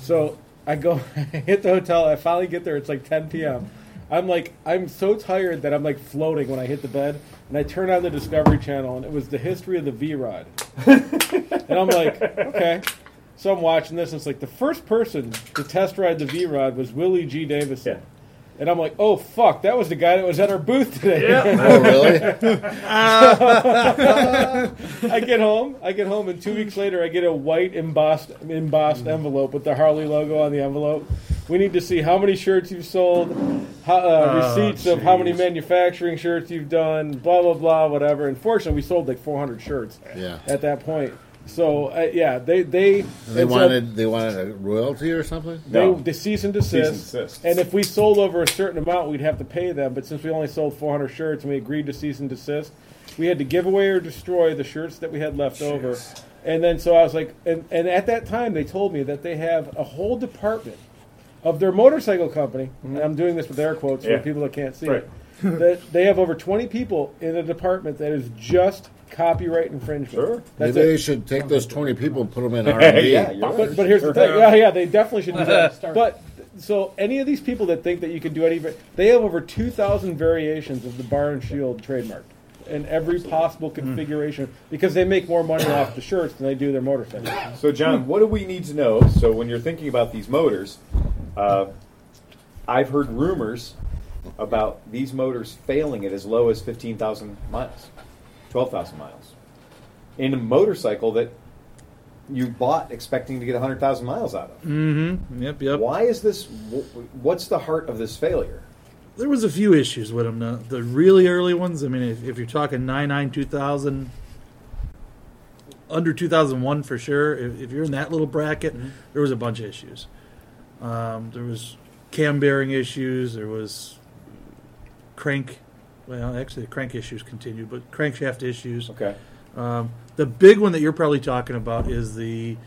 F: So I go, I hit the hotel. I finally get there. It's like 10 p.m. I'm like, I'm so tired that I'm like floating when I hit the bed. And I turn on the Discovery Channel, and it was the history of the V Rod. and I'm like, okay. So I'm watching this, and it's like the first person to test ride the V Rod was Willie G. Davison.
B: Yeah.
F: And I'm like, oh fuck, that was the guy that was at our booth today.
E: Oh, really?
F: I get home. I get home, and two weeks later, I get a white embossed embossed envelope with the Harley logo on the envelope. We need to see how many shirts you've sold, how, uh,
D: Oh,
F: receipts of how many
D: jeez.
F: manufacturing shirts you've done, blah blah blah, whatever. And fortunately, we sold like 400 shirts
E: Yeah.
F: at that point. So uh, yeah, they they
E: They
F: and so
E: wanted they wanted a royalty or something.
F: they,
B: No.
F: they cease and
B: Cease
F: desist.
B: and desist.
F: And if we sold over a certain amount, we'd have to pay them. But since we only sold 400 shirts and we agreed to cease and desist, we had to give away or destroy the shirts that we had left over. And then so I was like, and, and at that time they told me that they have a whole department of their motorcycle company. And I'm doing this with air quotes
B: Mm-hmm. Yeah.
F: for people that can't see
B: Right.
F: it. that they have over 20 people in a department that is just copyright infringement.
B: Sure.
F: That's
E: Maybe
F: it.
E: they should take those twenty people and put them in R and D.
B: yeah, you're right.
F: But, but here's the thing. Yeah, yeah, they definitely should do that. But so any of these people that think that you can do any, they have over two thousand variations of the bar and shield trademark in every possible configuration because they make more money off the shirts than they do their motorcycles.
B: So, John, what do we need to know? So, when you're thinking about these motors, uh, I've heard rumors about these motors failing at as low as 15,000 miles, 12,000 miles. In a motorcycle that you bought expecting to get 100,000 miles out of.
D: Mm-hmm. Yep, yep.
B: Why is this? wh- What's the heart of this failure?
D: There was a few issues with them. The, the really early ones. I mean, if, if you're talking 99, 2000, under 2001 for sure. If, if you're in that little bracket, there was a bunch of issues. Um, there was cam bearing issues. There was crank. Well, actually, the crank issues continued, but crankshaft issues.
B: Okay.
D: Um, the big one that you're probably talking about is the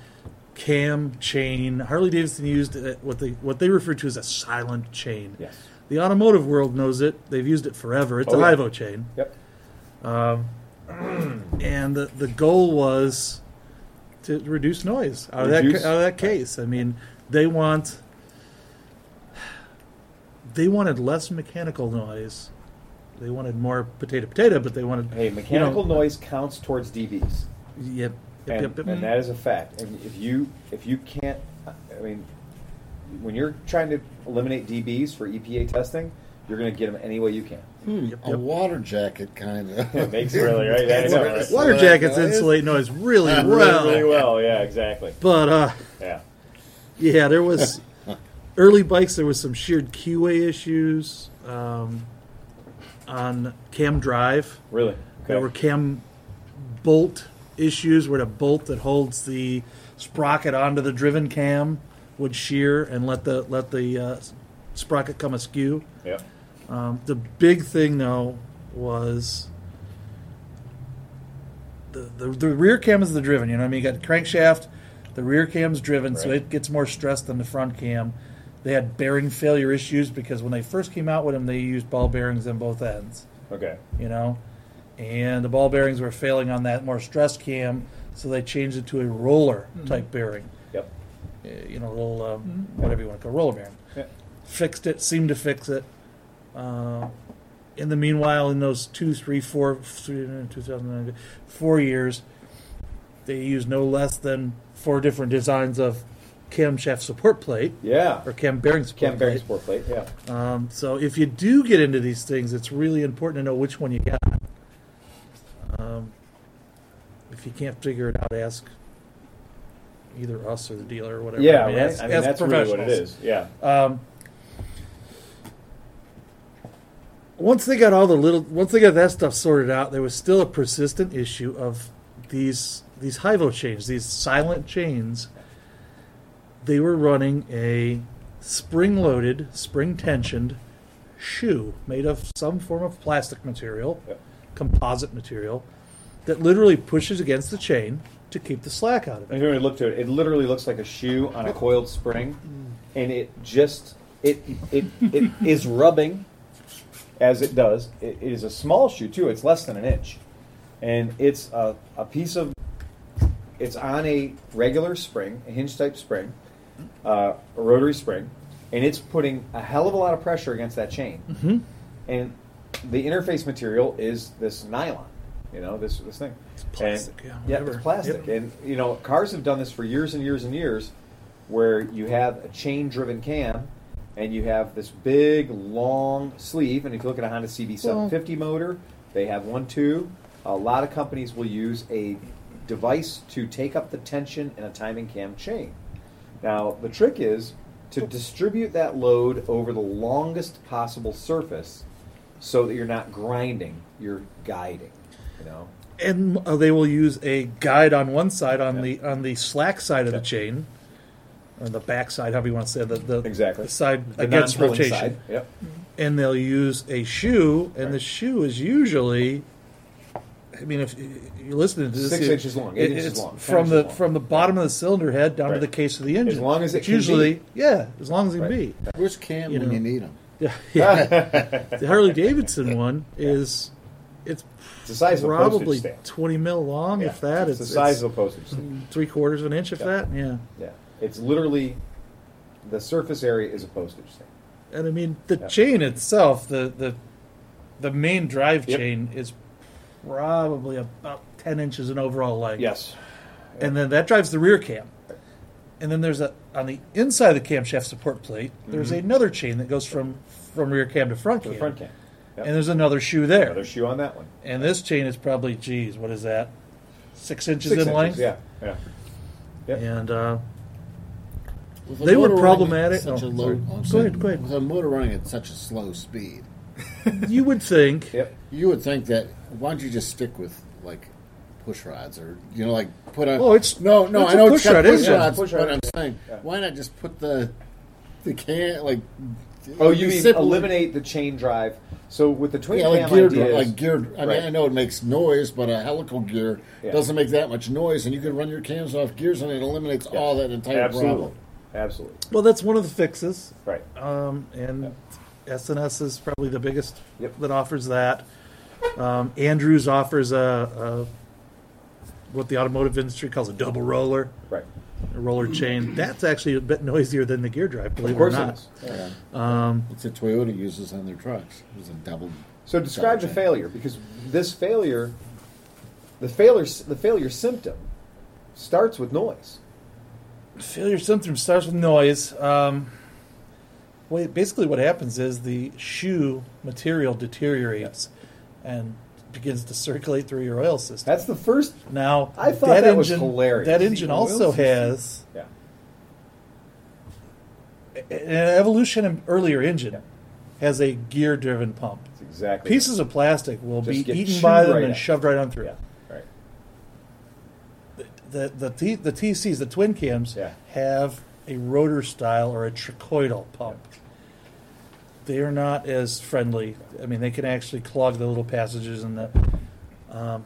D: cam chain. Harley Davidson used uh, what they what they refer to as a silent chain.
B: Yes.
D: The automotive world knows it. They've used it forever. It's
B: Oh,
D: a
B: yeah.
D: Ivo chain.
B: Yep.
D: And the, the goal was to reduce noise out, of, that,
B: Reduce-
D: ca- out of that case. I mean, they want they wanted less mechanical noise. They wanted more potato potato, but they wanted
B: Hey, mechanical noise counts towards dBs.
D: Yep. Yep.
B: and,
D: yep, yep.
B: and that is a fact. And if you if you can't, I mean, when you're trying to eliminate DBs for EPA testing, you're going to get them any way you can.
E: A water jacket, kind of.
B: It makes really right. Yeah, I know, right?
D: Water jackets insulate noise really
E: Really,
D: well.
B: Really well. Yeah, exactly.
D: But uh,
B: Yeah.
D: yeah, there was early bikes. There was some sheared keyway issues um, on cam drive.
B: Really.
D: There were cam bolt issues where the bolt that holds the sprocket onto the driven cam would shear and let the let the uh, sprocket come askew.
B: Yep.
D: Um, the big thing though was the, the the rear cam is the driven. You know, what I mean, you got crankshaft, the rear cam's driven, so
B: Right.
D: it gets more stress than the front cam. They had bearing failure issues because when they first came out with them, they used ball bearings on both ends.
B: Okay.
D: You know, and the ball bearings were failing on that more stress cam, so they changed it to a roller type bearing.
B: Yep.
D: Uh, You know, little um, whatever you want to call it, roller bearing
B: Yeah.
D: fixed it, seemed to fix it. Uh, in the meanwhile, in those two, three, four, three, two thousand nine, four years, they used no less than four different designs of camshaft support plate
B: Yeah.
D: or cam bearing support
B: Camp bearing sport
D: plate.
B: plate. Yeah.
D: Um, so if you do get into these things, it's really important to know which one you got. Um, if you can't figure it out, ask either us or the dealer or whatever.
B: Yeah.
D: I mean,
B: right?
D: ask-
B: I mean,
D: ask
B: that's really what it
D: professionals.
B: is. Yeah.
D: Um, once they got all the little, once they got that stuff sorted out, there was still a persistent issue of these these HIVO chains, these silent chains. They were running a spring-loaded, spring-tensioned shoe made of some form of plastic material,
B: Yep.
D: composite material, that literally pushes against the chain to keep the slack out of it.
B: If you really look to it, it literally looks like a shoe on a coiled spring, and it just it it it is rubbing as it does. It, it is a small shoe too. It's less than an inch, and it's a, a piece of it's on a regular spring, a hinge type spring, uh, a rotary spring, and it's putting a hell of a lot of pressure against that chain. Mm-hmm.
D: Hmm?
B: And the interface material is this nylon, you know, this this thing. It's
D: plastic, yeah,
B: it's
D: whatever.
B: plastic. And you know, cars have done this for years and years and years, where you have a chain-driven cam, and you have this big long sleeve. And if you look at a Honda CB750 motor, they have one too. A lot of companies will use a device to take up the tension in a timing cam chain. Now, the trick is to distribute that load over the longest possible surface so that you're not grinding, you're guiding, you know?
D: and uh, they will use a guide on one side on the on the slack side of the chain or the back side however you want to say it, the, the
B: Exactly.
D: the side
B: The
D: against
B: non-pulling
D: rotation
B: side, Yep.
D: and they'll use a shoe and the shoe is usually I mean, if you're listening to this,
B: Six
D: it-
B: inches long, eight
D: it-
B: inches
D: it's
B: long, ten
D: from
B: inches
D: the
B: long.
D: from the bottom of the cylinder head down
B: Right.
D: to the case of the engine.
B: long as it
D: It's
B: can be.
D: usually, yeah, as long as it can
B: Right.
D: be.
E: Where's Cam
D: You
E: when
D: know.
E: you need him?
D: Yeah, yeah. the Harley Davidson one is it's
B: It's the size of a postage
D: probably
B: stamp.
D: 20 mil long,
B: Yeah.
D: if that.
B: It's
D: It's, Mm.
B: the
D: it's-
B: size of a postage stamp.
D: three quarters of an inch of
B: Yeah.
D: that. Yeah,
B: Yeah. It's literally, the surface area is a postage stamp.
D: and I mean the
B: Yeah.
D: chain itself, the the the main drive
B: Yep.
D: chain is probably about ten inches in overall length.
B: Yes.
D: and then that drives the rear cam. And then there's a on the inside of the camshaft support plate. There's another chain that goes from from rear cam to front
B: For Mm-hmm.
D: cam,
B: the front cam. Yep.
D: and there's another shoe there.
B: Another shoe on that one.
D: and this chain is probably, geez, what is that? Six inches
B: Six
D: in
B: inches,
D: length.
B: Yeah. Yeah. Yep.
D: And uh,
E: With a
D: They were
E: motor running
D: problematic-
E: at Such
D: oh,
E: a low,
D: sorry.
E: I'm
D: Go
E: sorry.
D: ahead, go ahead.
E: With a motor running at such a slow speed,
D: you would think
B: Yep.
E: you would think that why don't you just stick with like push rods or you know like put a
D: Oh, it's-
E: no no
D: it's
E: I
D: a
E: know
D: push
E: it's got
D: rod,
E: push
D: isn't it?
E: rods
B: Push
E: but
B: rod,
E: I'm saying why not just put the the can like
B: Oh, you mean
E: simple-
B: eliminate the chain drive. So with the twin
E: yeah like
B: cam
E: gear
B: idea
E: dri-
B: is-
E: like gear I mean
B: Right.
E: I know it makes noise but a helical gear
B: Yeah.
E: doesn't make that much noise and you can run your cams off gears and it eliminates all that entire
B: Absolutely.
E: problem
B: Absolutely.
D: Well, that's one of the fixes,
B: Right.
D: um, and SNS is probably the biggest
B: Yep.
D: that offers that. Um, Andrews offers a, a what the automotive industry calls a double roller,
B: Right.
D: a roller chain. That's actually a bit noisier than the gear drive, believe
B: Of course
D: it or
B: it
D: not.
B: is.
E: yeah it's a Toyota uses on their trucks it was a double
B: So describe the
E: Double check.
B: failure because this failure, the failure, the failure symptom, starts with noise.
D: failure syndrome starts with noise. Um, well, basically, what happens is the shoe material deteriorates and begins to circulate through your oil system.
B: That's the first.
D: Now,
B: I thought that was hilarious.
D: That engine
B: The
D: also
B: oil system.
D: has
B: Yeah.
D: a- an evolution in earlier engine has a gear-driven pump.
B: That's exactly.
D: Pieces of plastic will
B: Just
D: be
B: get
D: eaten
B: chewed
D: by them
B: right
D: and
B: up.
D: shoved right on through.
B: Yeah. Right.
D: The the T, the TCs, the twin cams,
B: Yeah.
D: have a rotor style or a trachoidal pump. They are not as friendly. I mean, they can actually clog the little passages in the. Um,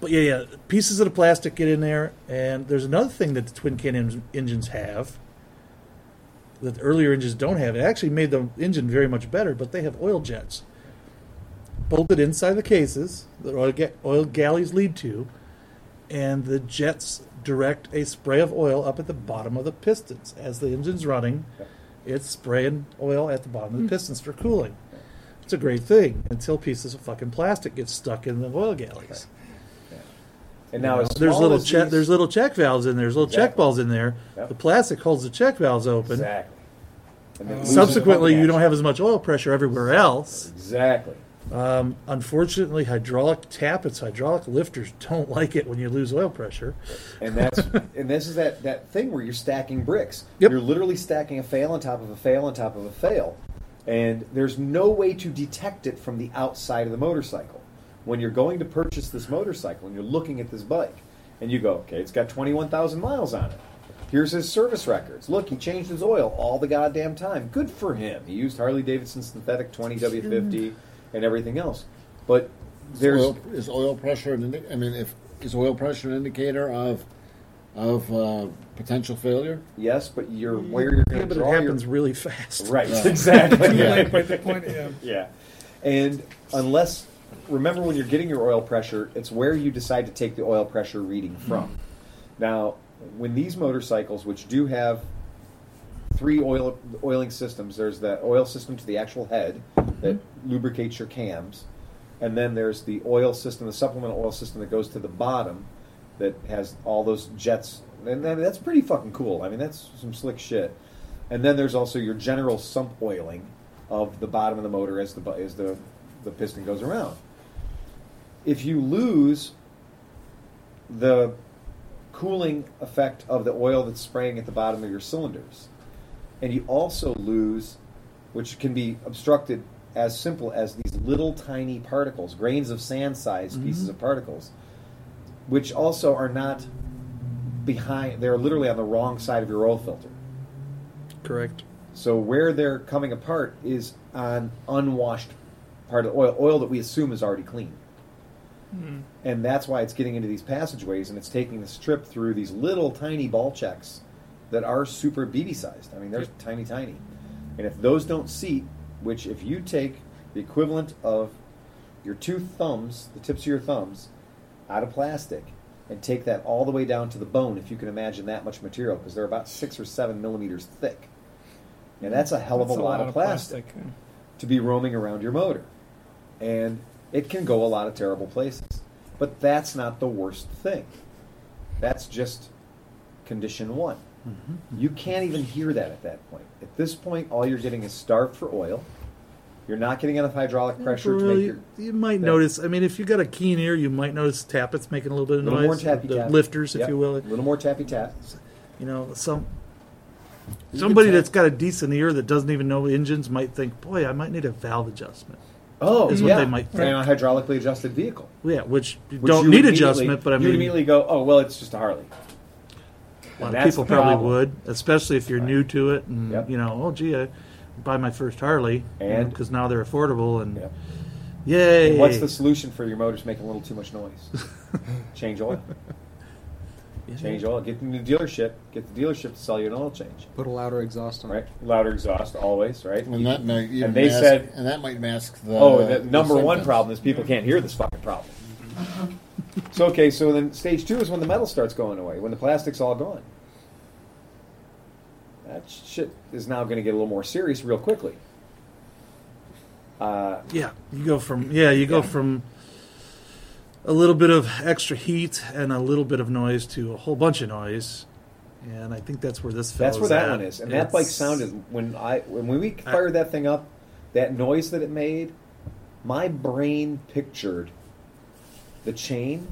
D: but yeah, yeah, pieces of the plastic get in there, and there's another thing that the twin cam en- engines have that the earlier engines don't have. It actually made the engine very much better, but they have oil jets bolted inside the cases that oil, ga- oil galleys lead to, and the jets direct a spray of oil up at the bottom of the pistons. As the engine's running, it's spraying oil at the bottom of the pistons for cooling. It's a great thing until pieces of fucking plastic get stuck in the oil galleys.
B: And now as
D: There's
B: small
D: little
B: as
D: check.
B: these-
D: There's little check valves in there. There's little check
B: Exactly.
D: valves in there.
B: Yep.
D: The plastic holds the check valves open.
B: exactly. And
D: Oh.
B: then loses
D: Subsequently, you
B: pumping
D: don't
B: action.
D: have as much oil pressure everywhere else.
B: exactly.
D: Um, unfortunately, hydraulic tappets, hydraulic lifters don't like it when you lose oil pressure.
B: and that's and this is that that thing where you're stacking bricks.
D: Yep.
B: You're literally stacking a fail on top of a fail on top of a fail, and there's no way to detect it from the outside of the motorcycle. When you're going to purchase this motorcycle and you're looking at this bike, and you go, okay, it's got 21,000 miles on it. Here's his service records. Look, he changed his oil all the goddamn time. Good for him. He used Harley Davidson synthetic 20W50 and everything else. But there's
E: Oil, is oil pressure an indi- I mean, if is oil pressure an indicator of of uh, potential failure?
B: yes, but you're where you're
D: Yeah,
B: going to
D: but it
B: draw your
D: happens really fast.
B: Right, exactly.
C: Too
B: yeah.
C: late by the point. Yeah.
B: Yeah. And unless, remember when you're getting your oil pressure, it's where you decide to take the oil pressure reading from. Now, when these motorcycles, which do have three oil oiling systems, there's the oil system to the actual head that lubricates your cams, and then there's the oil system, the supplemental oil system that goes to the bottom that has all those jets. And then that's pretty fucking cool. I mean, that's some slick shit. And then there's also your general sump oiling of the bottom of the motor as the bu- as the the piston goes around. If you lose the cooling effect of the oil that's spraying at the bottom of your cylinders, and you also lose, which can be obstructed as simple as these little tiny particles, grains of sand-sized pieces of particles, which also are not behind. They're literally on the wrong side of your oil filter.
D: Correct.
B: So where they're coming apart is on unwashed part of the oil, oil that we assume is already clean. And that's why it's getting into these passageways and it's taking this trip through these little tiny ball checks that are super BB sized. I mean, they're tiny, tiny. And if those don't seat, which if you take the equivalent of your two thumbs, the tips of your thumbs, out of plastic and take that all the way down to the bone, if you can imagine that much material, because they're about six or seven millimeters thick. And that's a hell of
C: That's
B: a, lot, of plastic to be roaming around your motor. And it can go a lot of terrible places. But that's not the worst thing. That's just condition one. You can't even hear that at that point. At this point, all you're getting is starved for oil. You're not getting enough hydraulic pressure to make
D: Mm, Really,
B: your.
D: you might
B: that-
D: notice. I mean, if you got a keen ear, you might notice tappets making a little bit of
B: A little more
D: noise.
B: tappy
D: the
B: tap.
D: lifters,
B: Yep.
D: if you will.
B: A little more tappy tap.
D: You know, some somebody
B: tap.
D: that's got a decent ear that doesn't even know engines might think, "Boy, I might need a valve adjustment."
B: Oh,
D: Is what
B: yeah.
D: they might think.
B: And a hydraulically adjusted vehicle.
D: Yeah, which you
B: Which
D: don't
B: you
D: need
B: immediately-
D: adjustment, but I
B: you
D: mean,
B: immediately go, oh well, it's just a Harley.
D: A lot of
B: That's
D: people
B: the
D: probably
B: problem.
D: would, especially if you're new to it, and
B: Yep.
D: you know, oh gee, I buy my first Harley,
B: And-
D: because now they're affordable, and
B: Yep.
D: yay!
B: And What's the solution for your motors making a little too much noise? change oil. Change oil. Get them to the dealership. Get the dealership to sell you an oil change.
M: Put a louder exhaust on it.
B: Right. Louder exhaust always. Right.
E: And that might even
B: And they
E: mask,
B: said-
E: and that might mask Oh, the.
B: oh, the number one
E: symptoms.
B: problem is people can't hear this fucking problem. so okay, so then stage two is when the metal starts going away, when the plastic's all gone. That shit is now going to get a little more serious real quickly. Uh,
D: yeah, you go from yeah, you go from a little bit of extra heat and a little bit of noise to a whole bunch of noise, and I think that's where this
B: That's
D: fella's
B: where that
D: at.
B: one is, and
D: It's-
B: that bike sounded when I when we fired that thing up, that noise that it made, my brain pictured the chain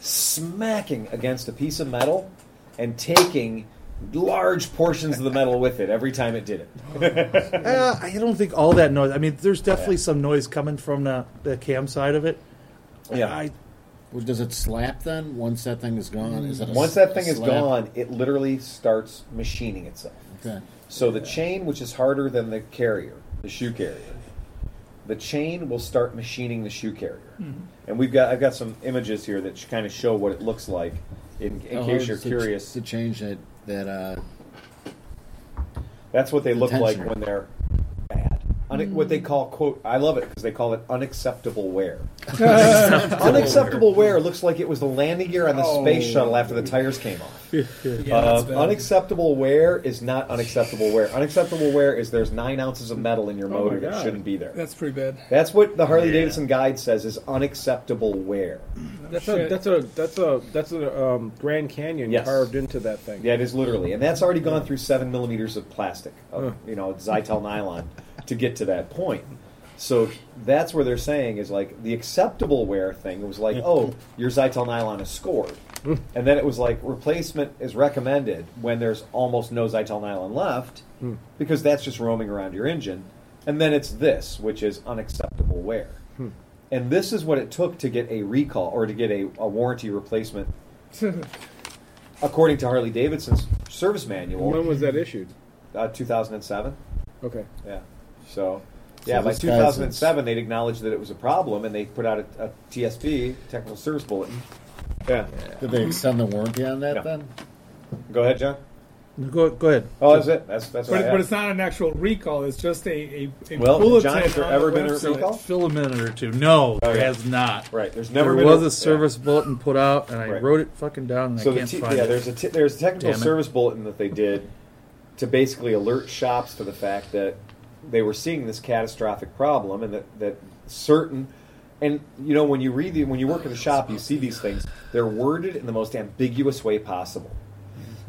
B: smacking against a piece of metal and taking large portions of the metal with it every time it did it.
D: Uh, I don't think all that noise. I mean, there's definitely some noise coming from the, the cam side of it.
B: Yeah.
D: I,
E: Well, does it slap then? Once that thing is gone, is it a
B: Once
E: s-
B: that
E: a
B: thing is
E: slap?
B: gone, it literally starts machining itself.
E: Okay.
B: So the chain, which is harder than the carrier, the shoe carrier, the chain will start machining the shoe carrier. And we've got I've got some images here that kind of show what it looks like in, in
E: How
B: case
E: hard
B: you're
E: is to Oh, ch-
B: curious.
E: to change that that uh,
B: That's what they look like
E: tensioner.
B: when they're bad. Un- What they call quote I love it because they call it unacceptable wear. unacceptable wear looks like it was the landing gear on the space shuttle after the tires came off. Uh, unacceptable wear is not unacceptable wear. Unacceptable wear is there's nine ounces of metal in your motor that
F: God.
B: shouldn't be there.
C: That's pretty bad.
B: That's what the Harley Davidson guide says is unacceptable wear.
F: That's a, that's a that's a that's a um, Grand Canyon
B: Yes.
F: carved into that thing.
B: Yeah, it is literally, and that's already gone through seven millimeters of plastic, of, you know, Zytel nylon, to get to that point. So that's where they're saying is like the acceptable wear thing was like, oh, your Zytel nylon is scored, and then it was like replacement is recommended when there's almost no Zytel nylon left, because that's just roaming around your engine, and then it's this, which is unacceptable wear. And this is what it took to get a recall or to get a, a warranty replacement according to Harley Davidson's service
F: When
B: manual,
F: was that issued?
B: uh, 2007.
F: Okay.
B: Yeah. So, yeah,
E: So
B: by
E: this guy's-
B: 2007, they'd acknowledged that it was a problem and they put out a, a TSB, Technical Service Bulletin. Yeah.
E: did they extend the warranty on that
B: No.
E: then?
B: Go ahead, John.
D: go go ahead.
B: Oh, that's it. That's, that's what
C: But,
B: I
C: it-
B: had.
C: but it's not an actual recall. It's just a, a, a
B: Well,
C: bulletin
B: John, has there
C: on the
B: ever been a
C: website.
B: recall?
D: Fill a minute or two. No,
B: Oh,
D: there
B: yeah.
D: has not.
B: Right. There's never
D: There
B: been
D: was
B: yeah.
D: a service bulletin put out, and I
B: Right.
D: wrote it fucking down, and
B: So
D: I
B: the
D: can't
B: t-
D: find
B: yeah,
D: it.
B: there's a t- there's a technical
D: Damn it.
B: service bulletin that they did to basically alert shops to the fact that they were seeing this catastrophic problem and that, that certain and you know when you read the, when you work in the shop you see these things they're worded in the most ambiguous way possible.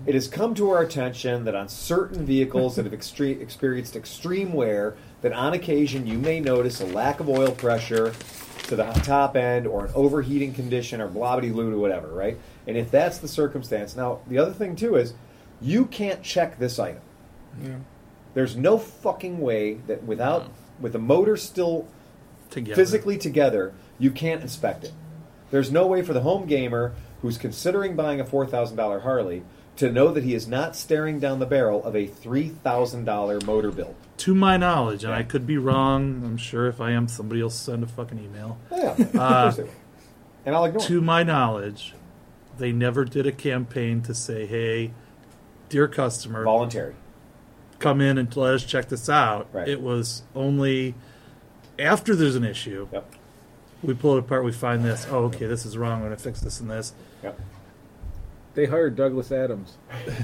B: It has come to our attention that on certain vehicles that have extre- experienced extreme wear, that on occasion you may notice a lack of oil pressure to the top end or an overheating condition or blah blah blue whatever, right? And if that's the circumstance, now the other thing too is you can't check this item. There's no fucking way that without with the motor still
D: Together.
B: physically together, you can't inspect it. There's no way for the home gamer who's considering buying a $4,000 Harley to know that he is not staring down the barrel of a $3,000 motor bill.
D: to my knowledge, and I could be wrong. I'm sure if I am, somebody will send a fucking email.
B: Yeah, of course they will. and I'll ignore
D: To
B: it.
D: my knowledge, they never did a campaign to say, "Hey, dear customer,
B: Voluntary.
D: come in and let us check this out."
B: Right.
D: It was only after there's an issue.
B: Yep.
D: We pull it apart. We find this. Oh, okay, this is wrong. I'm going to fix this and this.
B: Yep.
F: They hired Douglas Adams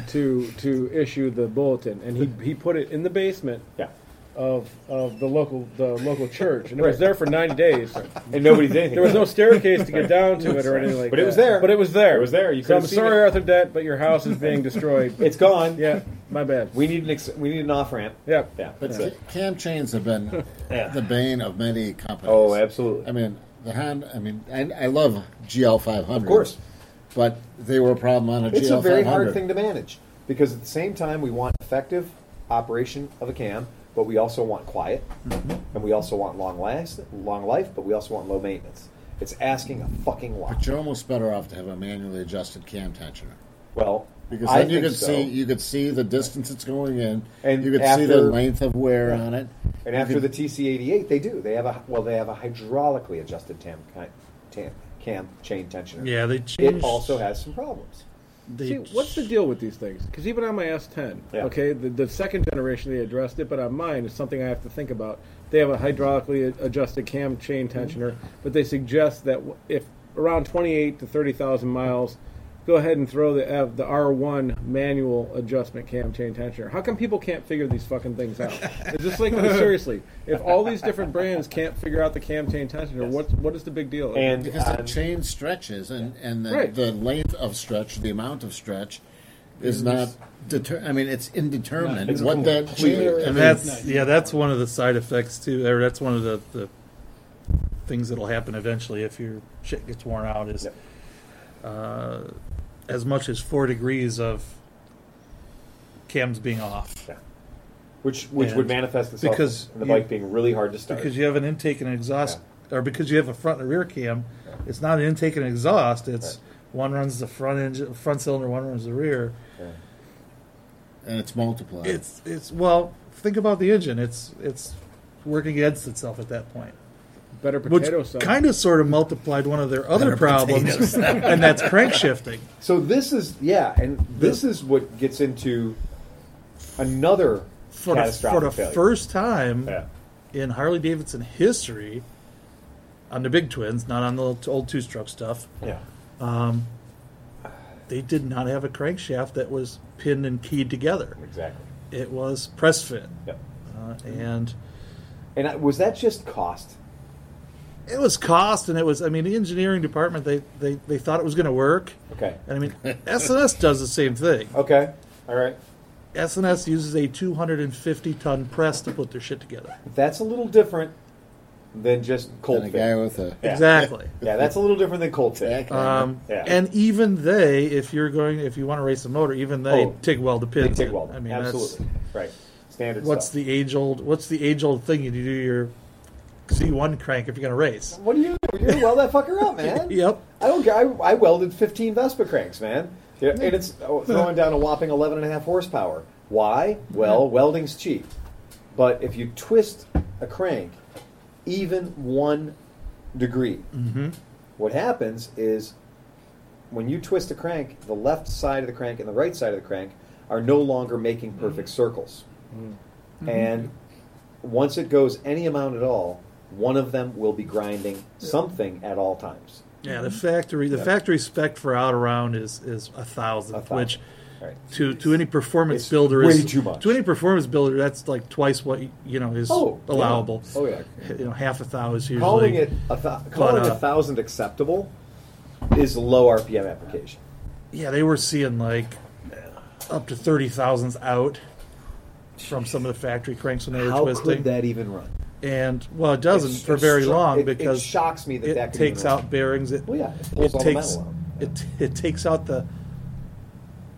F: to to issue the bulletin, and he he put it in the basement
B: Yeah.
F: of of the local the local church, and it was there for ninety days.
B: And nobody did anything.
F: There was no staircase to get down to it or anything like that.
B: But it was there.
F: But it was there.
B: It was there. You
F: so
B: could've
F: I'm
B: seen
F: sorry,
B: it.
F: Arthur Dent, but your house is being destroyed.
B: It's gone.
F: yeah, my bad.
B: We need an ex- we need an off ramp.
F: Yeah.
B: Yeah.
E: But
B: that's it.
E: ca- cam chains have been the bane of many companies.
B: Oh, absolutely.
E: I mean, the Honda. I mean, I, I love GL five hundred,
B: Of course.
E: but they were a problem on a
B: It's
E: GL
B: a very
E: five
B: hard thing
E: hundred.
B: to manage because at the same time we want effective operation of a cam, but we also want quiet,
E: Mm-hmm.
B: and we also want long last, long life, but we also want low maintenance. It's asking a fucking
E: But
B: lot.
E: you're almost better off to have a manually adjusted cam tensioner
B: Well,
E: because
B: I
E: then you
B: think
E: could
B: so.
E: see you could see the distance it's going in,
B: And
E: you could see the
B: after-
E: length of wear on it.
B: and
E: You
B: after
E: could-
B: the TC88, they do. They have a well, they have a hydraulically adjusted tam, ki- tam, cam chain tensioner.
D: Yeah, they changed.
B: It also has some problems.
D: they
F: See, what's the deal with these things? Because even on my S10,
B: Yeah.
F: okay, the, the second generation they addressed it, but on mine it's something I have to think about. They have a hydraulically a- adjusted cam chain
B: Mm-hmm.
F: tensioner, but they suggest that w- if around 28 to 30,000 miles, go ahead and throw the uh, the R1 manual adjustment cam chain tensioner. How come people can't figure these fucking things out? It's just like seriously, if all these different brands can't figure out the cam chain tensioner, what what is the big deal?
B: And um,
E: because
B: on-
E: the chain stretches and, and the,
F: Right.
E: the length of stretch, the amount of stretch, is not. Deter- I mean, it's indeterminate
D: It's
E: what that
D: completely-
E: change. I mean,
D: and that's yeah, that's one of the side effects too, or that's one of the, the things that'll happen eventually if your shit gets worn out is uh, as much as four degrees of cams being off.
B: Which which
D: And-
B: would manifest itself
D: because
B: in the
D: you-
B: bike being really hard to start.
D: Because you have an intake and exhaust, or because you have a front and rear cam, it's not an intake and exhaust. It's one runs the front engine, front cylinder, one runs the rear.
E: and it's multiplied.
D: It's it's well, think about the engine. It's it's working against itself at that point.
C: Better
D: Which
C: potato salad.
D: kind of sort of multiplied one of their other
B: Better potato
D: problems,
B: salad.
D: and that's crank shifting.
B: So this is yeah, and this is what gets into another
D: For the,
B: catastrophic
D: for the
B: failure.
D: first time in Harley Davidson history, on the big twins, not on the old- old two stroke stuff.
B: Yeah.
D: Um, they did not have a crankshaft that was pinned and keyed together.
B: Exactly.
D: It was press fit.
B: Yep.
D: Uh, and
B: and I- was that just cost?
D: It was cost, and it was. I mean, the engineering department they they, they thought it was going to work.
B: Okay.
D: And I mean, SNS does the same thing.
B: Okay. All right.
D: SNS uses a 250 ton press to put their shit together.
B: That's a little different than just cold
D: Than a
B: fit.
D: guy with a-
B: Yeah.
D: Exactly.
B: yeah, that's a little different than cold fit.
D: Um,
B: yeah.
D: And even they, if you're going, if you want to race a motor, even they
B: Oh,
D: TIG weld the
B: they
D: pins.
B: TIG
D: in.
B: weld.
D: I mean,
B: Absolutely. Right. Standard
D: That's, what's
B: stuff.
D: the age old? What's the age old thing you do your C1 crank if you're going to race?
B: What do you do? You're gonna weld that fucker up, man.
D: yep.
B: I don't. care. I, I welded 15 Vespa cranks, man. Yeah, and it's oh, throwing down a whopping 11 and a half horsepower. Why? Well, welding's cheap. But if you twist a crank even one degree,
D: Mm-hmm.
B: what happens is when you twist a crank, the left side of the crank and the right side of the crank are no longer making perfect circles. And once it goes any amount at all, one of them will be grinding something at all times.
D: Yeah, the factory the
B: Yeah.
D: factory spec for out around is is a thousand,
B: A thousand.
D: which
B: Right.
D: to to any performance
B: It's
D: builder
B: way
D: is
B: too much.
D: to any performance builder that's like twice what you know is
B: Oh, yeah.
D: allowable.
B: Oh, yeah.
D: you know half a thousand is usually
B: Calling it a thou-
D: But,
B: calling
D: uh,
B: a thousand acceptable is a low RPM application.
D: yeah, they were seeing like up to thirty thousands out from some of the factory cranks when they were
B: How
D: twisting.
B: could that even run?
D: And well, it doesn't
B: It's-
D: for
B: it's
D: very
B: str-
D: long
B: it- it
D: because
B: shocks me that
D: it
B: that could
D: takes
B: even run.
D: out bearings. It,
B: Well, yeah, it pulls
D: it,
B: all the
D: takes
B: metal
D: it it takes out the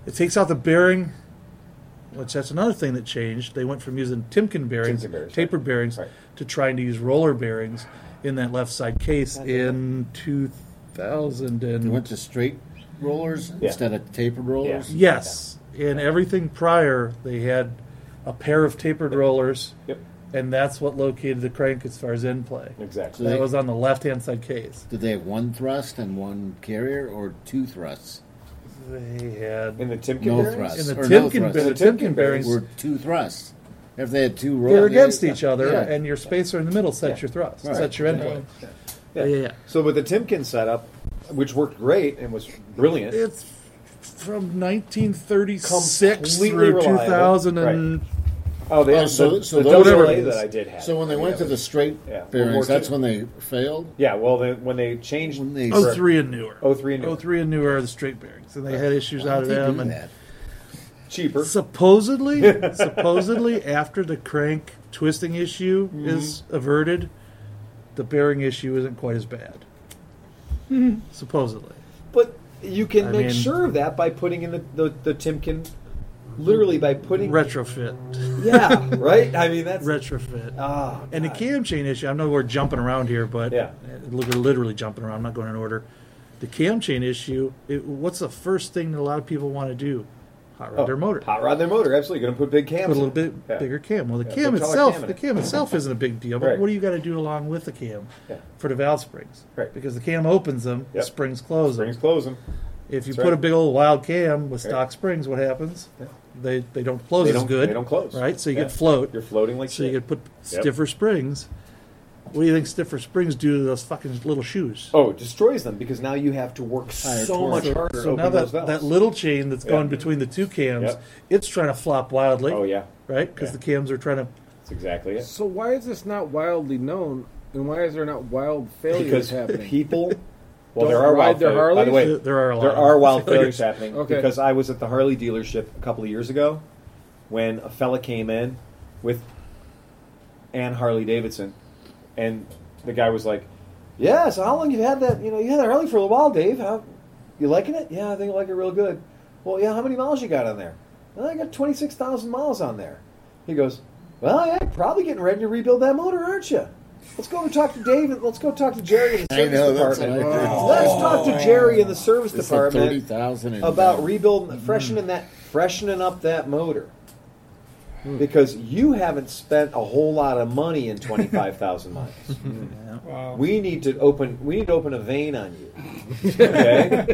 D: it takes out the bearing, which that's another thing that changed. They went from using Timken bearings, tapered bearings, to trying to use roller bearings in that left side case in two thousand and
E: They went to straight rollers instead of tapered rollers.
D: Yes. In everything prior, they had a pair of tapered rollers.
B: Yep.
D: And that's what located the crank as far as in play.
B: Exactly.
D: that was on the left hand side case.
E: Did they have one thrust and one carrier, or two thrusts?
D: They had
B: in the Timken
E: no
B: bearings?
E: thrust
D: In the
E: or no
D: Timken-
E: thrust.
D: in the The Timken Timken bearings-
E: were two thrusts. If they had two rollers,
D: They're against each other,
E: Yeah.
D: and your spacer in the middle sets your thrust,
E: Right.
D: sets your end point.
B: Yeah.
D: Yeah, yeah.
B: So with the Timken setup, which worked great and was brilliant,
D: It's from 1936
B: Completely
D: through
B: reliable.
D: 2000 and
B: oh, they
E: Oh,
B: had
E: so,
B: the,
E: so
B: the
E: those
B: whatever
E: were-
B: that I did have.
E: So when they
B: I mean,
E: went
B: that
E: to the
B: was-
E: straight
B: yeah, World War
E: bearings, that's
B: II.
E: when they failed.
B: Yeah, well, they, when they changed when
E: they-
D: 03 and newer.
B: 03 and newer.
D: 03 and newer are the straight bearings, and they had issues
E: Why
D: out of
E: would they
D: them.
E: do
D: and
E: that?
B: cheaper.
D: Supposedly, supposedly after the crank twisting issue
B: Mm-hmm.
D: is averted, the bearing issue isn't quite as bad. Supposedly,
B: But you can
D: I
B: make
D: mean-
B: sure of that by putting in the, the, the Timken, literally by putting.
D: retrofit.
B: Yeah, right? I mean, that's.
D: retrofit.
B: Ah,
D: and the cam chain issue. I know we're jumping around here, but yeah, we're literally jumping around. I'm not going in order. The cam chain issue. It, what's the first thing that a lot of people want to do? Hot rod
B: Oh,
D: their motor.
B: Hot rod their motor, absolutely. Going to put big cams.
D: Put a little
B: in.
D: bit
B: Yeah.
D: bigger cam. Well, the
B: Yeah,
D: cam
B: put taller
D: itself,
B: cam in
D: the
B: it.
D: cam itself isn't a big deal. But
B: Right.
D: what do you got to do along with the cam
B: Yeah.
D: for the valve springs?
B: Right.
D: Because the cam opens them, the
B: Yep.
D: springs close
B: Springs
D: them.
B: close 'em.
D: If you
B: That's
D: put a
B: right.
D: big old wild cam with
B: Right.
D: stock springs, what happens? They they don't close
B: They
D: as
B: don't-
D: good.
B: they don't close.
D: Right. So you
B: Yeah.
D: get float.
B: You're floating like
D: So you
B: shit.
D: get put
B: Yep.
D: stiffer springs. What do you think stiffer springs do to those fucking little shoes?
B: Oh, it destroys them because now you have to work so much harder. to
D: So
B: open
D: now
B: those
D: that,
B: valves.
D: that little chain that's
B: Yeah.
D: going between the two cams,
B: Yep.
D: it's trying to flop wildly.
B: Oh, yeah.
D: Right? Because
B: Yeah.
D: the cams are trying to.
B: That's exactly it.
C: So why is this not wildly known, and why is there not wild failures
B: because
C: happening?
B: people Well,
N: Don't
B: there are
N: ride
B: wild
N: their
B: failures. By the way,
D: There- there are a lot
B: there
D: of
B: are
D: wild
B: wild
D: failures.
B: failures happening
N: Okay.
B: because I was at the Harley dealership a couple of years ago when a fella came in with an Harley Davidson, and the guy was like, "Yeah, so how long you had that? You know, you had that Harley for a while, Dave. How you liking it? Yeah, I think I like it real good. Well, yeah, how many miles you got on there? Well, I got twenty six thousand miles on there. He goes, "Well, yeah, probably getting ready to rebuild that motor, aren't you? Let's go over and talk to Dave. and Let's go talk to Jerry in the
E: I
B: service
E: know that's
B: department.
E: what I did.
B: Let's talk to Jerry in the service
E: It's like
B: department
E: thirty thousand
B: about rebuilding, freshening that, freshening up that motor,
E: Hmm.
B: because you haven't spent a whole lot of money in twenty five thousand miles.
C: Wow.
B: We need to open. We need to open a vein on you. Okay.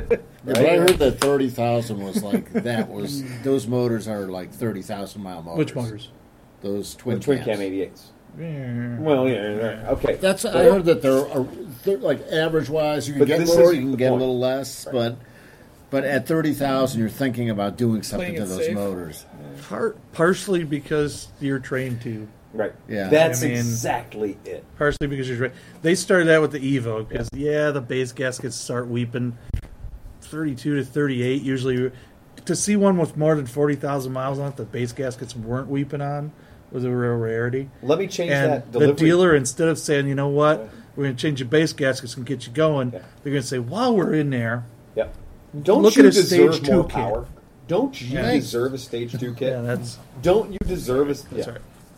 E: But I heard that thirty thousand was like that was those motors are like thirty thousand mile motors.
D: Which motors?
E: Those twin
B: Twin, twin
E: cams.
B: cam eighty eights. Well, yeah, yeah, okay.
E: That's I
B: But-
E: heard that there are they're like average wise you can
B: But
E: get
B: this
E: more,
B: is
E: you
B: the
E: can get
B: point.
E: a little less, but but at thirty thousand you're thinking about doing something
C: Playing
E: to
C: it
E: those
C: safe.
E: motors.
D: Par- partially because you're trained to.
B: right.
E: Yeah.
B: That's
D: I mean-
B: exactly it.
D: Partially because you're trained. They started out with the Evo because yeah, the base gaskets start weeping. Thirty-two to thirty-eight usually. To see one with more than forty thousand miles on it, the base gaskets weren't weeping on was a real rarity.
B: Let me change
D: and
B: that.
D: the
B: Delivery.
D: dealer instead of saying, you know what,
B: Yeah.
D: we're going to change your base gaskets and get you going,
B: Yeah.
D: they're going to say, while we're in there,
B: Yep. Don't
D: Look
B: you
D: at a
B: deserve
D: stage
B: more
D: two kit.
B: power? Don't you
D: Thanks.
B: deserve a stage two kit?
D: yeah, that's
B: Don't you deserve it?
D: That's right.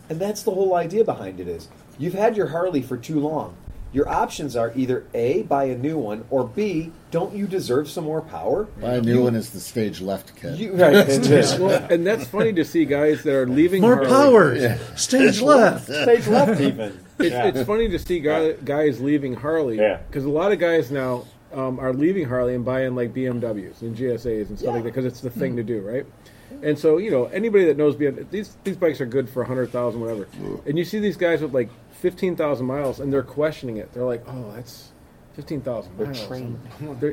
B: And that's the whole idea behind it is you've had your Harley for too long. Your options are either A, buy a new one, or B, don't you deserve some more power?
E: Buy a new one is the stage left kit.
B: You, right, and then-
F: Well, and that's funny to see guys that are leaving
D: more
F: Harley.
D: power. Stage left.
B: stage left even.
F: It's,
B: Yeah.
F: it's funny to see guy, guys leaving Harley.
B: Yeah.
F: Because a lot of guys now um, are leaving Harley and buying like BMWs and GSAs and stuff like that because it's the thing to do, right? And so you know anybody that knows BMW, these these bikes are good for hundred thousand whatever. And you see these guys with like fifteen thousand miles and they're questioning it. They're like, oh, that's. Fifteen thousand. They're trained.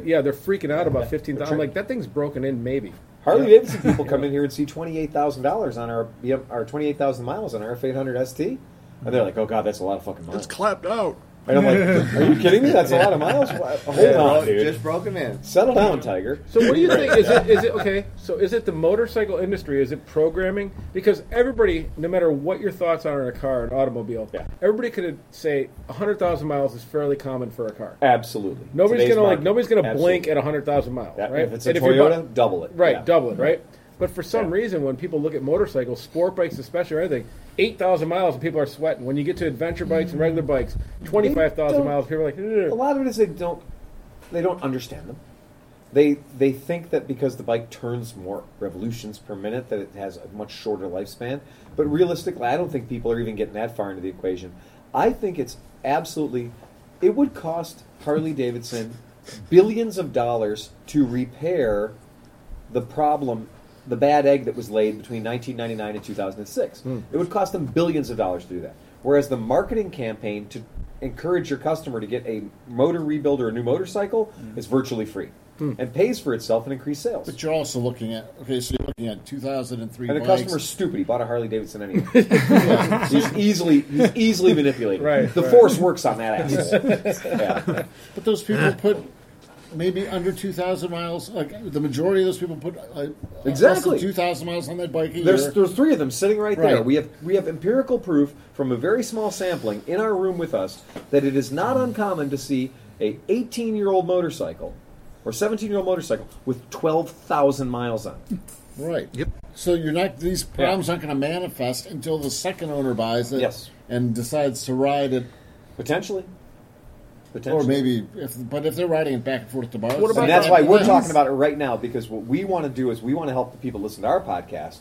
F: yeah, they're freaking out about fifteen thousand. I'm like, that thing's broken in, maybe.
B: Harley Davidson people come in here and see twenty eight thousand dollars on our yeah, our twenty eight thousand miles on our F eight hundred ST, and they're like, "Oh God, that's a lot of fucking miles."
E: clapped out.
B: And I'm like, "Are you kidding me? That's a lot of miles. Why- Hold on, dude.
H: Just broken in.
B: Settle down, Tiger."
F: So what do you think? Is it, is it okay? So is it the motorcycle industry? Is it programming? Because everybody, no matter what your thoughts are on a car, an automobile,
B: Yeah.
F: everybody could say hundred thousand miles is fairly common for a car.
B: Absolutely.
F: Nobody's
B: Today's
F: gonna like
B: market.
F: nobody's gonna
B: Absolutely.
F: blink at hundred thousand miles,
B: Yeah,
F: right?
B: If it's a
F: And you're
B: Toyota,
F: bu-
B: double it.
F: right?
B: Yeah.
F: Double it, right? But for some
B: Yeah.
F: reason, when people look at motorcycles, sport bikes especially, or anything, eight thousand miles, and people are sweating. When you get to adventure bikes and regular bikes, twenty-five thousand
B: don't-
F: miles, people are like,
B: A
F: "Ugh."
B: lot of it is they don't they don't understand them. They they think that because the bike turns more revolutions per minute that it has a much shorter lifespan. But realistically, I don't think people are even getting that far into the equation. I think it's absolutely it would cost Harley Davidson billions of dollars to repair the problem, the bad egg that was laid between 1999 and 2006.
F: Hmm.
B: It would cost them billions of dollars to do that. Whereas the marketing campaign to encourage your customer to get a motor rebuild or a new motorcycle
F: Hmm.
B: is virtually free and pays for itself in increased sales.
E: But you're also looking at okay, so you're looking at two thousand and three
B: and the
E: bikes.
B: customer's stupid. He bought a Harley Davidson anyway. he's easily he's easily manipulated.
F: Right,
B: the
F: right.
B: force works on that ass. yeah.
E: But those people put maybe under 2,000 miles. Like the majority of those people put uh,
B: Exactly.
E: 2,000 miles on that bike a
B: There's
E: year.
B: there's three of them sitting right, there.
E: Right.
B: We have we have empirical proof from a very small sampling in our room with us that it is not uncommon to see a 18 year old motorcycle or 17 year old motorcycle with 12,000 miles on it.
E: right. Yep. So you're not these problems aren't going to manifest until the second owner buys it
B: Yes.
E: and decides to ride it,
B: Potentially.
E: or
B: Potentially.
E: maybe if but if they're riding it back and forth to bar,
F: What about
B: And that's why we're talking about it right now because what we want to do is we want to help the people listen to our podcast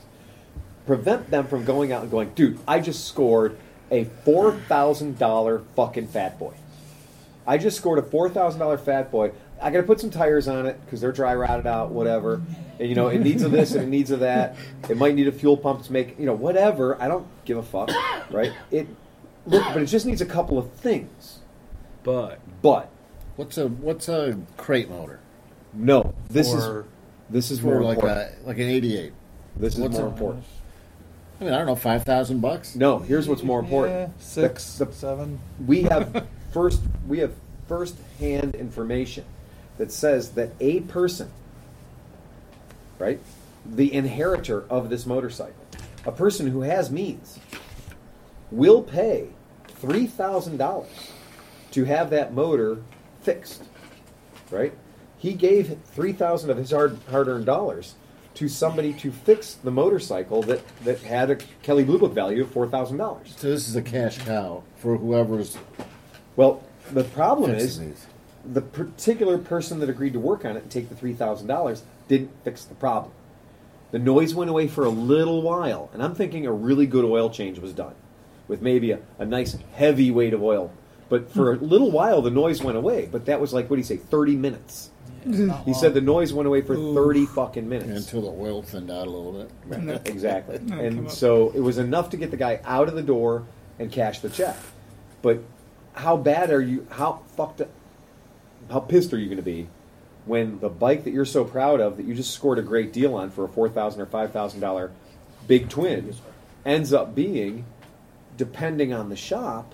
B: prevent them from going out and going, dude, I just scored a $4,000 fucking fat boy. I just scored a $4,000 fat boy. I got to put some tires on it because they're dry rotted out, whatever. And, you know, it needs of this and it needs of that. It might need a fuel pump to make, you know, whatever. I don't give a fuck, right? It, look, but it just needs a couple of things.
F: But
B: But
E: What's a what's a crate motor
B: no, this is
D: Or-
B: this is more
E: for like
B: important.
E: a like an 88?
B: This is
E: what's
B: more
E: a-
B: important.
E: I mean, I don't know, five thousand bucks.
B: No, here's what's more important.
O: Yeah, six,
B: The- the-
O: seven.
B: we have first we have first hand information that says that a person, right, the inheritor of this motorcycle, a person who has means, will pay three thousand dollars to have that motor fixed, right? He gave three thousand of his hard hard-earned dollars to somebody to fix the motorcycle that, that had a Kelly Blue Book value of four thousand dollars.
E: So this is a cash cow for whoever's
B: Well, the problem is
E: fixing these.
B: the particular person that agreed to work on it and take the three thousand dollars didn't fix the problem. The noise went away for a little while, and I'm thinking a really good oil change was done, with maybe a, a nice heavy weight of oil. But for a little while, the noise went away. But that was like what do you say, thirty minutes? He said the noise went away for thirty fucking minutes.
E: until the oil thinned out a little bit.
B: Exactly.
C: come
B: And
C: up.
B: so it was enough to get the guy out of the door and cash the check. But how bad are you? How fucked up? How pissed are you going to be when the bike that you're so proud of that you just scored a great deal on for a four thousand or five thousand dollar big twin ends up being, depending on the shop,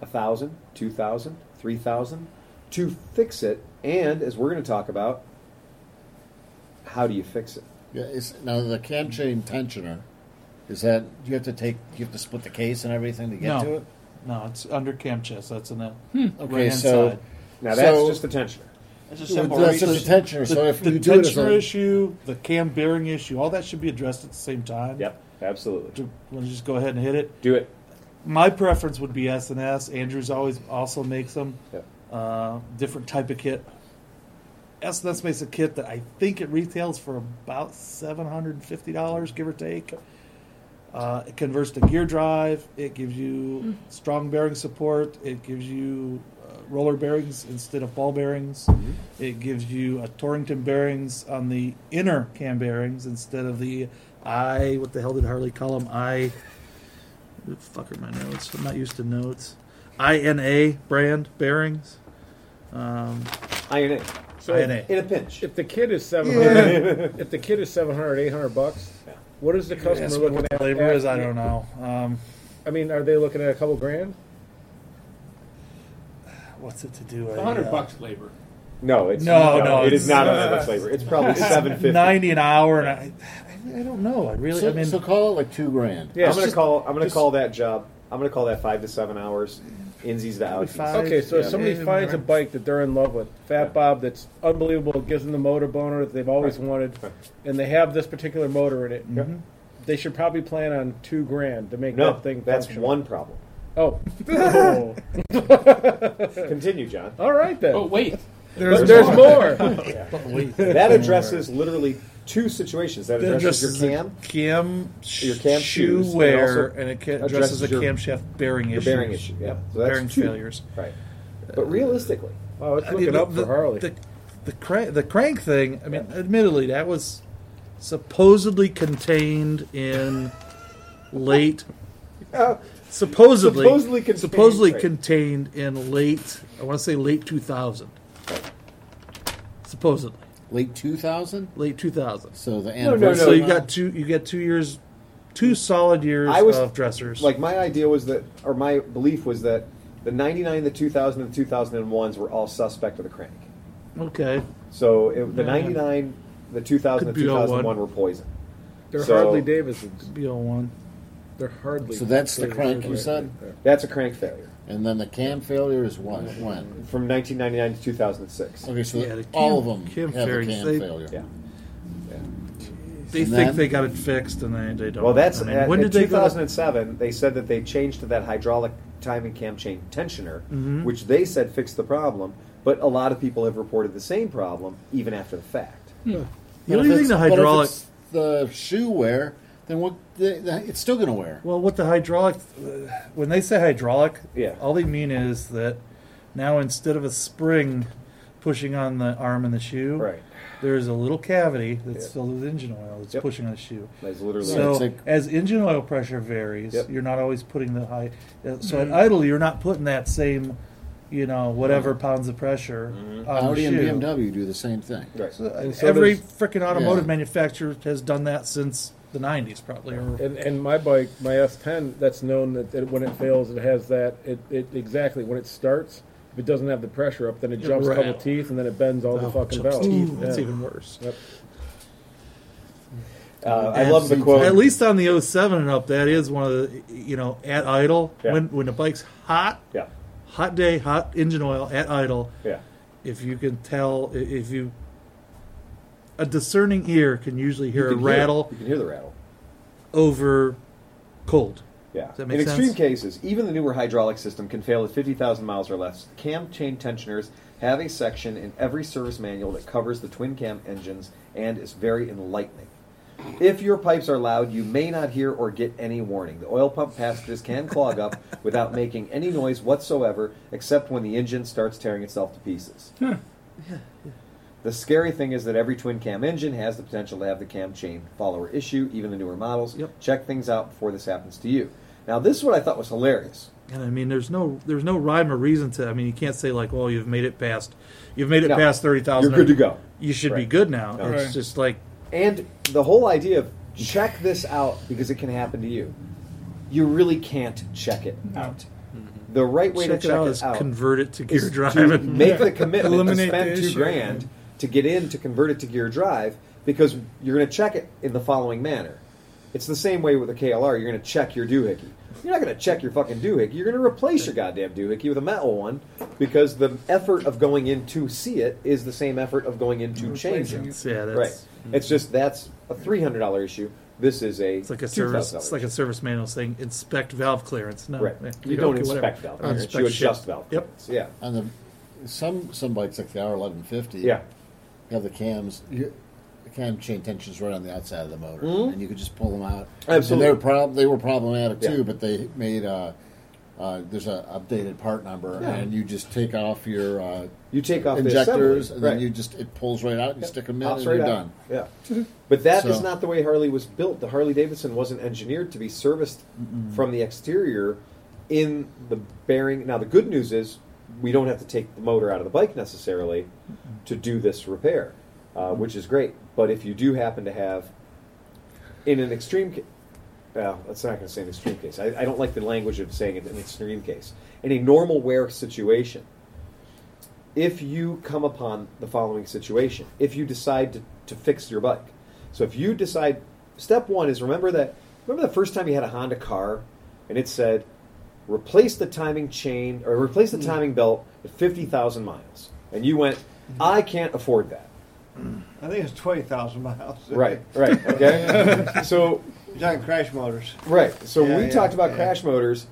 B: a thousand, two thousand, three thousand to fix it, and as we're going to talk about, how do you fix it?
E: Yeah, it's, now the cam chain tensioner is that you have to take you have to split the case and everything to get
D: No.
E: to it.
D: No, it's under cam chest. That's in the
E: Okay,
D: right hand
E: so
D: side.
B: Now that's
E: So-
B: just the tensioner.
A: It's a
E: Well,
A: simple
E: that's
A: reason.
E: just a tensioner. so
D: the,
E: if
D: the
E: you do it as
D: tensioner
E: a,
D: issue, the cam bearing issue, all that should be addressed at the same time.
B: Yep, absolutely.
D: Do- Let's just go ahead and hit it.
B: Do it.
D: My preference would be S and S. Andrews always also makes them.
B: Yep.
D: Uh, different type of kit. S and S makes a kit that I think it retails for about seven hundred and fifty dollars, give or take. Uh, it converts to gear drive. It gives you strong bearing support. It gives you uh, roller bearings instead of ball bearings. It gives you a Torrington bearings on the inner cam bearings instead of the I. What the hell did Harley call them? I. Fucker, my notes. I'm not used to notes. INA brand bearings. Um,
B: INA.
F: So
D: INA.
B: In a pinch.
F: if the kid is seven hundred, if the kid is 700, 800 bucks, what is the customer
D: Ask me
F: looking
D: what the
F: at?
D: labor is, I don't know. Um,
F: I mean, are they looking at a couple grand?
D: what's it to do? uh,
A: A hundred bucks labor.
B: No, it's
D: No, no,
B: It is
D: it's-
B: not another flavor. It's probably seven fifty. I'm
D: Ninety an hour, and I, I don't know. I really,
E: so,
D: I mean,
E: so call it like two grand.
F: Yeah, it's
B: gonna
F: just-
B: call. I'm gonna call that job. I'm gonna call that five to seven hours. Insies to outsies.
D: five.
F: Okay, so if
B: Yeah.
F: somebody
D: Yeah.
F: finds a bike that they're in love with, Fat Bob, that's unbelievable, gives them the motor boner that they've always wanted, and they have this particular motor in it, they should probably plan on two grand to make
B: No,
F: that thing
B: that's
F: functional.
B: one problem.
F: Oh. Oh.
B: Continue, John.
F: all right then.
A: But Oh, wait,
F: there's, there's more.
B: That addresses literally two situations. That
D: It
B: addresses your
D: addresses the
B: cam,
D: cam, sh-
B: Your cam
D: shoe
B: shoes, and
D: wear,
B: also
D: and it ca-
B: addresses
D: addresses the
B: your-
D: camshaft bearing
B: your
D: issues.
B: bearing issue. Yeah, so that's
D: bearing
B: two.
D: failures.
B: right? But realistically,
F: Wow, it's
D: I
F: looking
D: mean,
F: up for Harley.
D: The, the, crank, the crank thing, I mean, admittedly, that was supposedly contained in late. supposedly,
B: supposedly contained,
D: supposedly
B: right.
D: contained in late, I want to say late 2000. Supposedly.
E: Late two thousand.
D: Late 2000.
E: So the
B: no,
E: anniversary.
D: so you
B: no.
D: got two. You got two years, two solid years
B: I was-
D: of dressers.
B: like my idea was that, or my belief was that, the '99, the 2000, and the 2001s were all suspect of the crank.
D: okay,
B: So it, the '99, the 2000,
D: Could
B: and
D: be all
B: 2001
D: one.
B: were poison.
F: they're
B: so-
F: Harley Davidsons.
D: be all one.
F: They're hardly.
E: So that's the
F: Davidsons
E: crank you
F: right
E: said,
F: there.
B: That's a crank failure.
E: and then the cam failure is what? When?
B: from 1999 to 2006.
E: Okay, so
D: Yeah, the
E: all of
D: cam-
E: them
D: cam
E: have a
D: failures,
E: cam
D: they-
E: failure.
B: Yeah.
D: They think
E: And then-
D: they got it fixed, and they, they don't.
B: Well, that's
D: I mean,
B: at-
D: when
B: in
D: did they go? to-
B: 2007. They said that they changed to that hydraulic timing cam chain tensioner,
D: Mm-hmm.
B: which they said fixed the problem. But a lot of people have reported the same problem even after the fact.
E: But
D: The
E: if
D: only thing
E: it's-
D: the
E: but if
D: hydraulic.
E: it's the shoe wear, then what? The, the, it's still going to wear.
D: Well, what the hydraulic. When they say hydraulic,
B: Yeah.
D: all they mean is that now instead of a spring pushing on the arm and the shoe,
B: Right.
D: there is a little cavity that's
B: Yeah.
D: filled with engine oil that's
B: Yep.
D: pushing on the shoe.
B: That's literally
D: So
E: it's like-
D: as engine oil pressure varies,
B: Yep.
D: you're not always putting the high. uh, So
E: Mm-hmm.
D: at idle, you're not putting that same, you know, whatever
B: Mm-hmm.
D: pounds of pressure on
E: Audi
D: the
E: and
D: shoe.
E: BMW do the same thing.
B: right.
D: So, uh,
F: And so
D: Every
F: there's-
D: freaking automotive
E: Yeah.
D: manufacturer has done that since the '90s, probably. Or,
F: And, and my bike, my S10, that's known that, that when it fails, it has that. It, it exactly when it starts, If it doesn't have the pressure up, then it jumps a couple
D: Right.
F: teeth and then it bends all the
P: Oh,
F: fucking
P: chumps
F: valves.
P: teeth.
F: Yeah.
P: That's even worse.
B: Uh, I love the quote.
D: At least on the 07 and up, that is one of the you know at idle
B: Yeah.
D: when when the bike's hot,
B: Yeah,
D: hot day, hot engine oil at idle.
B: yeah.
D: If you can tell, i- if you a discerning ear can usually hear a
B: can hear-
D: rattle
B: you can hear the rattle.
D: over cold.
B: Yeah.
D: that
B: In
D: make
B: extreme
D: sense?
B: cases, even the newer hydraulic system can fail at 50,000 miles or less. Cam chain tensioners have a section in every service manual that covers the twin cam engines and is very enlightening. If your pipes are loud, you may not hear or get any warning. The oil pump passages can clog up without making any noise whatsoever, except when the engine starts tearing itself to pieces. The scary thing is that every twin cam engine has the potential to have the cam chain follower issue, even the newer models.
D: Yep.
B: Check things out before this happens to you. Now, this is what I thought was hilarious.
D: And I mean, there's no there's no rhyme or reason to. I mean, you can't say like, well, you've made it past, you've made it
B: No.
D: past thirty thousand.
B: You're good to go.
D: You should be
B: Right.
D: good now.
B: No.
D: It's
C: Right.
D: just like
B: And the whole idea of check this out because it can happen to you. You really can't check it out. The right way
D: check
B: to
D: it
B: check
D: out
B: it
D: is
B: out
D: convert it to
B: is
D: gear
B: to
D: driving.
B: make the commitment
C: Eliminate
B: to
C: the
B: spend two
C: issue.
B: grand to get in to convert it to gear drive because you're going to check it in the following manner. It's the same way with a KLR. You're going to check your doohickey. You're not going to check your fucking doohickey. You're going to replace your goddamn doohickey with a metal one because the effort of going in to see it is the same effort of going in to change
C: Replacing
B: it.
C: it.
D: yeah, that's mm-hmm.
B: Right. It's just that's a three hundred dollar issue. This is a
D: it's like a service. It's like a service manual saying inspect valve clearance. No,
B: right.
D: eh,
B: You, don't,
D: okay, whatever.
B: inspect valve. clearance,
D: Inspect
B: you
D: shit.
B: adjust valve.
D: Yep.
B: clearance. Yeah.
E: On the some some bikes like the hour eleven fifty.
B: Yeah.
E: have the cams. You, the cam chain tensions right on the outside of the motor, and you could just pull them out. And
B: Hmm? Absolutely.
E: they were prob- they were problematic too,
B: Yeah.
E: but they made uh, uh, there's a updated part number, and you just take off your uh,
B: You take off
E: injectors,
B: the assembly,
E: and
B: right.
E: then you just it pulls right out, and you stick them in,
B: Pops
E: and
B: right
E: you're
B: out.
E: done.
B: Yeah. But that is
E: So-
B: not the way Harley was built. The Harley Davidson wasn't engineered to be serviced from the exterior in the bearing. Now, the good news is we don't have to take the motor out of the bike necessarily to do this repair, uh, which is great. But if you do happen to have, in an extreme case, well, that's not going to say an extreme case. I, I don't like the language of saying it in an extreme case. In a normal wear situation, if you come upon the following situation, if you decide to, to fix your bike. So if you decide, step one is remember that, remember the first time you had a Honda car and it said, replace the timing chain or replace
H: Mm-hmm.
B: the timing belt at 50,000 miles. And you went,
H: Mm-hmm.
B: I can't afford that.
H: I think it's 20,000 miles.
B: Right, right, okay? so
H: It's on Crash Motors.
B: Right. So
H: Yeah,
B: we
H: yeah,
B: talked about
H: yeah.
B: crash motors,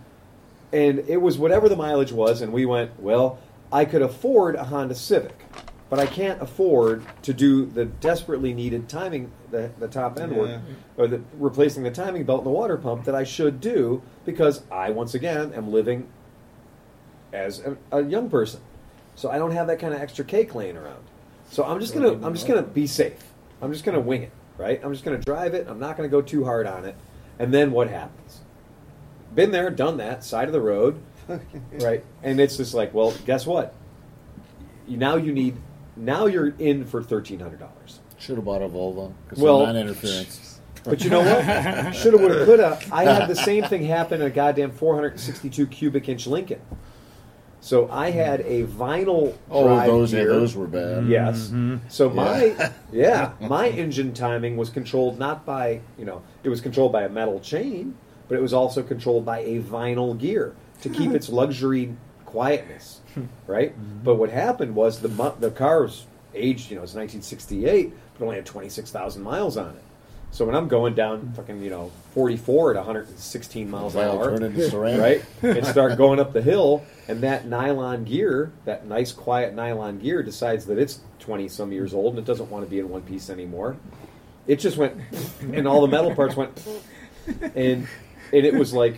B: and it was whatever the mileage was, and we went, well, I could afford a Honda Civic, but I can't afford to do the desperately needed timing, the, the top end work, or the, replacing the timing belt and the water pump that I should do because I, once again, am living as a, a young person. So I don't have that kind of extra cake laying around. So I'm just gonna I'm just gonna be safe. I'm just gonna wing it, right? I'm just gonna drive it. I'm not gonna go too hard on it. And then what happens? Been there, done that. Side of the road, right? And it's just like, well, guess what? You- Now you need now you're in for thirteen hundred dollars.
E: Should have bought a Volvo because
B: Well-
E: non-interference.
B: But you know what? Shoulda, woulda, coulda. I had the same thing happen in a goddamn 462 cubic inch Lincoln. So I had a vinyl
E: Oh,
B: drive Mm.
E: those yeah,
B: gear.
E: those were bad.
B: Yes. So my yeah, my engine timing was controlled not by, you know, it was controlled by a metal chain, but it was also controlled by a vinyl gear to keep its luxury quietness, right? But what happened was the mo- the car was aged, you know, it's 1968, but only had 26,000 miles on it. So when I'm going down fucking, you know, 44 at 116 miles an
E: Well,
B: hour,
E: turn into ceramic.
B: right? and start going up the hill, and that nylon gear, that nice quiet nylon gear, decides that it's 20 some years old and it doesn't want to be in one piece anymore. It just went, and all the metal parts went, and and it was like,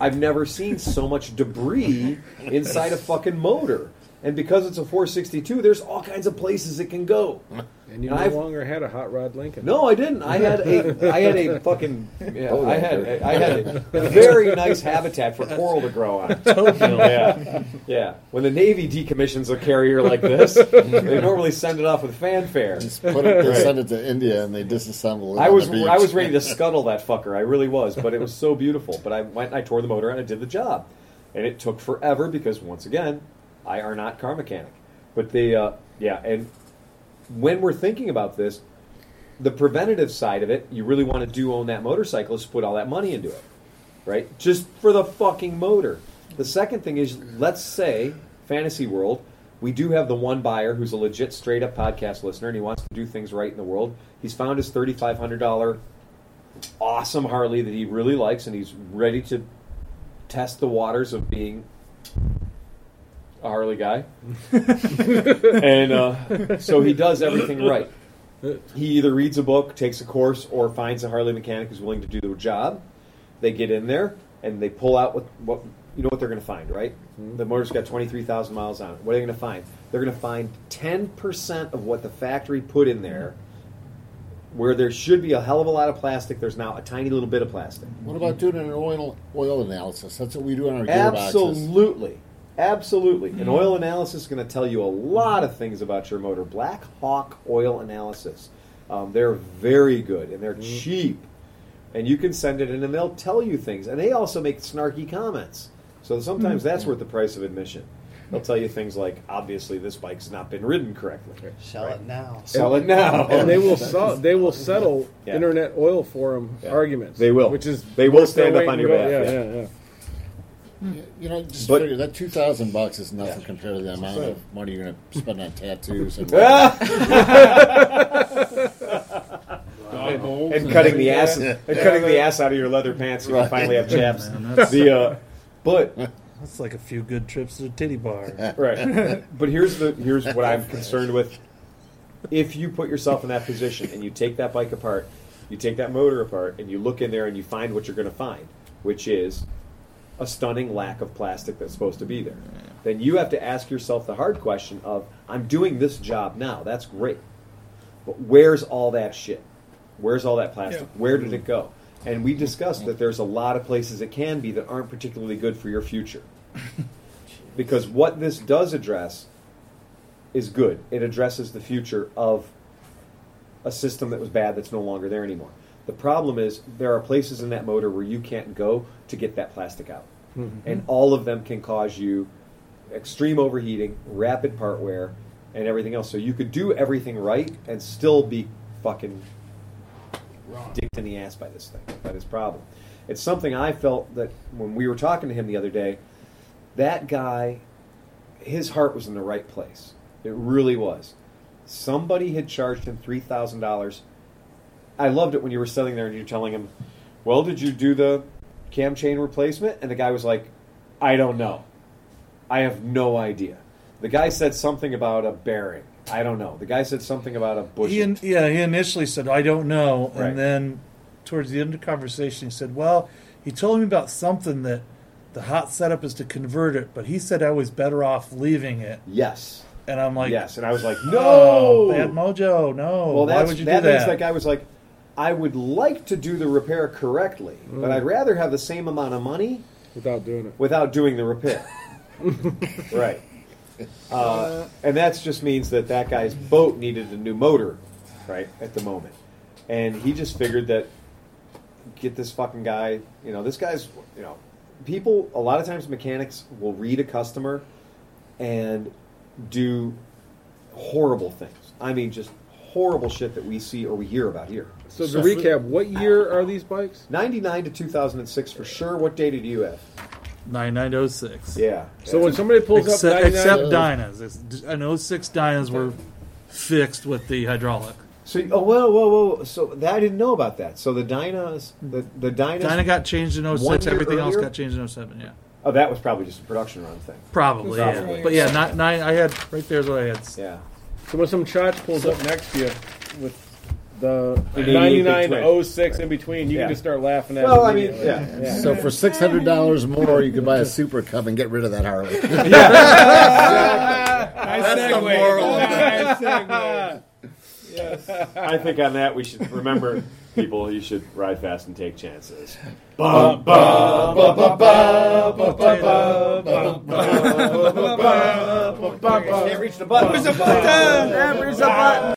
B: I've never seen so much debris inside a fucking motor. And because it's a 462, there's all kinds of places it can go.
F: And you
B: And
F: no
B: I've-
F: longer had a hot rod Lincoln.
B: No, I didn't. I had a, I had a fucking, yeah, I had, I had a very nice habitat for coral to grow on. yeah, yeah. When the Navy decommissions a carrier like this, they normally send it off with fanfare.
E: Just put it, they send it to India and they disassemble it.
B: I
E: on
B: was
E: the beach.
B: I was ready to scuttle that fucker. I really was, but it was so beautiful. But I went and I tore the motor and I did the job, and it took forever because once again, I are not car mechanic, but they uh, yeah. And when we're thinking about this, the preventative side of it, you really want to do own that motorcycle is put all that money into it, right? Just for the fucking motor. The second thing is, let's say, fantasy world, we do have the one buyer who's a legit straight up podcast listener and he wants to do things right in the world. He's found his $3,500 awesome Harley that he really likes and he's ready to test the waters of being a Harley guy. and uh, so he does everything right. He either reads a book, takes a course, or finds a Harley mechanic who's willing to do the job. They get in there and they pull out what, what you know what they're going to find, right? The motor's got twenty three thousand miles on it. What are they going to find? They're going to find ten percent of what the factory put in there. Where there should be a hell of a lot of plastic, there's now a tiny little bit of plastic.
E: What about doing an oil oil analysis? That's what we do in our gearboxes.
B: Absolutely. Absolutely.
Q: Hmm.
B: An oil analysis is going to tell you a lot of things about your motor. Black Hawk oil analysis. Um, they're very good and they're
Q: Hmm.
B: cheap. And you can send it in and they'll tell you things. And they also make snarky comments. So
Q: Hmm.
B: sometimes that's worth the price of admission. They'll tell you things like, obviously, this bike's not been ridden correctly.
Q: Sell it now.
B: Sell it now.
F: and they will sell, they will settle
B: Yeah.
F: internet oil forum
B: Yeah.
F: arguments.
B: They will.
F: which is
B: They will
F: worth their
B: stand up
F: weight
B: on
F: in
B: your
F: gold.
B: behalf,
F: Yeah,
B: yeah.
F: yeah, yeah.
E: You know, just
B: But-
E: figure that two thousand bucks is nothing compared to the amount of money you're going to spend on tattoos and
A: Goggles
B: and cutting the ass
E: Yeah.
B: and cutting the ass out of your leather pants so you can finally have chaps. the uh, but
D: That's like a few good trips to the titty bar.
B: right. But here's the here's what I'm concerned with. If you put yourself in that position and you take that bike apart, you take that motor apart, and you look in there and you find what you're going to find, which is a stunning lack of plastic that's supposed to be there. Then you have to ask yourself the hard question of, I'm doing this job now. That's great. But where's all that shit? Where's all that plastic? Where did it go? And we discussed that there's a lot of places it can be that aren't particularly good for your future. because what this does address is good. It addresses the future of a system that was bad that's no longer there anymore. The problem is there are places in that motor where you can't go to get that plastic out. And all of them can cause you extreme overheating, rapid part wear, and everything else. So you could do everything right and still be fucking
A: wrong.
B: dicked in the ass by this thing, by this problem. It's something I felt that when we were talking to him the other day, that guy, his heart was in the right place. It really was. Somebody had charged him three thousand dollars. I loved it when you were sitting there and you're telling him, "Well, did you do the cam chain replacement?" And the guy was like, "I don't know. I have no idea." The guy said something about a bearing. I don't know. The guy said something about a bushing.
D: He in, yeah, he initially said, I don't know.
B: Right.
D: And then towards the end of the conversation, he said, Well, he told me about something that the hot setup is to convert it, but he said I was better off leaving it.
B: yes.
D: And I'm like,
B: yes, and I was like, "No,
D: Oh, bad mojo. No.
B: Well,
D: Why
B: that's,
D: would you
B: that
D: do
B: means
D: that?
B: that guy was like, I would like to do the repair correctly,
D: Mm.
B: but I'd rather have the same amount of money
F: Without doing it,
B: without doing the repair. right. Uh, and that just means that that guy's boat needed a new motor, right, at the moment. And he just figured that get this fucking guy, you know, this guy's, you know, people, a lot of times mechanics will read a customer and do horrible things. I mean, just horrible shit that we see or we hear about here.
F: so to recap, what year are these bikes?
B: 99 to 2006 for sure. What data do you have?
D: 9906.
B: Yeah.
F: So when somebody pulls up
D: Except,
F: 99,
D: except Dynas. It's- An 06 Dynas were fixed with the hydraulic.
B: So oh whoa whoa whoa! So that, I didn't know about that. So the Dynas, the the Dynas.
D: Dyna got changed in
B: One
D: 06.
B: year
D: Everything else
B: earlier?
D: got changed in 07, yeah.
B: oh, that was probably just a production run thing.
D: Probably,
B: Probably.
D: yeah. But yeah, not, nine, I had, right there's what I had.
B: Yeah.
F: so when some chotch pulls up next to you with the
B: An
F: 99
B: 88
F: to 06 in between, you
B: Yeah.
F: can just start laughing at.
B: Well,
F: it
B: I mean,
F: immediately.
B: yeah.
E: So for six hundred dollars more, you could buy a Super Cub and get rid of that Harley.
R: That's the
E: moral
B: I think on that we should remember, people, you should ride fast and take chances. Bum, bum, bum, bum, bum, bum, bum, bum, bum, bum, bum, bum, bum, bum. Can't reach the button.
S: There's a button.